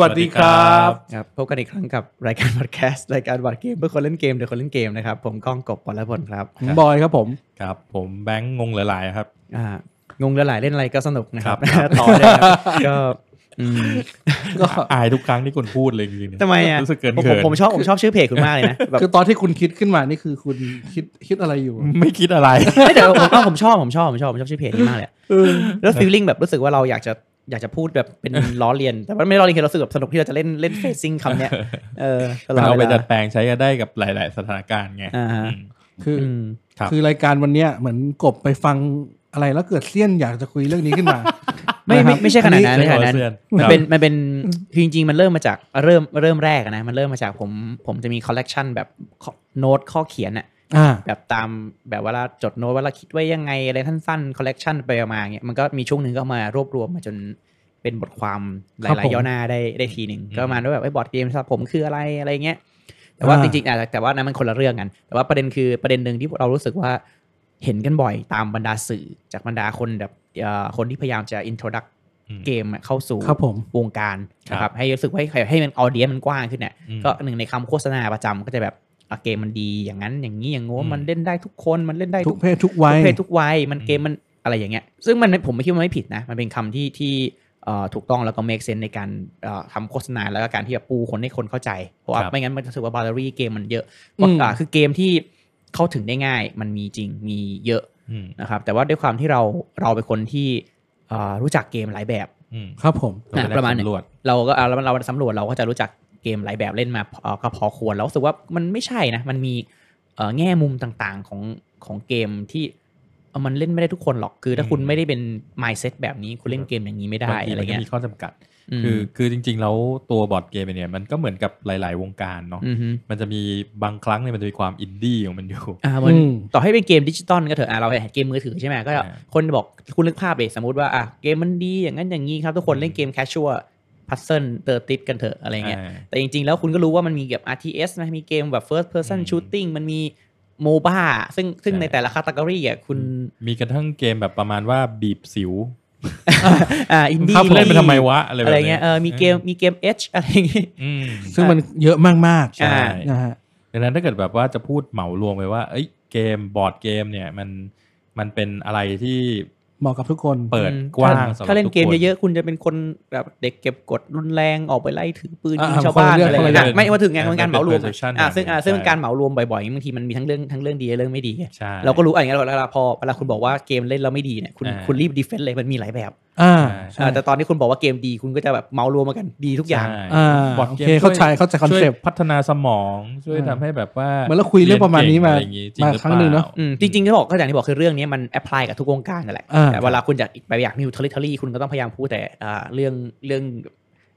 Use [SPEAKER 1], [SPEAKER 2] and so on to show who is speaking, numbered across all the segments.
[SPEAKER 1] วัสดีครับ
[SPEAKER 2] ครับพบกันอีกครั้งกับรายการ พอดแคสต์รายการบอร์ดเกมเพื่อคนเล่นเกมเดี๋ยวคนเล่นเกมนะครับผมก้องกบปลพลครับ
[SPEAKER 1] ผมบอยครับผม
[SPEAKER 3] ครับ ผมแบงค์งงเหลือหลายครับ
[SPEAKER 2] อ่างงละหลายเล่นอะไรก็สนุกนะครับ
[SPEAKER 3] ครับ
[SPEAKER 2] ต่อเลยครับก็อืม
[SPEAKER 1] ก็
[SPEAKER 3] อายทุกครั้งที่คุณพูดเลยจริงๆเนี่ย
[SPEAKER 2] ทำไมอ่ะ
[SPEAKER 3] รู้สึกเกิน
[SPEAKER 2] ผมผ
[SPEAKER 3] เขิ
[SPEAKER 2] ม
[SPEAKER 3] น
[SPEAKER 2] ผมชอบผมชอบชื่อเพจคุณมากเลย นะแบบ
[SPEAKER 1] คือตอนที่คุณคิดขึ้นมานี่คือคุณคิดคิดอะไรอยู่
[SPEAKER 3] ไม่คิดอะไร
[SPEAKER 2] ไม่แต่ผมเอาผมชอบผมชอบผมชอบผมชอบชื่อเพจนี้มากเลยอะแล้วฟีลลิ่งแบบรู้สึกว่าเราอยากจะอยากจะพูดแบบเป็นล้อเลียน แต่ว่าไม่ได้ล้อเลียนเราสึกแบบสนุกที่เราจะเล่นเล่นเฟซซิ่งคำเนี้ยเออตลอด
[SPEAKER 3] เรา
[SPEAKER 2] เว
[SPEAKER 3] ไป
[SPEAKER 2] ลา
[SPEAKER 3] จัดแปลงใช้กันได้กับหลาย ๆ สถานการณ์ไง
[SPEAKER 2] อ่าฮะ
[SPEAKER 3] อืม
[SPEAKER 1] คือ
[SPEAKER 2] อื
[SPEAKER 1] อ
[SPEAKER 2] ม
[SPEAKER 3] ครับ
[SPEAKER 1] คือรายการวันเนี้ยเหมือนกบไปฟังอะไรแล้วเกิดเสี้ยนอยากจะคุยเรื่องนี้ขึ้นมา
[SPEAKER 2] ไม่ไม่ไม่ใช่ขนาดนั้นไม่ใช่ขนาดนั้น
[SPEAKER 3] เพื่อน
[SPEAKER 2] มัน
[SPEAKER 3] ครับ
[SPEAKER 2] เป็นมันเป็นคือจริงๆ มันเริ่มมาจากเริ่มเริ่มแรกอะนะ มันเริ่มมาจากผมผมจะมีคอลเลกชันแบบข้อโน้ตข้อเขียนอะ
[SPEAKER 1] อ่า
[SPEAKER 2] แบบตามแบบเวลาจดโน้ตว่าเราคิดไว้ยังไงอะไรสั้นๆคอลเลกชันไปมาอย่างเงี้ยมันก็มีช่วงหนึ่งก็เอามารวบรวมมาจนเป็นบทความห
[SPEAKER 1] ครับ
[SPEAKER 2] ลาย
[SPEAKER 1] ผม
[SPEAKER 2] ๆย่อหน้าได้ได้ทีหนึ่งก็ประมาณว่าแบบไอ้บอร์ดเกมสำหรับผมคืออะไรอะไรเงี้ยแต่ว่าจริงๆอ่ะแต่ว่านั้นมันคนละเรื่องกันแต่ว่าประเด็นคือประเด็นหนึ่งที่เรารู้สึกว่าเห็นกันบ่อยตามบรรดาสื่อจากบรรดาคนแบบเอ่อคนที่พยายามจะ introduce
[SPEAKER 3] อืม
[SPEAKER 2] เกมอะเข้าสู่
[SPEAKER 1] ครับผม
[SPEAKER 2] วงการนะค
[SPEAKER 3] ครั
[SPEAKER 2] รับบ ให้รู้สึกว่าให้ให้มันออเดียมันกว้างขึ้นเนี่ย
[SPEAKER 3] อืม
[SPEAKER 2] ก็หนึ่งในคำโฆษณาประจำก็จะแบบอ่ะเกมมันดีอย่างนั้นอย่างนี้อย่างงู้
[SPEAKER 3] อืม
[SPEAKER 2] มันเล่นได้ทุกคนมันเล่นได้
[SPEAKER 1] ทุ
[SPEAKER 2] ทุ
[SPEAKER 1] ก
[SPEAKER 2] ก
[SPEAKER 1] เพศทุกวัย
[SPEAKER 2] ทุกเพศทุกวัยมันเกมมันอะไรอย่างเงี้ยซึ่งมันผมไม่คิดว่ามันไม่ผิดนะ มันเป็นคำที่ที่เอ่อถูกต้องแล้วก็ make sense ในการเอ่อทำโฆษณาแล้วก็การที่แบบปูคนให้คนเข้าใจ เพราะว่า
[SPEAKER 3] ครับ
[SPEAKER 2] ไม่งั้นมันจะรู้สึกว่าบาร์เรี่เกมมันเยอะ
[SPEAKER 1] อืม
[SPEAKER 2] อ่ะคือเกมที่เข้าถึงได้ง่าย มันมีจริงมีเยอะ
[SPEAKER 3] อืม
[SPEAKER 2] นะครับแต่ว่าด้วยความที่เราเราเป็นคนที่เอ่อรู้จักเกมหลายแบบ
[SPEAKER 3] อืม
[SPEAKER 1] ครับผม
[SPEAKER 3] เได้
[SPEAKER 2] ประมาณหนึ่ง
[SPEAKER 3] สำวจ
[SPEAKER 2] เราก็เอาเราเราสำรวจเราก็จะรู้จักเกมหลายแบบเล่นมาพอก็พอควรแล้วรู้สึกว่ามันไม่ใช่นะ มันมีเอ่อแง่มุมต่างๆของของเกมที่เอ่อมันเล่นไม่ได้ทุกคนหรอกคือ ถ้า
[SPEAKER 3] อืม
[SPEAKER 2] คุณไม่ได้เป็น mindset แบบนี้คุณเล่นเกมอย่างนี้ไม่ได้
[SPEAKER 3] บางที
[SPEAKER 2] อะไร
[SPEAKER 3] มันก็
[SPEAKER 2] เงี้ย
[SPEAKER 3] มีข้อจำกัด
[SPEAKER 2] ม
[SPEAKER 3] คือคือจริง ๆ แล้วตัวบอร์ดเกมเนี่ยมันก็เหมือนกับหลาย ๆ วงการเนาะ
[SPEAKER 2] มฮึ
[SPEAKER 3] มันจะมีบางครั้งเนี่ยมันจะมีความอินดี้ของมันอยู่
[SPEAKER 2] อ่าเหมือน
[SPEAKER 1] อืม
[SPEAKER 2] ต่อให้เป็นเกมดิจิตอลก็เถอะอ่ะเราเห็นเกมมือถือใช่ไหมก็
[SPEAKER 3] อ่า
[SPEAKER 2] คนบอกคุณนึกภาพเลยสมมติว่าอ่ะเกมมันดีอย่างนั้นอย่างนี้ครับทุกคนเล่นเกมแคชชัวพัซเซิลเตอร์ติดกันเถอะอะไรเงี้ย
[SPEAKER 3] อ่า
[SPEAKER 2] แต่จริง ๆ แล้วคุณก็รู้ว่ามันมีแบบ RTS นะ มีเกมแบบ first person
[SPEAKER 3] อืม
[SPEAKER 2] shooting มันมีโมบ้าซึ่งซึ่ง
[SPEAKER 3] ใช่
[SPEAKER 2] ในแต่ละคัต e กรีอ่ะคุณ
[SPEAKER 3] มีกระทั่งเกมแบบประมาณว่าบีบสิว
[SPEAKER 2] อ่าอินดี้
[SPEAKER 3] เข้าไปเล่นไปทำไมวะอะไรแบบ
[SPEAKER 2] อะไร
[SPEAKER 3] เนี้
[SPEAKER 2] เงี้
[SPEAKER 3] ย
[SPEAKER 2] ยเออมีเกมมีเกม H อะไรอย่างงี้
[SPEAKER 3] อืม
[SPEAKER 1] ซึ่งมันเยอะมากๆ
[SPEAKER 2] อ่า
[SPEAKER 1] นะฮะ
[SPEAKER 3] ดังนั้นถ้าเกิดแบบว่าจะพูดเหมารวมไปว่า เอ้ยเกมบอร์ดเกมเนี่ยมันมันเป็นอะไรที่
[SPEAKER 1] เหมาะกับทุกคน
[SPEAKER 3] เปิด
[SPEAKER 2] อืม
[SPEAKER 3] กว้าง
[SPEAKER 2] ถ้
[SPEAKER 3] สำหรับ
[SPEAKER 2] ถ้าเล่นเกม
[SPEAKER 3] ทุคน
[SPEAKER 2] เยอะ ๆ คุณจะเป็นคนแบบเด็กเก็บกดรุนแรงออกไปไล่ถือปืน
[SPEAKER 1] อ่ะ
[SPEAKER 2] ยิงชาวบ้าน
[SPEAKER 1] คนละเรื่อง
[SPEAKER 2] อะไรอย่าง
[SPEAKER 1] คนละเรื่
[SPEAKER 2] เงี้
[SPEAKER 1] อย ง
[SPEAKER 2] ไม่ว่าถึงไงมันการ
[SPEAKER 3] เป็น
[SPEAKER 2] เหมารวม
[SPEAKER 3] perception
[SPEAKER 2] อ่ะซึ่งอ่ะซึ่ง
[SPEAKER 3] ใช่
[SPEAKER 2] การเหมารวมบ่อยๆบางทีมันมีทั้งเรื่องทั้งเรื่องดีและเรื่องไม่ดีไง
[SPEAKER 3] ใช่
[SPEAKER 2] เราก็รู้อะไรเงี้ยเราเราพอเวลาคุณบอกว่าเกมเล่นแล้วไม่ดีเนี่ยคุณ
[SPEAKER 3] อ่า
[SPEAKER 2] คุณรีบ defend เลยมันมีหลายแบบ
[SPEAKER 1] อ่า
[SPEAKER 2] อ่าแต่ตอนนี้คุณบอกว่าเกมดีคุณก็จะแบบเมาส์รวมมากันดีทุกอย่าง
[SPEAKER 3] ใช่
[SPEAKER 1] อ่า
[SPEAKER 3] บอร์ด
[SPEAKER 1] โอ
[SPEAKER 3] เกม
[SPEAKER 1] เคเข้าใจเข้าใจคอน
[SPEAKER 3] ช่วย
[SPEAKER 1] เซปต์
[SPEAKER 3] พัฒนาสมองช่วย
[SPEAKER 1] อ่า
[SPEAKER 3] ทำให้แบบว่า
[SPEAKER 1] เหมือนเราคุยเรื่องประมาณนี้มา
[SPEAKER 3] เรียเก่งอะไรอย่จ
[SPEAKER 1] มา
[SPEAKER 3] รือ
[SPEAKER 1] ครั้งหนึ่งเนอะ
[SPEAKER 3] ปล่
[SPEAKER 2] อืมจริงๆที่บอกก็อย่างที่บอกคือเรื่องนี้มันแอพพลายกับทุกวงการนั่นแหละ
[SPEAKER 1] อ่า
[SPEAKER 2] แต่เวลาคุณอยากไปอยากมีทริทอรี่คุณก็ต้องพยายามพูดแต่อ่าเรื่องเรื่อง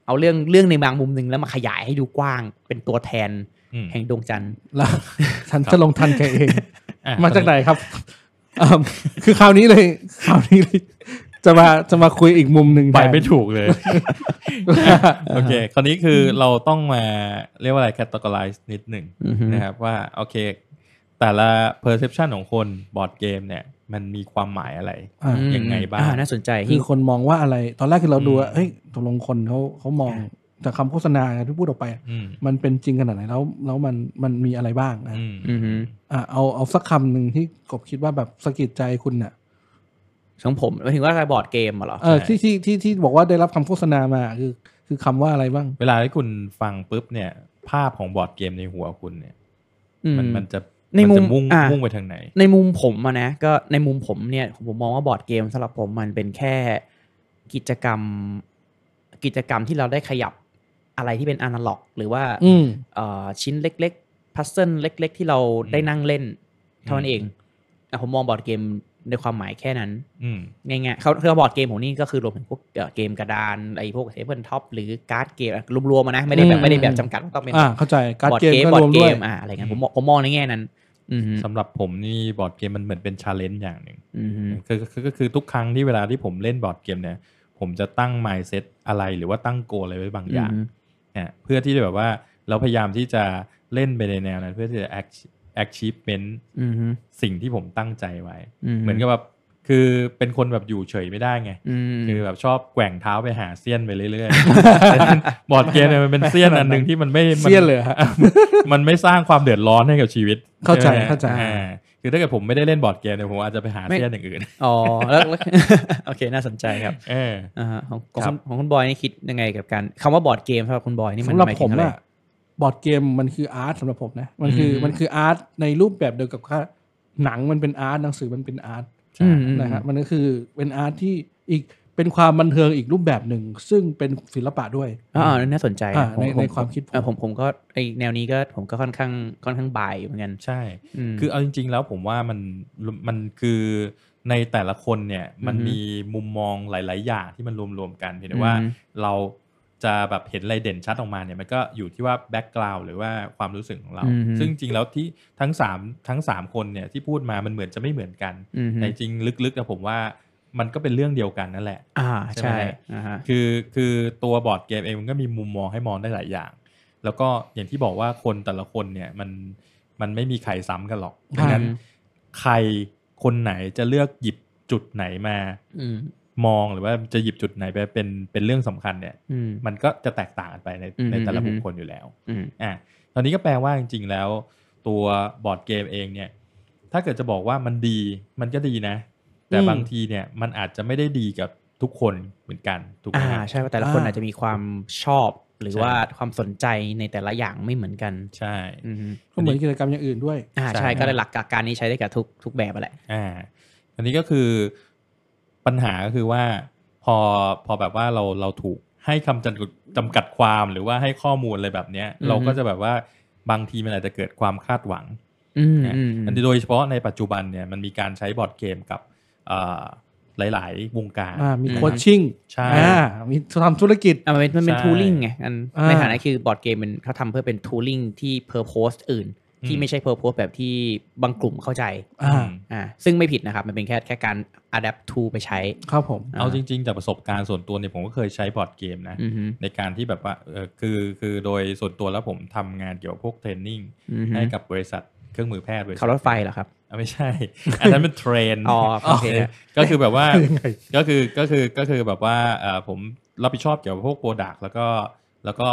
[SPEAKER 2] เอาเรื่องเรื่องในบางมุมหนึ่งแล้วมาขยายให้ดูกว้างเป็นตัวแทน
[SPEAKER 3] อืม
[SPEAKER 2] แห่งดวงจันทร์
[SPEAKER 1] แล้วฉันจะลงทันแกเอง
[SPEAKER 3] อ่ะ
[SPEAKER 1] มาจากไหนครับอ่าคือคราวนี้เลยคราวนี้เลย จะมาจะมาคุยอีกมุมหนึ่ง
[SPEAKER 3] ไป
[SPEAKER 1] แทน
[SPEAKER 3] ไม่ถูกเลย โอเค คราวนี้คือเราต้องมาเรียกว่าอะไร categorize นิดหนึ่ง
[SPEAKER 2] อือฮึ
[SPEAKER 3] นะครับว่าโอเค แต่ละ perception ของคนบอร์ดเกมเนี่ย มันมีความหมายอะไร
[SPEAKER 1] อ่า
[SPEAKER 3] ยังไงบ้าง
[SPEAKER 2] อ่น่าสนใจ
[SPEAKER 1] คือคนมองว่าอะไร ตอนแรกคือเราดูว่า
[SPEAKER 3] อืม
[SPEAKER 1] เฮ้ยตกลงคนเขาเขามองจากคำโฆษณาที่พูดออกไป
[SPEAKER 3] อืม
[SPEAKER 1] มันเป็นจริงขนาดไหนแล้วแล้วมันมันมีอะไรบ้างนะ
[SPEAKER 3] อืม
[SPEAKER 2] อือฮึ
[SPEAKER 1] อ่ะเอาเอาสักคำหนึ่งที่กบคิดว่าแบบสะกิดใจคุณน่ะ
[SPEAKER 2] ของผมหมายถึงว่าบอร์ดเกมเหรอ
[SPEAKER 1] เออที่ที่ที่ที่บอกว่าได้รับคำโฆษณามาคือ คือคำว่าอะไรบ้าง
[SPEAKER 3] เวลาที่คุณฟังปุ๊บเนี่ย ภาพของบอร์ดเกมในหัวคุณเนี่ย
[SPEAKER 2] อื
[SPEAKER 3] มัน
[SPEAKER 2] ม
[SPEAKER 3] มันจะ
[SPEAKER 2] ในมุม
[SPEAKER 3] จะมุ่ง
[SPEAKER 2] อ่ะ
[SPEAKER 3] มุ่งไปทางไหน
[SPEAKER 2] ในมุมผมอะนะก็ในมุมผมเนี่ยผมมองว่าบอร์ดเกมสำหรับผมมันเป็นแค่กิจกรรม กิจกรรมที่เราได้ขยับอะไรที่เป็นอนาล็อก หรือว่า
[SPEAKER 1] อืม
[SPEAKER 2] เอ่อชิ้นเล็กๆพัซเซิลเล็ก ๆ ที่เราได้นั่งเล่น เท่านั้นเองอ่ะผมมองบอร์ดเกมในความหมายแค่นั้น
[SPEAKER 3] อืม
[SPEAKER 2] ง่ายๆเขาคือบอร์ดเกมผมนี่ก็คือรวมถึงพวกเอ่อเกมกระดานไอ้พวกเทเบิลท็อปหรือการ์ดเกมรวมๆอะนะไม่ได้แบ
[SPEAKER 1] อื
[SPEAKER 2] บ
[SPEAKER 1] ม
[SPEAKER 2] ไม่ได้แบบจำกัดว่าต้องเป็น
[SPEAKER 1] อ่าเข้าใจการ
[SPEAKER 2] บอร์ด
[SPEAKER 1] เกม
[SPEAKER 2] เกม
[SPEAKER 1] ก็
[SPEAKER 2] บอ
[SPEAKER 1] ร
[SPEAKER 2] ร์
[SPEAKER 1] ว
[SPEAKER 2] ด
[SPEAKER 1] ม
[SPEAKER 2] เก
[SPEAKER 1] ด้วย
[SPEAKER 2] มอ่ะอะไรเงี้ยผมมองผมมองในแง่นั้น อือฮึ
[SPEAKER 3] สำหรับผมนี่บอร์ดเกมมันเหมือนเป็นชาเลนจ์อย่างหนึ่ง
[SPEAKER 2] อือฮึ
[SPEAKER 3] คือคือก็คือทุกครั้งที่เวลาที่ผมเล่นบอร์ดเกมเนี่ย ผมจะตั้ง mindset อะไรหรือว่าตั้งโกอะไรไว้บางอย่างเนี่ยเพื่อที่จะแบบว่าเราพยายามที่จะเล่นไปในแนวนั้น เพื่อที่จะ achieve- achievement
[SPEAKER 2] อืมฮึ
[SPEAKER 3] สิ่งที่ผมตั้งใจไว้
[SPEAKER 2] อืฮึ
[SPEAKER 3] เหมือนกับแบบ คือเป็นคนแบบอยู่เฉยไม่ได้ไง
[SPEAKER 2] อืม
[SPEAKER 3] คือแบบชอบแกว่งเท้าไปหาเซียนไปเรื่อย ๆ ฉะนั้นบอร์ดเกมเนี่ยมันเป็นเซียนอันหนึ่งที่มันไม่มั
[SPEAKER 1] เสี้ยนเลยเหรอฮะ
[SPEAKER 3] มันไม่สร้างความเดือดร้อนให้กับชีวิต
[SPEAKER 1] เข้าใจ
[SPEAKER 3] ช่ไหม
[SPEAKER 1] เข้าใจ
[SPEAKER 3] อ่คือถ้าเกิดผมไม่ได้เล่นบอร์ดเกมเนี่ยผมอาจจะไปหา
[SPEAKER 2] ไม่
[SPEAKER 3] เซียนอย่างอื่น
[SPEAKER 2] อ๋อแล้วแล้ว โอเคน่าสนใจครับ
[SPEAKER 3] เออ
[SPEAKER 2] อ่าฮะของของ
[SPEAKER 3] ครั
[SPEAKER 2] คุ
[SPEAKER 3] บ
[SPEAKER 2] ณของคุณบอยนี่คิดยังไงกับการคำว่าบอร์ดเกมสำหรับคุณบอยนี่มัน
[SPEAKER 1] สำหรับ
[SPEAKER 2] หมาย
[SPEAKER 1] ผ
[SPEAKER 2] ถึ
[SPEAKER 1] ม
[SPEAKER 2] งอะไร
[SPEAKER 1] อะบอร์ดเกมมันคืออาร์ตสำหรับผมนะมันคืออ
[SPEAKER 2] ม
[SPEAKER 1] มันคืออาร์ตในรูปแบบเดียวกับว่าหนังมันเป็นอาร์ตหนังสือมันเป็นอาร์ต
[SPEAKER 3] อืม
[SPEAKER 2] อืม
[SPEAKER 1] นะฮะมันก็คือเป็นอาร์ตที่อีกเป็นความบันเทิงอีกรูปแบบหนึ่ง ซึ่งเป็นศิลปะด้วย
[SPEAKER 2] อ่าน่าสนใจ
[SPEAKER 1] อ่า
[SPEAKER 2] ผม
[SPEAKER 1] ใน
[SPEAKER 2] ผ
[SPEAKER 1] ในความคิดผม
[SPEAKER 2] เออผมผมก็ไอแนวนี้ก็ผมก็ค่อนข้างค่อนข้างบายอยู่เหมือนกัน
[SPEAKER 3] ใช่
[SPEAKER 2] ม
[SPEAKER 3] คือเอาจริง ๆ แล้วผมว่ามันมันคือในแต่ละคนเนี่ยมัน
[SPEAKER 2] อือฮึ
[SPEAKER 3] มีมุมมองหลาย ๆ อย่างที่มันรวม ๆ กันเพียงแต่ว่า
[SPEAKER 2] อือฮึ
[SPEAKER 3] เราจะแบบเห็นอะไรเด่นชัดออกมาเนี่ยมันก็อยู่ที่ว่าแบ็กกราว n ์หรือว่าความรู้สึกของเรา
[SPEAKER 2] อือฮึ
[SPEAKER 3] ซึ่งจริง ๆ แล้วที่ทั้งสามทั้งสามคนเนี่ยที่พูดมามันเหมือนจะไม่เหมือนกัน
[SPEAKER 2] ม
[SPEAKER 3] แต่จริงๆลึกๆนะผมว่ามันก็เป็นเรื่องเดียวกันนั่นแหละ
[SPEAKER 2] อ่าใช่
[SPEAKER 3] ใช่ไหม
[SPEAKER 2] อ่าฮะ
[SPEAKER 3] คือคือตัวบอร์ดเกมเองมันก็มีมุมมองให้มองได้หลายอย่าง แล้วก็อย่างที่บอกว่าคนแต่ละคนเนี่ยมันมันไม่มีใครซ้ำกันหรอก
[SPEAKER 1] ครับ
[SPEAKER 3] ดังนั้นใครคนไหนจะเลือกหยิบจุดไหนมา
[SPEAKER 2] อืม
[SPEAKER 3] มองหรือว่าจะหยิบจุดไหนไปเป็นเป็นเรื่องสำคัญเนี่ย
[SPEAKER 2] อืม
[SPEAKER 3] มันก็จะแตกต่างกันไปใน
[SPEAKER 2] อืม
[SPEAKER 3] ในแต่ละ
[SPEAKER 2] อืม
[SPEAKER 3] บุคคลอยู่แล้ว
[SPEAKER 2] อืม
[SPEAKER 3] อ่ะตอนนี้ก็แปลว่าจริงๆแล้ว ตัวบอร์ดเกมเองเนี่ย ถ้าเกิดจะบอกว่ามันดีมันก็ดีนะ แต่
[SPEAKER 1] อืม
[SPEAKER 3] บางทีเนี่ยมันอาจจะไม่ได้ดีกับทุกคนเหมือนกันถูกไหม
[SPEAKER 2] อ่า
[SPEAKER 3] ฮะ
[SPEAKER 2] ใช่ว่าแต่ละคน
[SPEAKER 1] อ่า
[SPEAKER 2] อาจจะมีความชอบหรือ
[SPEAKER 3] ใช่
[SPEAKER 2] ว่าความสนใจในแต่ละอย่างไม่เหมือนกัน
[SPEAKER 3] ใช่
[SPEAKER 2] อืม
[SPEAKER 1] ก็เหมือนกิจกรรมอย่างอื่นด้วย
[SPEAKER 2] อ่าใช่ก็เลยหลักการนี้ใช้ได้กับทุกทุกแบบอะแหละ
[SPEAKER 3] อ่าอันนี้ก็คือปัญหาก็คือว่า พอพอแบบว่าเราเราถูกให้คำจำกัดจำกัดความหรือว่าให้ข้อมูลอะไรแบบเนี้ย
[SPEAKER 2] อือฮึ
[SPEAKER 3] เราก็จะแบบว่าบางทีมันอาจจะเกิดความคาดหวัง
[SPEAKER 2] อืม
[SPEAKER 3] นะ
[SPEAKER 2] อืม
[SPEAKER 3] อันนี้โดยเฉพาะในปัจจุบันเนี่ยมันมีการใช้บอร์ดเกมกับเอ่อหลาย ๆ วงการ
[SPEAKER 1] อ่ามีโคชชิ่ง
[SPEAKER 3] ใช่
[SPEAKER 1] อ่ามีทำธุรกิจ
[SPEAKER 2] อ่ะมันเป็นมันเป็น
[SPEAKER 3] ใช่
[SPEAKER 2] ทูลิงไงอัน
[SPEAKER 1] อ่า
[SPEAKER 2] ในฐานะคือบอร์ดเกมมันเขาทำเพื่อเป็นทูลิงที่เพอร์โพสอื่น ที่
[SPEAKER 3] อืม
[SPEAKER 2] ไม่ใช่เพอร์โพสแบบที่บางกลุ่มเข้าใจ
[SPEAKER 1] อ่า
[SPEAKER 3] อืม
[SPEAKER 2] อ่าซึ่งไม่ผิดนะครับ มันเป็นแค่แค่การอัดแอปทูไปใช้
[SPEAKER 1] ครับผม
[SPEAKER 2] อ่า
[SPEAKER 3] เอาจริง ๆ จากประสบการณ์ส่วนตัวเนี่ยผมก็เคยใช้บอร์ดเกมนะ
[SPEAKER 2] อืมฮึ
[SPEAKER 3] ในการที่แบบว่าเออคือคือโดยส่วนตัวแล้วผมทำงานเกี่ยวกับพวกเทรนนิ่ง
[SPEAKER 2] อืมฮึ
[SPEAKER 3] ให้กับบริษัทเครื่องมือแพทย์บริษั
[SPEAKER 2] ขับ
[SPEAKER 3] ท
[SPEAKER 2] รถไฟเหรอครับ
[SPEAKER 3] อ่ะไม่ใช่ อันนั้นเป็นเทรน
[SPEAKER 2] อ๋อโอเค
[SPEAKER 3] เออก็คือแบบว่า
[SPEAKER 1] ยังไง
[SPEAKER 3] ก็คือก็คือก็คือแบบว่าเอ่อผมรับผิดชอบเกี่ยวกับพวกโปรดักต์แล้วก็แล้วก็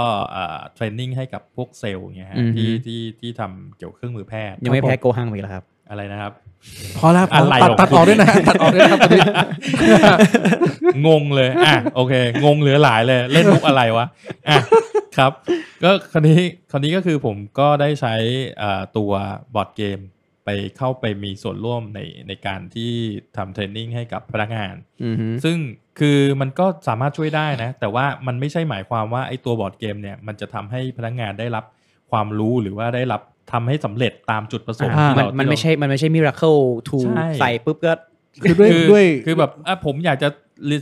[SPEAKER 3] เทรนนิ่งให้กับพวกเซลล์อย่างเงี้ยฮะที่ที่ที่ทำเกี่ยวกับเครื่องมือแพทย์
[SPEAKER 2] ยังไม่แพ้โกหังไปอีกเหรอครับ
[SPEAKER 3] อะไรนะครับ
[SPEAKER 1] พอแล้วพอ
[SPEAKER 3] อะไร
[SPEAKER 1] แล้วตัด
[SPEAKER 3] ของคุณ
[SPEAKER 1] ตัดออกด้วยนะ ตัดออกด้วยนะครับตอนนี้
[SPEAKER 3] งงเลย อ่ะ โอเค งงเหลือหลายเลย เล่นมุกอะไรวะ อ่ะ ครับ ก็คราวนี้คราวนี้ก็คือผมก็ได้ใช้อ่าตัวบอร์ดเกมไปเข้าไปมีส่วนร่วมในในการที่ทำเทรนนิ่งให้กับพนักงาน
[SPEAKER 2] อืมฮึ
[SPEAKER 3] ซึ่งคือมันก็สามารถช่วยได้นะ แต่ว่ามันไม่ใช่หมายความว่าไอ้ตัวบอร์ดเกมเนี่ย มันจะทำให้พนักงานได้รับความรู้หรือว่าได้รับทำให้สำเร็จตามจุดประสงค์
[SPEAKER 2] อ่า
[SPEAKER 3] ที่
[SPEAKER 2] มัน
[SPEAKER 3] เรา
[SPEAKER 2] มัน
[SPEAKER 3] ที่เรา
[SPEAKER 2] ไม่ใช่มันไม่ใช่มิราเคิลทู
[SPEAKER 3] ใช่
[SPEAKER 2] ใส่ปุ๊บก็
[SPEAKER 1] คือด้วย
[SPEAKER 3] คือ
[SPEAKER 1] ด้วย
[SPEAKER 3] คือแบบอ่ะผมอยากจะ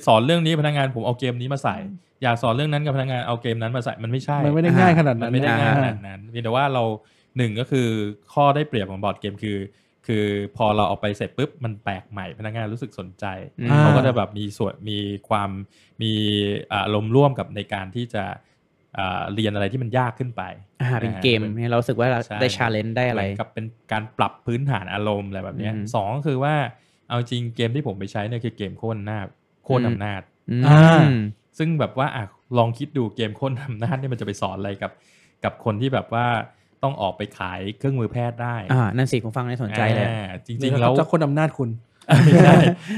[SPEAKER 3] สอนเรื่องนี้พนักงานผมเอาเกมนี้มาใส่ อยากสอนเรื่องนั้นกับพนักงานเอาเกมนั้นมาใส่มันไม่ใช่
[SPEAKER 1] มันไม่ได้
[SPEAKER 2] อ่า
[SPEAKER 1] ง่ายขนาด
[SPEAKER 3] มั
[SPEAKER 1] นั้น
[SPEAKER 3] นไม่ได้
[SPEAKER 1] นะ
[SPEAKER 3] ง่ายข
[SPEAKER 1] อ่
[SPEAKER 3] นาดนั้นเพียงแต่ว่าเราหนึ่งก็คือข้อได้เปรียบของบอร์ดเกมคือ คือพอเราเอาไปเสร็จปุ๊บมันแปลกใหม่พนักงานรู้สึกสนใจ
[SPEAKER 2] อืม
[SPEAKER 1] อ่า
[SPEAKER 3] เขาก็จะแบบมีส่วนมีความมีอ่าอารมณ์ร่วมกับในการที่จะอ่าเรียนอะไรที่มันยากขึ้นไป
[SPEAKER 2] อ่าเป็น
[SPEAKER 3] อ่า
[SPEAKER 2] เกมเนี่ยเรารู้สึกว่าเรา
[SPEAKER 3] ใช่
[SPEAKER 2] ได้ชาเลนจ์ได้อะไร
[SPEAKER 3] เหมืนกับเป็นการปรับพื้นฐานอารมณ์อะไรแบบเนี้ย
[SPEAKER 2] อืม
[SPEAKER 3] สองก็คือว่าเอาจริงเกมที่ผมไปใช้เนี่ยคือเกมโค่นหน้าจโค่น
[SPEAKER 2] อืม
[SPEAKER 3] อำนาจ
[SPEAKER 2] อืม
[SPEAKER 1] อ่า
[SPEAKER 3] ซึ่งแบบว่าอ่ะลองคิดดูเกมโค่นอำนาจเนี่ยมันจะไปสอนอะไรกับ กับคนที่แบบว่าต้องออกไปขายเครื่องมือแพทย์ได้
[SPEAKER 2] อ่านั่นสิผมฟังน่าสนใจเลย
[SPEAKER 3] อ่าจริงๆแล้ว
[SPEAKER 1] จะคนอำนาจคุณ
[SPEAKER 3] ไม่ใช่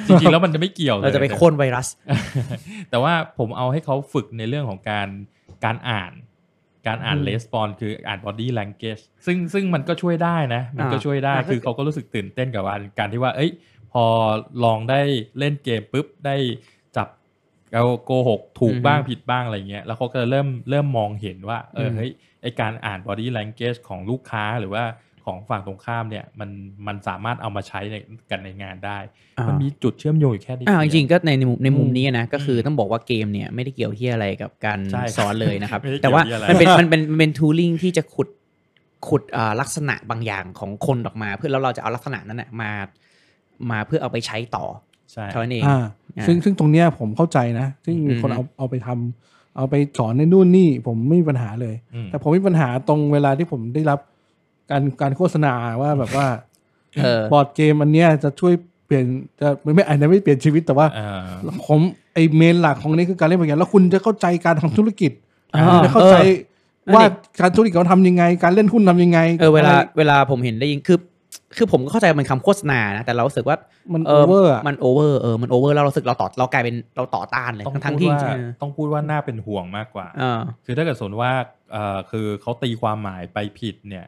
[SPEAKER 3] จริงๆแล้วมันจะไม่เกี่ยวลย
[SPEAKER 2] เราจะไปโค่นไวรัส
[SPEAKER 3] แต่ว่าผมเอาให้เขาฝึกในเรื่องของการการอ่าน การอ่าน
[SPEAKER 1] อืม
[SPEAKER 3] レスปอนคืออ่าน body language ซึ่งซึ่งมันก็ช่วยได้นะ มันก็
[SPEAKER 2] อ่า
[SPEAKER 3] ช่วยได้
[SPEAKER 2] อ่า
[SPEAKER 3] คือเขาก็รู้สึกตื่นเต้นกับการการที่ว่า เอ้ย พอลองได้เล่นเกมปุ๊บ ได้จับเอาโกหกถูกบ้างผิดบ้างอะไรเงี้ยแล้วเขาก็เริ่มเริ่มมองเห็นว่า เออเฮ้ยไอการอ่าน body language ของลูกค้าหรือว่าของฝั่งตรงข้ามเนี่ยมันมันสามารถเอามาใช้ในกันในงานได้ มันมีจุดเชื่อมโยงอยู่แค่นี้
[SPEAKER 2] อ่าจริงๆก็ในมุมในมุม
[SPEAKER 1] อืม
[SPEAKER 2] นี้นะก็คือต้องบอกว่าเกมเนี่ยไม่ได้เกี่ยวที่อะไรกับการ
[SPEAKER 3] ใช่ครับ
[SPEAKER 2] สอนเลยนะครับ
[SPEAKER 3] ไม่ได้เกี่ยว
[SPEAKER 2] แต่ว่า
[SPEAKER 3] ที่อะไร
[SPEAKER 2] มันเป็นมันเป็นมันเป็นทูลิงที่จะขุดขุดอ่าลักษณะบางอย่างของคนออกมา เพื่อแล้วเราจะเอาลักษณะนั้นน่ะมามาเพื่อเอาไปใช้ต่อ
[SPEAKER 3] ใช่
[SPEAKER 2] เท่านั้นเอง
[SPEAKER 1] อ่า
[SPEAKER 2] อ่า
[SPEAKER 1] ซึ่งซึ่งตรงเนี้ยผมเข้าใจนะ ซึ่งมีคน
[SPEAKER 2] อืม
[SPEAKER 1] เอาเอาไปทำเอาไปสอนในนู่นนี่ผมไม่มีปัญหาเลย
[SPEAKER 3] อืม
[SPEAKER 1] แต่ผมมีปัญหาตรงเวลาที่ผมได้รับการการโฆษณาว่าแบบว่า
[SPEAKER 2] เออบ
[SPEAKER 1] อร์ดเกมอันเนี้ยจะช่วย เปลี่ยนจะไม่ไม่อาจจะไม่เปลี่ยนชีวิตแต่ว่า
[SPEAKER 3] อ่า
[SPEAKER 1] ผมไอเมนหลักของนี้คือการเล่นแบบนี้แล้วคุณจะเข้าใจการทำธุรกิจ
[SPEAKER 2] อ่า
[SPEAKER 1] คุณจะเข้าใจ
[SPEAKER 2] ออ
[SPEAKER 1] ว่าการธุรกิจเขาทำยังไง การเล่นหุ้นทำยังไง
[SPEAKER 2] เออเวลา
[SPEAKER 1] ะไร
[SPEAKER 2] เวลาผมเห็นได้ยินคือคือผมก็เข้าใจมันคำโฆษณานะแต่เรารู้สึกว่า
[SPEAKER 1] มันโอเวอร์อะ
[SPEAKER 2] มันโอเวอร์เออมันโอเวอร์แล้วเรารู้สึกเราต่อเรากลายเป็นเราต่อต้านเลย
[SPEAKER 3] ต้อง
[SPEAKER 2] ทั้งๆ
[SPEAKER 3] พูด
[SPEAKER 2] ที่
[SPEAKER 3] ว่า
[SPEAKER 2] เออ
[SPEAKER 3] ต้องพูดว่าน่าเป็นห่วงมากกว่า
[SPEAKER 2] เออ
[SPEAKER 3] คือถ้าเกิดสมมติว่าเอ่อคือเขาตีความหมายไปผิดเนี่ย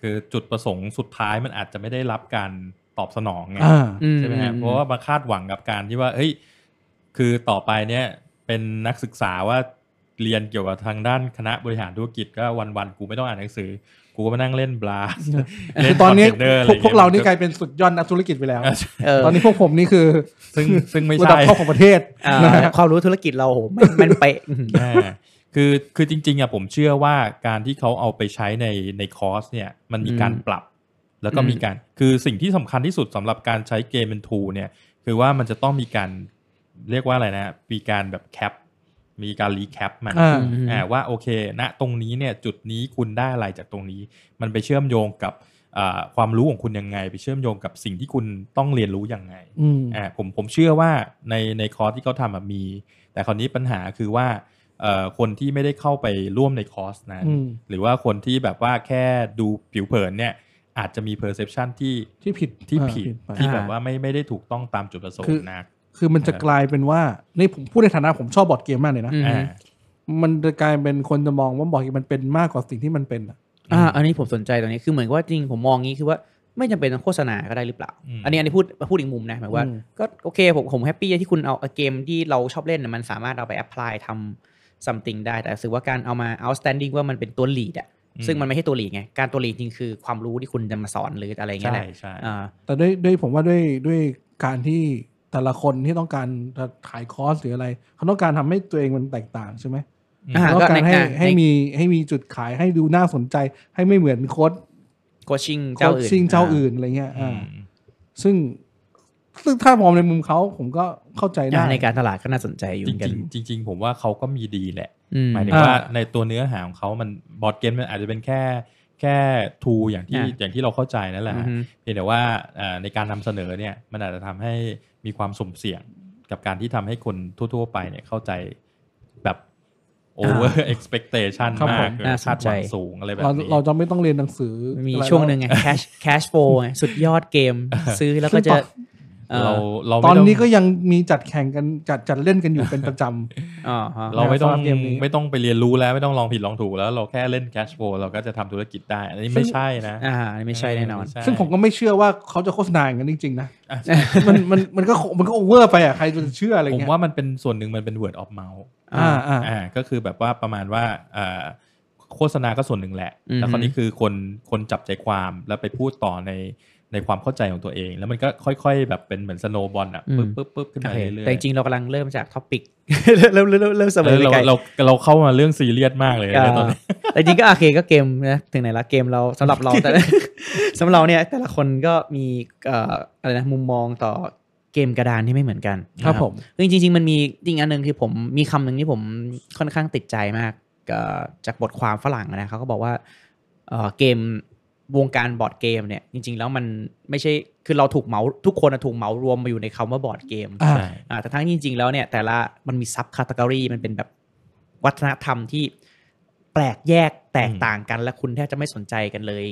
[SPEAKER 3] คือจุดประสงค์สุดท้ายมันอาจจะไม่ได้รับการตอบสนองไง
[SPEAKER 1] อ่า
[SPEAKER 3] ใช่ไหมฮะเพราะว่ามาคาดหวังกับการที่ว่าเฮ้ยคือต่อไปเนี่ยเป็นนักศึกษาว่าเรียนเกี่ยวกับทางด้านคณะบริหารธุรกิจก็วันๆกูไม่ต้องอ่านหนังสือ กูก็มานั่งเล่นบลาสเล่
[SPEAKER 1] คือตอนนี้
[SPEAKER 3] คเทเดร์อะ
[SPEAKER 1] พ
[SPEAKER 3] ไอ
[SPEAKER 1] วก
[SPEAKER 3] ย่งงี้ย
[SPEAKER 1] พวกเรานี่กลายเป็นสุดยอดนักธุรกิจไปแล้ว
[SPEAKER 3] เออ
[SPEAKER 2] เออ
[SPEAKER 1] ตอนนี้พวกผมนี่คือ
[SPEAKER 3] ซึ่งซึ่งไม่
[SPEAKER 1] ระ
[SPEAKER 3] ใช่
[SPEAKER 1] ดับท็อปของประเทศ
[SPEAKER 2] เอ่อ
[SPEAKER 1] นะฮะ
[SPEAKER 2] ความรู้ธุรกิจเราโหแม่นแมันเป๊ะอืม
[SPEAKER 3] อ่าคือคือจริงๆอ่ะผมเชื่อว่าการที่เขาเอาไปใช้ในในคอร์สเนี่ยมันมีการ
[SPEAKER 2] อืม
[SPEAKER 3] ปรับ แล้วก็
[SPEAKER 2] อืม
[SPEAKER 3] มีการคือสิ่งที่สำคัญที่สุดสำหรับการใช้เกมเป็นทูเนี่ย คือว่ามันจะต้องมีการเรียกว่าอะไรนะมีการแบบแคปมีการรีแคปมัน
[SPEAKER 1] อ่า
[SPEAKER 3] อ่าว่าโอเคณตรงนี้เนี่ยจุดนี้คุณได้อะไรจากตรงนี้ มันไปเชื่อมโยงกับอ่าความรู้ของคุณยังไง ไปเชื่อมโยงกับสิ่งที่คุณต้องเรียนรู้ยังไง
[SPEAKER 1] อืม
[SPEAKER 3] อ่าผมผมเชื่อว่าในในคอร์สที่เขาทำอะมี แต่คราวนี้ปัญหาคือว่าเอ่อคนที่ไม่ได้เข้าไปร่วมในคอร์สนั้น
[SPEAKER 1] อืม
[SPEAKER 3] หรือว่าคนที่แบบว่าแค่ดูผิวเผินเนี่ยอาจจะมี perception ที่
[SPEAKER 1] ที่ผิด
[SPEAKER 3] ที่
[SPEAKER 1] อ่า
[SPEAKER 3] ผิด
[SPEAKER 1] ไป
[SPEAKER 3] ที่แบบว่าไม่ไม่ได้ถูกต้องตามจุดประสง
[SPEAKER 1] คื
[SPEAKER 3] ค์
[SPEAKER 1] อ
[SPEAKER 3] นะ
[SPEAKER 1] คือมันจะกลายเป็นว่านี่ผมพูดในฐานะผมชอบบอร์ดเกมมากเลยนะ
[SPEAKER 2] อืม
[SPEAKER 3] อ่า
[SPEAKER 1] มันจะกลายเป็นคนจะมองว่าบอร์ดเกมมันเป็นมากกว่าสิ่งที่มันเป็นอะ
[SPEAKER 2] อ่าอันนี้ผมสนใจตรงนี้คือเหมือนกับว่าจริงผมมองงี้คือว่าไม่จำเป็นต้องโฆษณาก็ได้หรือเปล่า
[SPEAKER 3] อืม
[SPEAKER 2] อันนี้อันนี้พูดพูดอีกมุมนะหมายว่า
[SPEAKER 1] อืม
[SPEAKER 2] ก็โอเคผมผมแฮปปี้ที่คุณเอาเกมที่เราชอบเล่นน่ะมันสามารถเอาไปแอพพลายทำ something ได้แต่รู้สึกว่าการเอามา outstanding ว่ามันเป็นตัว lead อะ
[SPEAKER 3] อืม
[SPEAKER 2] ซึ่งมันไม่ใช่ตัว lead ไง การตัว lead จริงคือความรู้ที่คุณจะมาสอนหรืออะไรเงี้ย
[SPEAKER 3] ใช่
[SPEAKER 2] แหละ
[SPEAKER 3] ใช่
[SPEAKER 2] อ่า
[SPEAKER 1] แต่ด้วยด้วยผมว่าด้วยด้วยการที่แต่ละคนที่ต้องการจะขายคอร์สหรืออะไร เขาต้องการทำให้ตัวเองมันแตกต่างใช่ไหม
[SPEAKER 3] อ่า
[SPEAKER 1] เขาต้องการให้
[SPEAKER 2] ก็ใน
[SPEAKER 1] ให้
[SPEAKER 2] ใน
[SPEAKER 1] มีให้มีจุดขายให้ดูน่าสนใจ ให้ไม่เหมือนโค้ด
[SPEAKER 2] coaching
[SPEAKER 1] โค้
[SPEAKER 2] เจ้า
[SPEAKER 1] ด
[SPEAKER 2] อื่น
[SPEAKER 1] ชิงเจ้าอื่นอะไรเงี้ย
[SPEAKER 3] อื
[SPEAKER 1] อ่าม ซึ่งซึ่งถ้ามองในมุมเขาผมก็เข้าใจได้
[SPEAKER 2] อ่าในการตลาดก็น่าสนใจอยู่
[SPEAKER 3] จ
[SPEAKER 2] เหมือนกัน
[SPEAKER 3] ริงๆจริง ๆ ผมว่าเขาก็มีดีแหละ
[SPEAKER 2] อืม
[SPEAKER 3] หมายถึง
[SPEAKER 1] อ่า
[SPEAKER 3] ว่าในตัวเนื้อหาของเขามันบอร์ดเกมมันอาจจะเป็นแค่แค่ทูอย่างที่
[SPEAKER 2] อ่า
[SPEAKER 3] อย่างที่เราเข้าใจนั่นแหละ
[SPEAKER 2] อือฮึ
[SPEAKER 3] เพียงแต่ว่าเอ่อในการนำเสนอเนี่ยมันอาจจะทำให้มีความสมเสี่ยงกับการที่ทำให้คนทั่ว ๆ ไปเนี่ยเข้าใจแบบ over expectation
[SPEAKER 1] ครับผม
[SPEAKER 3] มาก
[SPEAKER 1] น่า
[SPEAKER 3] เกินคาดหวังสูงอะไรแบบ
[SPEAKER 1] เรา
[SPEAKER 3] นี้
[SPEAKER 1] เราจะไม่ต้องเรียนหนังสือ
[SPEAKER 2] มันมี
[SPEAKER 1] อะไร
[SPEAKER 2] ช่วงหนึ่งไง cash cash flow ไงสุดยอดเกมซื้อแล้วก็จะเอ่อ
[SPEAKER 3] เราเรา
[SPEAKER 1] ตอน
[SPEAKER 3] ไม่ง
[SPEAKER 1] นี้ก็ยังมีจัดแข่งกันจัดจัดเล่นกันอยู่เป็นประจ
[SPEAKER 2] อ่าฮะ
[SPEAKER 3] เราไม่ต้อง
[SPEAKER 1] สำหรับเกมนี้
[SPEAKER 3] ไม่ต้องไปเรียนรู้แล้วไม่ต้องลองผิดลองถูกแล้ว เราแค่เล่น cash flow เราก็จะทำธุรกิจได้ อันนี้ไม่ใช่นะ
[SPEAKER 2] อ่าอันนี้ไม่ใช่แน่นอน
[SPEAKER 3] ไใช่
[SPEAKER 1] ำซึ่งผมก็ไม่เชื่อว่าเขาจะโฆษณาอย่างนั้นจริง ๆ นะ
[SPEAKER 3] อ่ะ
[SPEAKER 1] มันมันมันก็มันก็โอเวอร์ไปอ่ะใครจะเชื่ออะไร
[SPEAKER 3] ผม
[SPEAKER 1] เงี้ย
[SPEAKER 3] ว่ามันเป็นส่วนหนึ่งมันเป็น word of mouth
[SPEAKER 1] อ่าอ่า
[SPEAKER 3] อ่าก็คือแบบว่าประมาณว่าอ่าโฆษณาก็ส่วนหนึ่งแหละ
[SPEAKER 2] อือฮึ
[SPEAKER 3] แล้วคนนี้คือคนคนจับใจความแล้วไปพูดต่อในในความเข้าใจของตัวเอง แล้วมันก็ค่อย ๆ แบบเป็นเหมือนสโนบอลอ่ะปึ๊บปึ๊บปึ๊บขึ้น
[SPEAKER 2] โอ
[SPEAKER 3] มา
[SPEAKER 2] เค
[SPEAKER 3] เรื่อยๆ
[SPEAKER 2] แต่จริงๆเรากำลังเริ่มจากท็อปิก เริ่มเริ่มเริ่มเริ่มเสม
[SPEAKER 3] เอ
[SPEAKER 2] อ
[SPEAKER 3] อ
[SPEAKER 2] ไป
[SPEAKER 3] เรา
[SPEAKER 2] ไกล
[SPEAKER 3] เราเราเข้ามาเรื่องซีเรียสมากเลยนะ
[SPEAKER 2] อ่า
[SPEAKER 3] ตอนนี้
[SPEAKER 2] แต่จริงก็โอเคก็เกมนะถึงไหนละเกมเราสำหรับเราแต่ สำหรับเราเนี่ยแต่ละคนก็มีเอ่ออะไรนะมุมมองต่อเกมกระดานที่ไม่เหมือนกันนะครับ
[SPEAKER 1] ผม
[SPEAKER 2] ซึ่งจริง ๆ มันมีจริงอันหนึ่งคือผมมีคำหนึ่งที่ผมค่อนข้างติดใจมากเอ่อจากบทความฝรั่งนะเขาก็บอกว่าเอ่อเกมวงการบอร์ดเกมเนี่ยจริง ๆ แล้วมันไม่ใช่คือเราถูกเหมาทุกคนอะถูกเหมารวมมาอยู่ในคำว่าบอร์ดเกม
[SPEAKER 1] อ่า
[SPEAKER 3] ใช่
[SPEAKER 2] อ่าแต่ทั้งที่จริงๆแล้วเนี่ยแต่ละมันมีซับคาต e g o รีมันเป็นแบบวัฒนธรรมที่แปลกแยกแตกต่างกัน และคุณแทบจะไม่สนใจกันเลย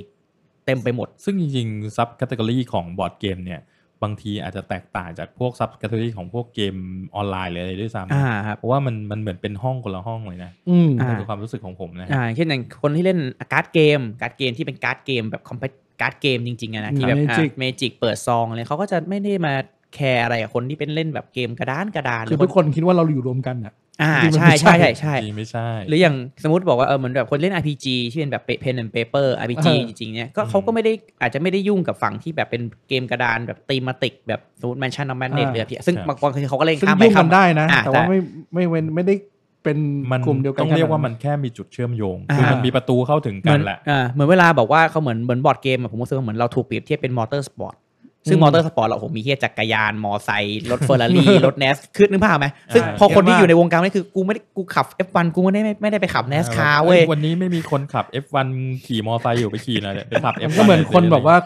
[SPEAKER 2] เต็มไปหมด
[SPEAKER 3] ซึ่งจริงๆซับคัตเกอรีของบอร์ดเกมเนี่ย บางทีอาจจะแตกต่างจากพวกซับคัตเกอรีของพวกเกมออนไลน์หรืออะไรด้วยซ้
[SPEAKER 2] อ่าครับ
[SPEAKER 3] ำเพราะว่ามันมันเหมือนเป็นห้องคนละห้องเลยนะ
[SPEAKER 1] อืม
[SPEAKER 2] อ่า
[SPEAKER 3] ในความรู้สึกของผมนะ
[SPEAKER 2] อ่าอย่างเช่นอย่างคนที่เล่นการ์ดเกม การ์ดเกมที่เป็นการ์ดเกมแบบคอมเพการ์ดเกมจริงๆอะนะที่แบบ
[SPEAKER 1] อ่า Magic
[SPEAKER 2] เมจิกเปิดซองเลยเขาก็จะไม่ได้มาแคร์อะไรกับคนที่เป็นเล่นแบบเกมกระดานกระดาน
[SPEAKER 1] คือทุกคนคิดว่าเราอยู่รวมกันอ่ะ
[SPEAKER 2] อ่า
[SPEAKER 1] จริงๆมัน
[SPEAKER 2] ใช่
[SPEAKER 1] ไม่ใช่
[SPEAKER 2] ใช่ใช่ใช่
[SPEAKER 3] จริงๆไม่ใช่
[SPEAKER 2] หรืออย่างสมมติบอกว่าเออเหมือนแบบคนเล่น RPG ที่เป็นแบบ pen and paper RPG
[SPEAKER 1] เออ
[SPEAKER 2] จริงๆเนี่ยก็
[SPEAKER 3] อืม
[SPEAKER 2] เขาก็ไม่ได้อาจจะไม่ได้ยุ่งกับฝั่งที่แบบเป็นเกมกระดานแบบตีมาติกแบบสมมติ mansion of madness หรืออะไรซึ่งบางคนเขาก็เล่น
[SPEAKER 1] ซึ่ง
[SPEAKER 2] ข้ามไป
[SPEAKER 1] ยุ่ง
[SPEAKER 2] ข้า
[SPEAKER 1] กั
[SPEAKER 2] ม
[SPEAKER 1] นได้นะ
[SPEAKER 2] อ่า
[SPEAKER 1] แต่ว่า
[SPEAKER 2] แต่
[SPEAKER 1] ไม่ไม่เว้นไม่ได้เป็น
[SPEAKER 3] มัน
[SPEAKER 1] กลุ่มเดียวกัน
[SPEAKER 3] ต้องเรียกว่า
[SPEAKER 1] ขด
[SPEAKER 3] มันแค่มีจุดเชื่อมโยง
[SPEAKER 2] อ่า
[SPEAKER 3] คือมันมีประตูเข้าถึง
[SPEAKER 2] เห
[SPEAKER 3] กั
[SPEAKER 2] มือน น
[SPEAKER 3] แหละ
[SPEAKER 2] อ่าเหมือนเวลาบอกว่าเขาเหมือนเหมือนบอร์ดเกมอะผมรู้สึกว่าเหมือนเราถูกเปรียบเทียบเป็นมอเตอร์สปอร์ตซึ่ง
[SPEAKER 1] อืม
[SPEAKER 2] มอเตอร์สปอร์ตเราผมมีเฮียจักรยาน มอไซค์รถเฟอร์รารี่ รถเนสคือนึกภาพไหมซึ่ง
[SPEAKER 3] อ่า
[SPEAKER 2] พอคนที่
[SPEAKER 1] เย
[SPEAKER 2] อ
[SPEAKER 1] อะมาก
[SPEAKER 2] ยู่ในวงการนี่คือกูไม่ได้กูขับ F1 กูไม่ได้ไม่ไม่ได้ไปขับเนสคาเว้ย
[SPEAKER 3] อ้วันนี้ไม่มีคนขับ F1 ขี่มอไซค์อยู่ไปขี่หน่อยเนี่ยไปขับ
[SPEAKER 1] มัน
[SPEAKER 3] F1
[SPEAKER 1] ก็เหมือนคนแบบว่า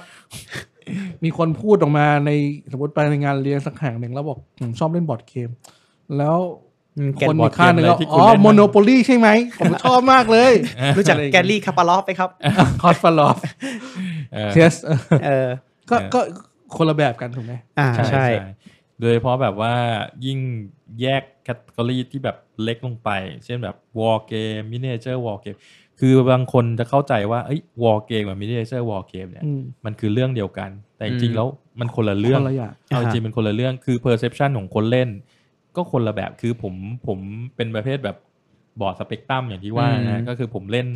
[SPEAKER 1] มีคนพูดออกมาในสมมติไปในงานเลี้ยงสักแห่งหนึ่งแล้วบอกผมชอบเล่นบอร์ดเกม แล้ว
[SPEAKER 3] แก
[SPEAKER 1] คน น
[SPEAKER 3] บอร์ด
[SPEAKER 1] อีกข้างหนึ่งก็
[SPEAKER 3] เกมอะไรที่คุณ
[SPEAKER 1] อ๋อ
[SPEAKER 3] เล่นนะ
[SPEAKER 1] โมโนโปลีใช่ไหม ผมชอบมากเลย
[SPEAKER 2] รู้จักแกลลี่คาปาลอฟไหมครับ
[SPEAKER 1] คอสฟาลอฟ
[SPEAKER 3] เออ
[SPEAKER 1] เช ส
[SPEAKER 2] เออ
[SPEAKER 1] ก็
[SPEAKER 3] เออ
[SPEAKER 1] ก็คนละแบบกันถูกไหม
[SPEAKER 2] อ่า
[SPEAKER 3] ใช่
[SPEAKER 2] ใช่
[SPEAKER 3] ใช่โดยเฉพาะแบบว่ายิ่งแยกแคตตาล็อที่แบบเล็กลงไป เช่นแบบ war game miniature war game คือบางคนจะเข้าใจว่าเอ้ย war game กับ miniature war game เนี่ย
[SPEAKER 1] อืม
[SPEAKER 3] มันคือเรื่องเดียวกัน แต่จริ
[SPEAKER 2] อื
[SPEAKER 3] ง
[SPEAKER 2] ม
[SPEAKER 3] ๆแล้วมันคนละเรื่อง
[SPEAKER 1] คนละอย่าง
[SPEAKER 3] เอาจ
[SPEAKER 2] อ่า
[SPEAKER 3] ริ
[SPEAKER 2] ฮะ
[SPEAKER 3] งๆเป็นคนละเรื่องคือ perception ของคนเล่น ก็คนละแบบคือผมผมเป็นประเภทแบบบอร์ดสเปกตรัมอย่างที่ว่า
[SPEAKER 2] อื
[SPEAKER 3] นะ
[SPEAKER 2] ม
[SPEAKER 3] ก็คือผมเล่น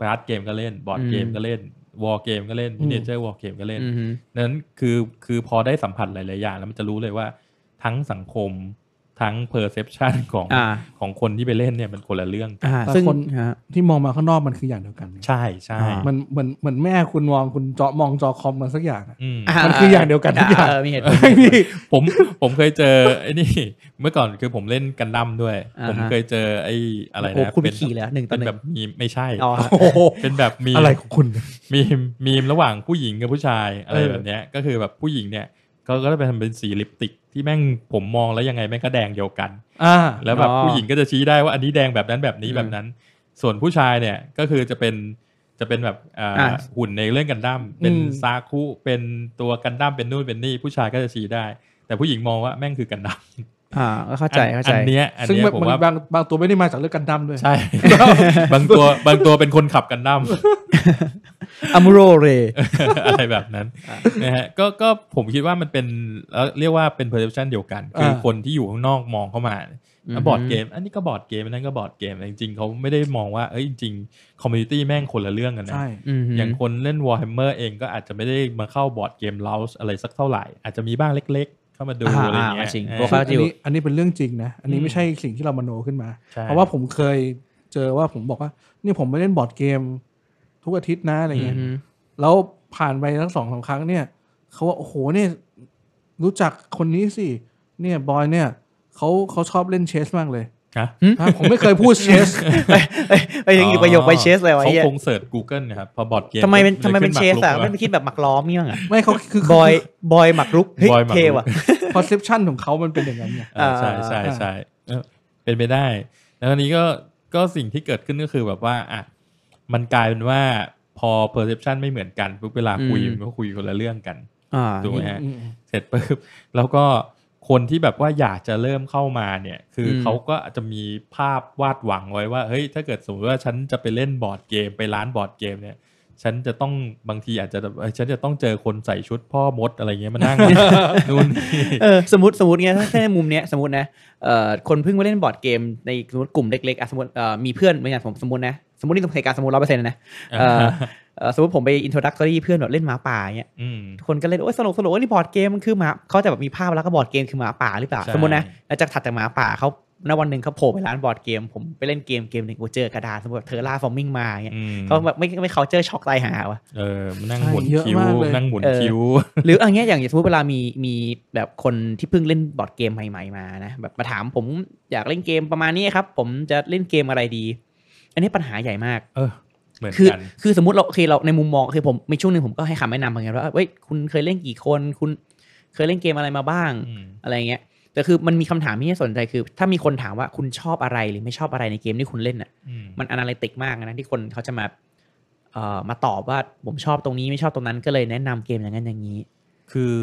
[SPEAKER 3] บาร์ดเกมก็เล่นบอร์ดเกม
[SPEAKER 2] อืม
[SPEAKER 3] ก็เล่นวอลเกมก็เล่นมินิเจอร์วอลเกมก็เล่น
[SPEAKER 2] อืมฮึ
[SPEAKER 3] นั้นคือคือพอได้สัมผัสหลาย ๆ อย่าง แล้วมันจะรู้เลยว่าทั้งสังคมทั้งเพอร์เซพชันของ
[SPEAKER 2] อ่า
[SPEAKER 3] ของคนที่ไปเล่นเนี่ยมันคนละเรื่องกัน
[SPEAKER 2] อ่า
[SPEAKER 1] แต่
[SPEAKER 2] ซึ่ง
[SPEAKER 1] คน
[SPEAKER 2] ฮะ
[SPEAKER 1] ที่มองมาข้างนอกมันคืออย่างเดียวกัน
[SPEAKER 3] ใช่ใช่
[SPEAKER 2] อ่า
[SPEAKER 1] มันเหมือนเหมือนแม่คุณมองคุณเจาะมองจอคอมมันสักอย่างอะ
[SPEAKER 3] อืม
[SPEAKER 1] มันคืออย่างเดียวกันทุกอย่าง
[SPEAKER 2] เมีเหตุผล
[SPEAKER 1] ไอ้นี่
[SPEAKER 3] ผมผมเคยเจอไอ้นี่ เมื่อก่อนคือผมเล่นกันดั้มด้วย
[SPEAKER 2] อ่าฮะ
[SPEAKER 3] ผมเคยเจอไอ้อะไร
[SPEAKER 2] โอ้
[SPEAKER 3] นะ
[SPEAKER 2] คุณไป
[SPEAKER 3] น
[SPEAKER 2] ขี่เลยหนึ่งต่อ
[SPEAKER 3] เป็น
[SPEAKER 2] หนึ่
[SPEAKER 3] แบบ
[SPEAKER 2] ง
[SPEAKER 3] มีมไม่ใช่
[SPEAKER 2] อ๋อ
[SPEAKER 1] โอ้โห
[SPEAKER 3] เป็นแบบมี
[SPEAKER 1] อะไรของคุณ
[SPEAKER 3] มีมมีมระหว่างผู้หญิงกับผู้ชายอะไร
[SPEAKER 1] เออ
[SPEAKER 3] แบบเนี้ยก็คือแบบผู้หญิงเนี่ยก็ก็จะเป็นเป็นสีลิปติกที่แม่งผมมองแล้วยังไงแม่งก็แดงเดียวกัน
[SPEAKER 1] อ่า
[SPEAKER 3] แล้วแบบ
[SPEAKER 2] อ๋อ
[SPEAKER 3] ผู้หญิงก็จะชี้ได้ว่าอันนี้แดงแบบนั้นแบบนี้
[SPEAKER 2] อืม
[SPEAKER 3] แบบนั้น ส่วนผู้ชายเนี่ยก็คือจะเป็นจะเป็นแบบอ่า
[SPEAKER 2] อ่ะ
[SPEAKER 3] หุ่นในเรื่องกันดั้มเป็น
[SPEAKER 1] อืม
[SPEAKER 3] ซาคุเป็นตัวกันดั้มเป็นนู่นเป็นนี่ผู้ชายก็จะชี้ได้ แต่ผู้หญิงมองว่าแม่งคือกันดั้ม
[SPEAKER 2] อ่าก็เข้าใจเข้าใจ
[SPEAKER 3] อันเนี้ยอัน
[SPEAKER 1] ซึ่ง
[SPEAKER 3] เนี้ย
[SPEAKER 1] มัน
[SPEAKER 3] ผมว่า
[SPEAKER 1] บางบางตัวไม่ได้มาจากเรื่องกันดั้มด้วย
[SPEAKER 3] ใช่ บางตัวบางตัวเป็นคนขับกันดั้ม
[SPEAKER 2] อัมโรเร
[SPEAKER 3] อะไรแบบนั้นนะฮะก็ก็ผมคิดว่ามันเป็นเอ่อเรียกว่าเป็น perception เดียวกัน คือ
[SPEAKER 1] อ่า
[SPEAKER 3] คนที่อยู่ข้างนอกมองเข้ามา
[SPEAKER 2] อืม
[SPEAKER 3] บอร์ดเกม อันนี้ก็บอร์ดเกมอันนั้นก็บอร์ดเกมแต่จริงๆเขาไม่ได้มองว่าเอ้ยจริงคอมมูนิตี้แม่งคนละเรื่องกันนะ
[SPEAKER 1] ใช่
[SPEAKER 3] อย่างคนเล่น Warhammer เองก็อาจจะไม่ได้มาเข้าบอร์ดเกม l o u ส์อะไรสักเท่าไหร่ อาจจะมีบ้างเล็กๆ เข้ามาดู
[SPEAKER 2] อ่า
[SPEAKER 3] อะไรเงี้ย
[SPEAKER 2] อ่าจริง
[SPEAKER 3] เอ
[SPEAKER 2] พว
[SPEAKER 3] อ
[SPEAKER 2] กเขา
[SPEAKER 1] อันนี้อันนี้เป็นเรื่องจริงนะ อันนี้
[SPEAKER 3] อืม
[SPEAKER 1] ไม่ใช่สิ่งที่เรามโนขึ้นมา
[SPEAKER 3] ใช่
[SPEAKER 1] เพราะว่าผมเคยเจอว่าผมบอกว่า นี่ผมไปเล่นบอร์ดเกม ทุกอาทิตย์นะอะไรเงี้ย แล้วผ่านไปทั้งสองสามครั้งเนี่ยเขาว่าโอ้โหเนี่ยรู้จักคนนี้สิ เนี่ยบอยเนี่ยเขาเขาชอบเล่นเชสมากเลย
[SPEAKER 3] ฮะ
[SPEAKER 1] ฮะผมไม่เคยพูดเชส
[SPEAKER 2] ไปยังอยู่ประโยคไปเชสเลยวะ
[SPEAKER 3] เขา
[SPEAKER 2] เฮีย
[SPEAKER 3] คงเสิร์ช Google นะครับพอบอร์ดเกม
[SPEAKER 2] ทำไมเป็น
[SPEAKER 3] ลย
[SPEAKER 2] ทำไมเป็นเช
[SPEAKER 3] ขึ้า
[SPEAKER 2] สอะ
[SPEAKER 3] กลุก
[SPEAKER 2] ไม่ไปคิดแบบหมักล้อมเนี่ยไง
[SPEAKER 1] ไม่เขาคือ
[SPEAKER 2] บอยบอยหมักรุกเฮ้ย
[SPEAKER 3] Boy หมากรุก
[SPEAKER 2] เทว่ะ
[SPEAKER 1] คอนเซปชันของเขามันเป็นอย่างนั้นไง
[SPEAKER 3] อ่าใช่
[SPEAKER 2] อ่า
[SPEAKER 3] ใช่ใช่เออเป็นไปได้ แล้วอันนี้ก็ก็สิ่งที่เกิดขึ้นก็คือแบบว่าอ่ะมันกลายเป็นว่าพอ perception ไม่เหมือนกันปุ๊บเวลาคุย
[SPEAKER 2] อืม
[SPEAKER 3] มันก็คุยคนละเรื่องกัน
[SPEAKER 2] อ่า
[SPEAKER 3] ถูกไหมฮะ เสร็จปุ๊บแล้วก็คนที่แบบว่าอยากจะเริ่มเข้ามาเนี่ย คืออ
[SPEAKER 2] ม
[SPEAKER 3] เขาก็อาจจะมีภาพวาดหวังไว้ว่าเฮ้ยถ้าเกิดสมมติว่าฉันจะไปเล่นบอร์ดเกมไปร้านบอร์ดเกมเนี่ย ฉันจะต้องบางทีอาจจะแบบเอ้ยฉันจะต้องเจอคนใส่ชุดพ่อมดอะไรเงี้ยมานั่ง นู่นนี่
[SPEAKER 2] เออสมมติสมมติไงถ้าถ้าในมุมเนี้ยสมมตินะเอ่อคนเพิ่งมาเล่นบอร์ดเกมในสมมติกลุ่มเล็กๆอ่ะสมมติเอ่อมีเพื่อนเหมือนกันผมสมมตินะสมมตินี่ต้องใช้การสมมติร้อยเปอร์เซ็นต์นะเอ่อเอ่อสมมติผมไปอินโทรดัก o r รี่เพื่อนแบบเล่นหมาป่าเงี้ย
[SPEAKER 3] อืม
[SPEAKER 2] ทุกคนก็เล่นโอ้ยสนุกสนุกโอ้ยนี่บอร์ดเกมมันคือหมาเขาจะแบบมีภาพแล้วก็บอร์ดเกมคือหมาป่าหรือเปล่า
[SPEAKER 3] ใช่
[SPEAKER 2] สมมตินะแล้วจากถัดจากหมาป่าเขาณวันหนึ่งเขาโผล่ไปร้านบอร์ดเกม ผมไปเล่นเกมเกมหนึ่งกูเจอกระดานสมมติแบบเทอร่าฟอร์มิงมาเงี้ย
[SPEAKER 3] อืม
[SPEAKER 2] เขาแบบไม่ไม่เคาเจอช็อกตายหาวะ
[SPEAKER 3] เออมานั่ง
[SPEAKER 1] ใช่
[SPEAKER 3] หมุน
[SPEAKER 1] เยอะ
[SPEAKER 3] คิ้ว
[SPEAKER 1] มากเลย
[SPEAKER 3] นั่งหมุน
[SPEAKER 2] เออ
[SPEAKER 3] คิ้ว
[SPEAKER 2] หรืออย่างเงี้ยอย่างสมมติเวลามีมีแบบคนที่เพิ่งเล่นบอร์ดเกมใหม่ๆมานะแบบมาถามผมอยากเล่นเกมประมาณนี้ครับ ผมจะเล่นเกมอะไรดี อันนี้ปัญหาใหญ่มาก
[SPEAKER 3] เออ เหมือน
[SPEAKER 2] คือ
[SPEAKER 3] กัน
[SPEAKER 2] คือสมมติเราโอเคเราในมุมมองคือผมในช่วงหนึ่งผมก็ให้คำแนะนำเหมือนกันว่าเว้ยคุณเคยเล่นกี่คน คุณเคยเล่นเกมอะไรมาบ้าง
[SPEAKER 3] ม
[SPEAKER 2] อะไรเงี้ยแต่คือมันมีคำถามที่น่าสนใจคือ ถ้ามีคนถามว่าคุณชอบอะไรหรือไม่ชอบอะไรในเกมที่คุณเล่นอ่ะ
[SPEAKER 3] อืม
[SPEAKER 2] มันอนาลิติกมากนะที่คนเขาจะมาเอ่อมาตอบว่าผมชอบตรงนี้ไม่ชอบตรงนั้นก็เลยแนะนำเกมอย่างนั้นอย่างนี้
[SPEAKER 3] คือ